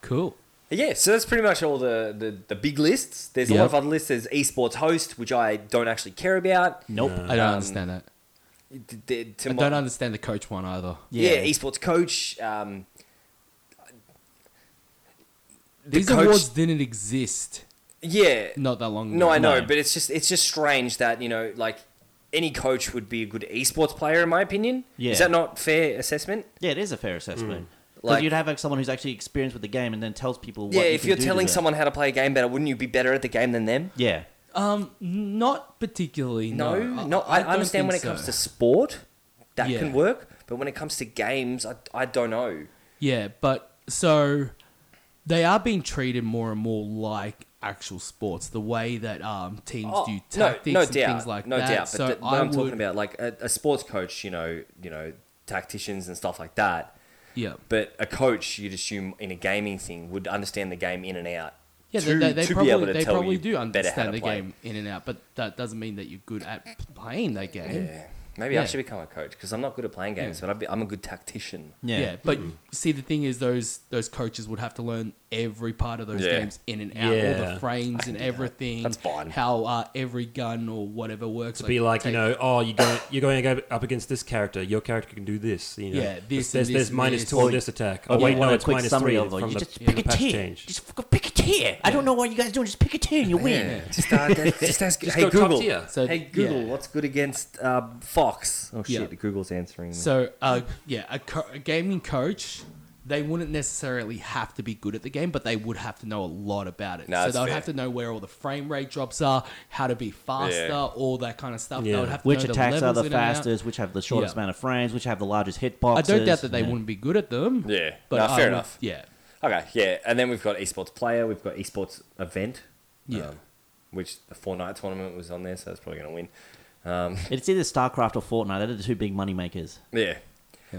Speaker 2: cool.
Speaker 1: Yeah, so that's pretty much all the, the, the big lists. There's a lot
Speaker 2: Yep.
Speaker 1: of other lists. There's esports host, which I don't actually care about.
Speaker 4: Nope.
Speaker 2: I don't
Speaker 1: Um,
Speaker 2: understand that.
Speaker 1: it. d- to
Speaker 2: I
Speaker 1: my-
Speaker 2: don't understand the coach one either.
Speaker 1: yeah. esports coach. Um, the
Speaker 2: These
Speaker 1: coach-
Speaker 2: awards didn't exist.
Speaker 1: Yeah.
Speaker 2: Not that long ago.
Speaker 1: No, I know, but it's just it's just strange that you know like any coach would be a good esports player in my opinion.
Speaker 4: Yeah.
Speaker 1: Is that not fair assessment?
Speaker 4: Yeah, it is a fair assessment. Because
Speaker 1: Mm. Like-
Speaker 4: you'd have like, someone who's actually experienced with the game and then tells people what
Speaker 1: yeah.
Speaker 4: you
Speaker 1: if
Speaker 4: can
Speaker 1: you're
Speaker 4: do to
Speaker 1: telling
Speaker 4: it.
Speaker 1: someone how to play a game better, wouldn't you be better at the game than them?
Speaker 4: Yeah.
Speaker 2: Um, not particularly.
Speaker 1: No,
Speaker 2: No,
Speaker 1: no. I,
Speaker 2: don't
Speaker 1: understand when it
Speaker 2: think
Speaker 1: comes
Speaker 2: so.
Speaker 1: to sport, that
Speaker 2: Yeah.
Speaker 1: can work. But when it comes to games, I, I don't know.
Speaker 2: Yeah, but so they are being treated more and more like actual sports. The way that um teams
Speaker 1: Oh,
Speaker 2: do
Speaker 1: no-
Speaker 2: tactics
Speaker 1: no,
Speaker 2: and
Speaker 1: doubt,
Speaker 2: things like
Speaker 1: no
Speaker 2: that.
Speaker 1: doubt. But
Speaker 2: so
Speaker 1: th- what
Speaker 2: I
Speaker 1: I'm
Speaker 2: would,
Speaker 1: talking about like a, a sports coach, you know, you know, tacticians and stuff like that.
Speaker 2: Yeah.
Speaker 1: But a coach, you'd assume in a gaming thing, would understand the game in and out.
Speaker 2: Yeah,
Speaker 1: to-
Speaker 2: they, they,
Speaker 1: to
Speaker 2: they
Speaker 1: be
Speaker 2: probably,
Speaker 1: able to
Speaker 2: they
Speaker 1: tell
Speaker 2: probably
Speaker 1: you
Speaker 2: do
Speaker 1: better how to
Speaker 2: understand the
Speaker 1: play.
Speaker 2: game in and out, but that doesn't mean that you're good at playing that game.
Speaker 1: Yeah. Maybe I
Speaker 2: Yeah.
Speaker 1: should become a coach because I'm not good at playing games, but I'd be, I'm a good tactician.
Speaker 2: Yeah. but see, the thing is, those those coaches would have to learn every part of those
Speaker 1: Yeah.
Speaker 2: games in and out, all
Speaker 3: Yeah.
Speaker 2: the frames and everything. That's fine. How uh, every gun or whatever works.
Speaker 3: To be like, you
Speaker 2: take-
Speaker 3: know, oh, you're going, you're going to go up against this character. Your character can do this. You know,
Speaker 2: Yeah, this and
Speaker 3: There's,
Speaker 2: this
Speaker 3: there's
Speaker 2: and
Speaker 3: minus
Speaker 2: this.
Speaker 3: two on
Speaker 2: Or-
Speaker 3: this attack.
Speaker 4: or
Speaker 3: Oh
Speaker 4: you
Speaker 3: wait,
Speaker 4: want
Speaker 3: no,
Speaker 4: a
Speaker 3: it's
Speaker 4: quick
Speaker 3: minus
Speaker 4: summary
Speaker 3: three
Speaker 4: of it.
Speaker 3: from
Speaker 4: You
Speaker 3: the,
Speaker 4: just
Speaker 3: from
Speaker 4: pick
Speaker 3: the
Speaker 4: a
Speaker 3: patch
Speaker 4: tier.
Speaker 3: change.
Speaker 4: Just fucking pick a tier. I don't know what you guys are doing. Just pick a tier and you win.
Speaker 1: Just, uh, just ask, hey, Google. hey, Google,
Speaker 2: yeah.
Speaker 1: what's good against uh, Fox? Oh, shit,
Speaker 2: Yeah.
Speaker 1: Google's answering. me.
Speaker 2: So, uh, yeah, a, co- a gaming coach, they wouldn't necessarily have to be good at the game, but they would have to know a lot about it.
Speaker 1: No,
Speaker 2: so
Speaker 1: that's
Speaker 2: they would
Speaker 1: fair.
Speaker 2: have to know where all the frame rate drops are, how to be faster,
Speaker 1: Yeah.
Speaker 2: all that kind of stuff. They would have to
Speaker 4: Which
Speaker 2: know the
Speaker 4: attacks are
Speaker 2: levels
Speaker 4: the
Speaker 2: in and out.
Speaker 4: fastest? Which have the shortest
Speaker 2: Yeah.
Speaker 4: amount of frames? Which have the largest hitboxes?
Speaker 2: I don't doubt that they
Speaker 4: yeah.
Speaker 2: wouldn't be good at them.
Speaker 1: Yeah,
Speaker 2: but
Speaker 1: no,
Speaker 2: I
Speaker 1: fair
Speaker 2: would-
Speaker 1: enough.
Speaker 2: Yeah,
Speaker 1: Okay, yeah, and then we've got esports player, we've got esports event.
Speaker 2: Yeah.
Speaker 1: um, which the Fortnite tournament was on there, so it's probably going to win. Um,
Speaker 4: It's either StarCraft or Fortnite. They're the two big money makers.
Speaker 1: yeah.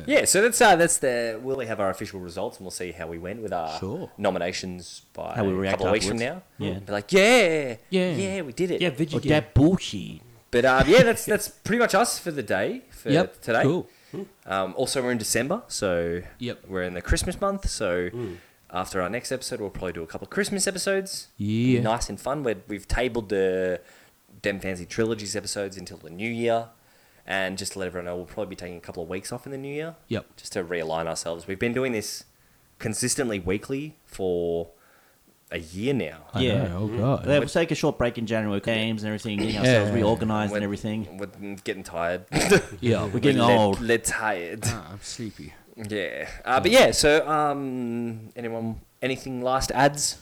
Speaker 1: yeah, So that's uh, that's the we'll have our official results, and we'll see how we went with our
Speaker 4: Sure.
Speaker 1: nominations by
Speaker 4: How we
Speaker 1: a
Speaker 4: react
Speaker 1: couple of weeks from now.
Speaker 4: afterwards. Yeah.
Speaker 1: be like, yeah,
Speaker 4: Yeah.
Speaker 1: yeah, we did it. uh,
Speaker 4: Yeah,
Speaker 2: oh,
Speaker 4: video Or game. that bullshit.
Speaker 1: But um, yeah, that's that's pretty much us for the day for
Speaker 2: Yep,
Speaker 1: today.
Speaker 2: cool.
Speaker 1: Um, also, we're in December, so
Speaker 2: Yep.
Speaker 1: we're in the Christmas month. So
Speaker 4: Mm.
Speaker 1: after our next episode, we'll probably do a couple of Christmas episodes.
Speaker 2: Yeah.
Speaker 1: nice and fun. We're, we've tabled the Dem Fancy trilogies episodes until the new year, and just to let everyone know, we'll probably be taking a couple of weeks off in the new year.
Speaker 2: Yep.
Speaker 1: Just to realign ourselves. We've been doing this consistently weekly for a year now.
Speaker 2: Oh,
Speaker 1: Mm-hmm.
Speaker 4: They will take a short break in January, games and everything, getting ourselves reorganized and everything.
Speaker 1: We're getting tired.
Speaker 4: Yeah, we're getting
Speaker 1: let-
Speaker 4: old.
Speaker 1: Let tired.
Speaker 2: I'm sleepy.
Speaker 1: Yeah, uh, but yeah. So, um, anyone, anything last ads?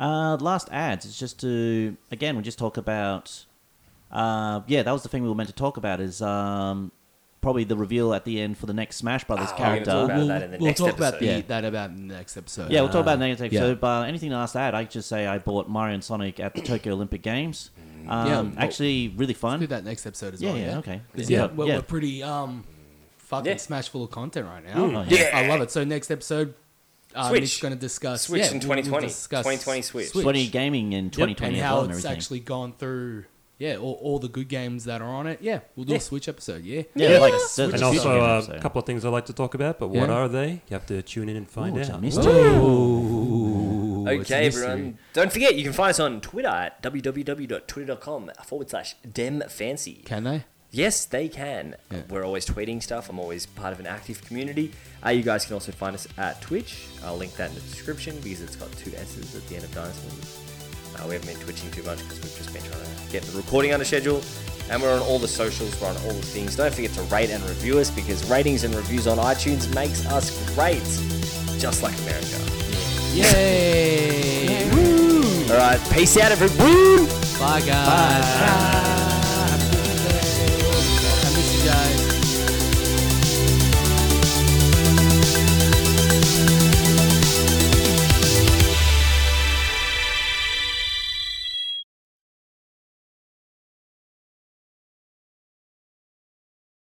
Speaker 4: Uh, last ads is just to again we just talk about. Uh, yeah, that was the thing we were meant to talk about is um, probably the reveal at the end for the next Smash Brothers
Speaker 1: Oh,
Speaker 2: Ah,
Speaker 1: we're gonna
Speaker 4: character.
Speaker 1: talk about We'll- that in the we'll next
Speaker 2: talk about the,
Speaker 4: Yeah.
Speaker 2: that about in the next episode.
Speaker 4: Yeah, we'll talk about it in the next
Speaker 2: Yeah.
Speaker 4: episode. But anything last that, I just say I bought Mario and Sonic at the Tokyo Olympic Games. Um,
Speaker 2: Mm. Yeah, Oh.
Speaker 4: actually, really fun.
Speaker 2: Let's do that next episode as
Speaker 4: Yeah,
Speaker 2: well.
Speaker 4: yeah, okay.
Speaker 2: 'Cause
Speaker 4: Yeah.
Speaker 2: we're,
Speaker 4: Yeah.
Speaker 2: we're pretty um, fucking smash full of content right now.
Speaker 4: Mm. Oh, yeah.
Speaker 2: I love it. So next episode, uh,
Speaker 1: Switch.
Speaker 2: Nick's going to discuss
Speaker 1: Switch
Speaker 2: yeah,
Speaker 1: in
Speaker 2: we'll- we'll
Speaker 1: 2020.
Speaker 2: discuss
Speaker 1: 2020 Switch.
Speaker 4: 20 gaming in 2020
Speaker 2: and
Speaker 4: as
Speaker 2: how
Speaker 4: well and
Speaker 2: it's
Speaker 4: everything.
Speaker 2: actually gone through. Yeah, all, all the good games that are on it. Yeah, we'll do
Speaker 4: Yeah.
Speaker 2: a Switch episode. Yeah, Switch
Speaker 3: and
Speaker 2: episode.
Speaker 3: also uh, a couple of things I'd like to talk about, but what
Speaker 2: Yeah.
Speaker 3: are they? You have to tune in and find
Speaker 4: Ooh,
Speaker 3: out.
Speaker 4: it's a mystery.
Speaker 2: Ooh, it's a
Speaker 1: okay,
Speaker 2: mystery.
Speaker 1: everyone. Don't forget, you can find us on Twitter at www.twitter.com forward slash demfancy.
Speaker 2: Can they?
Speaker 1: Yes, they can. We're always tweeting stuff. I'm always part of an active community. Uh, you guys can also find us at Twitch. I'll link that in the description because it's got two S's at the end of dinosaurs. Uh, we haven't been twitching too much because we've just been trying to get the recording under schedule. And we're on all the socials, we're on all the things. Don't forget to rate and review us because ratings and reviews on iTunes makes us great, just like America.
Speaker 2: Yay!
Speaker 1: All right, peace out, everyone.
Speaker 2: Bye, guys.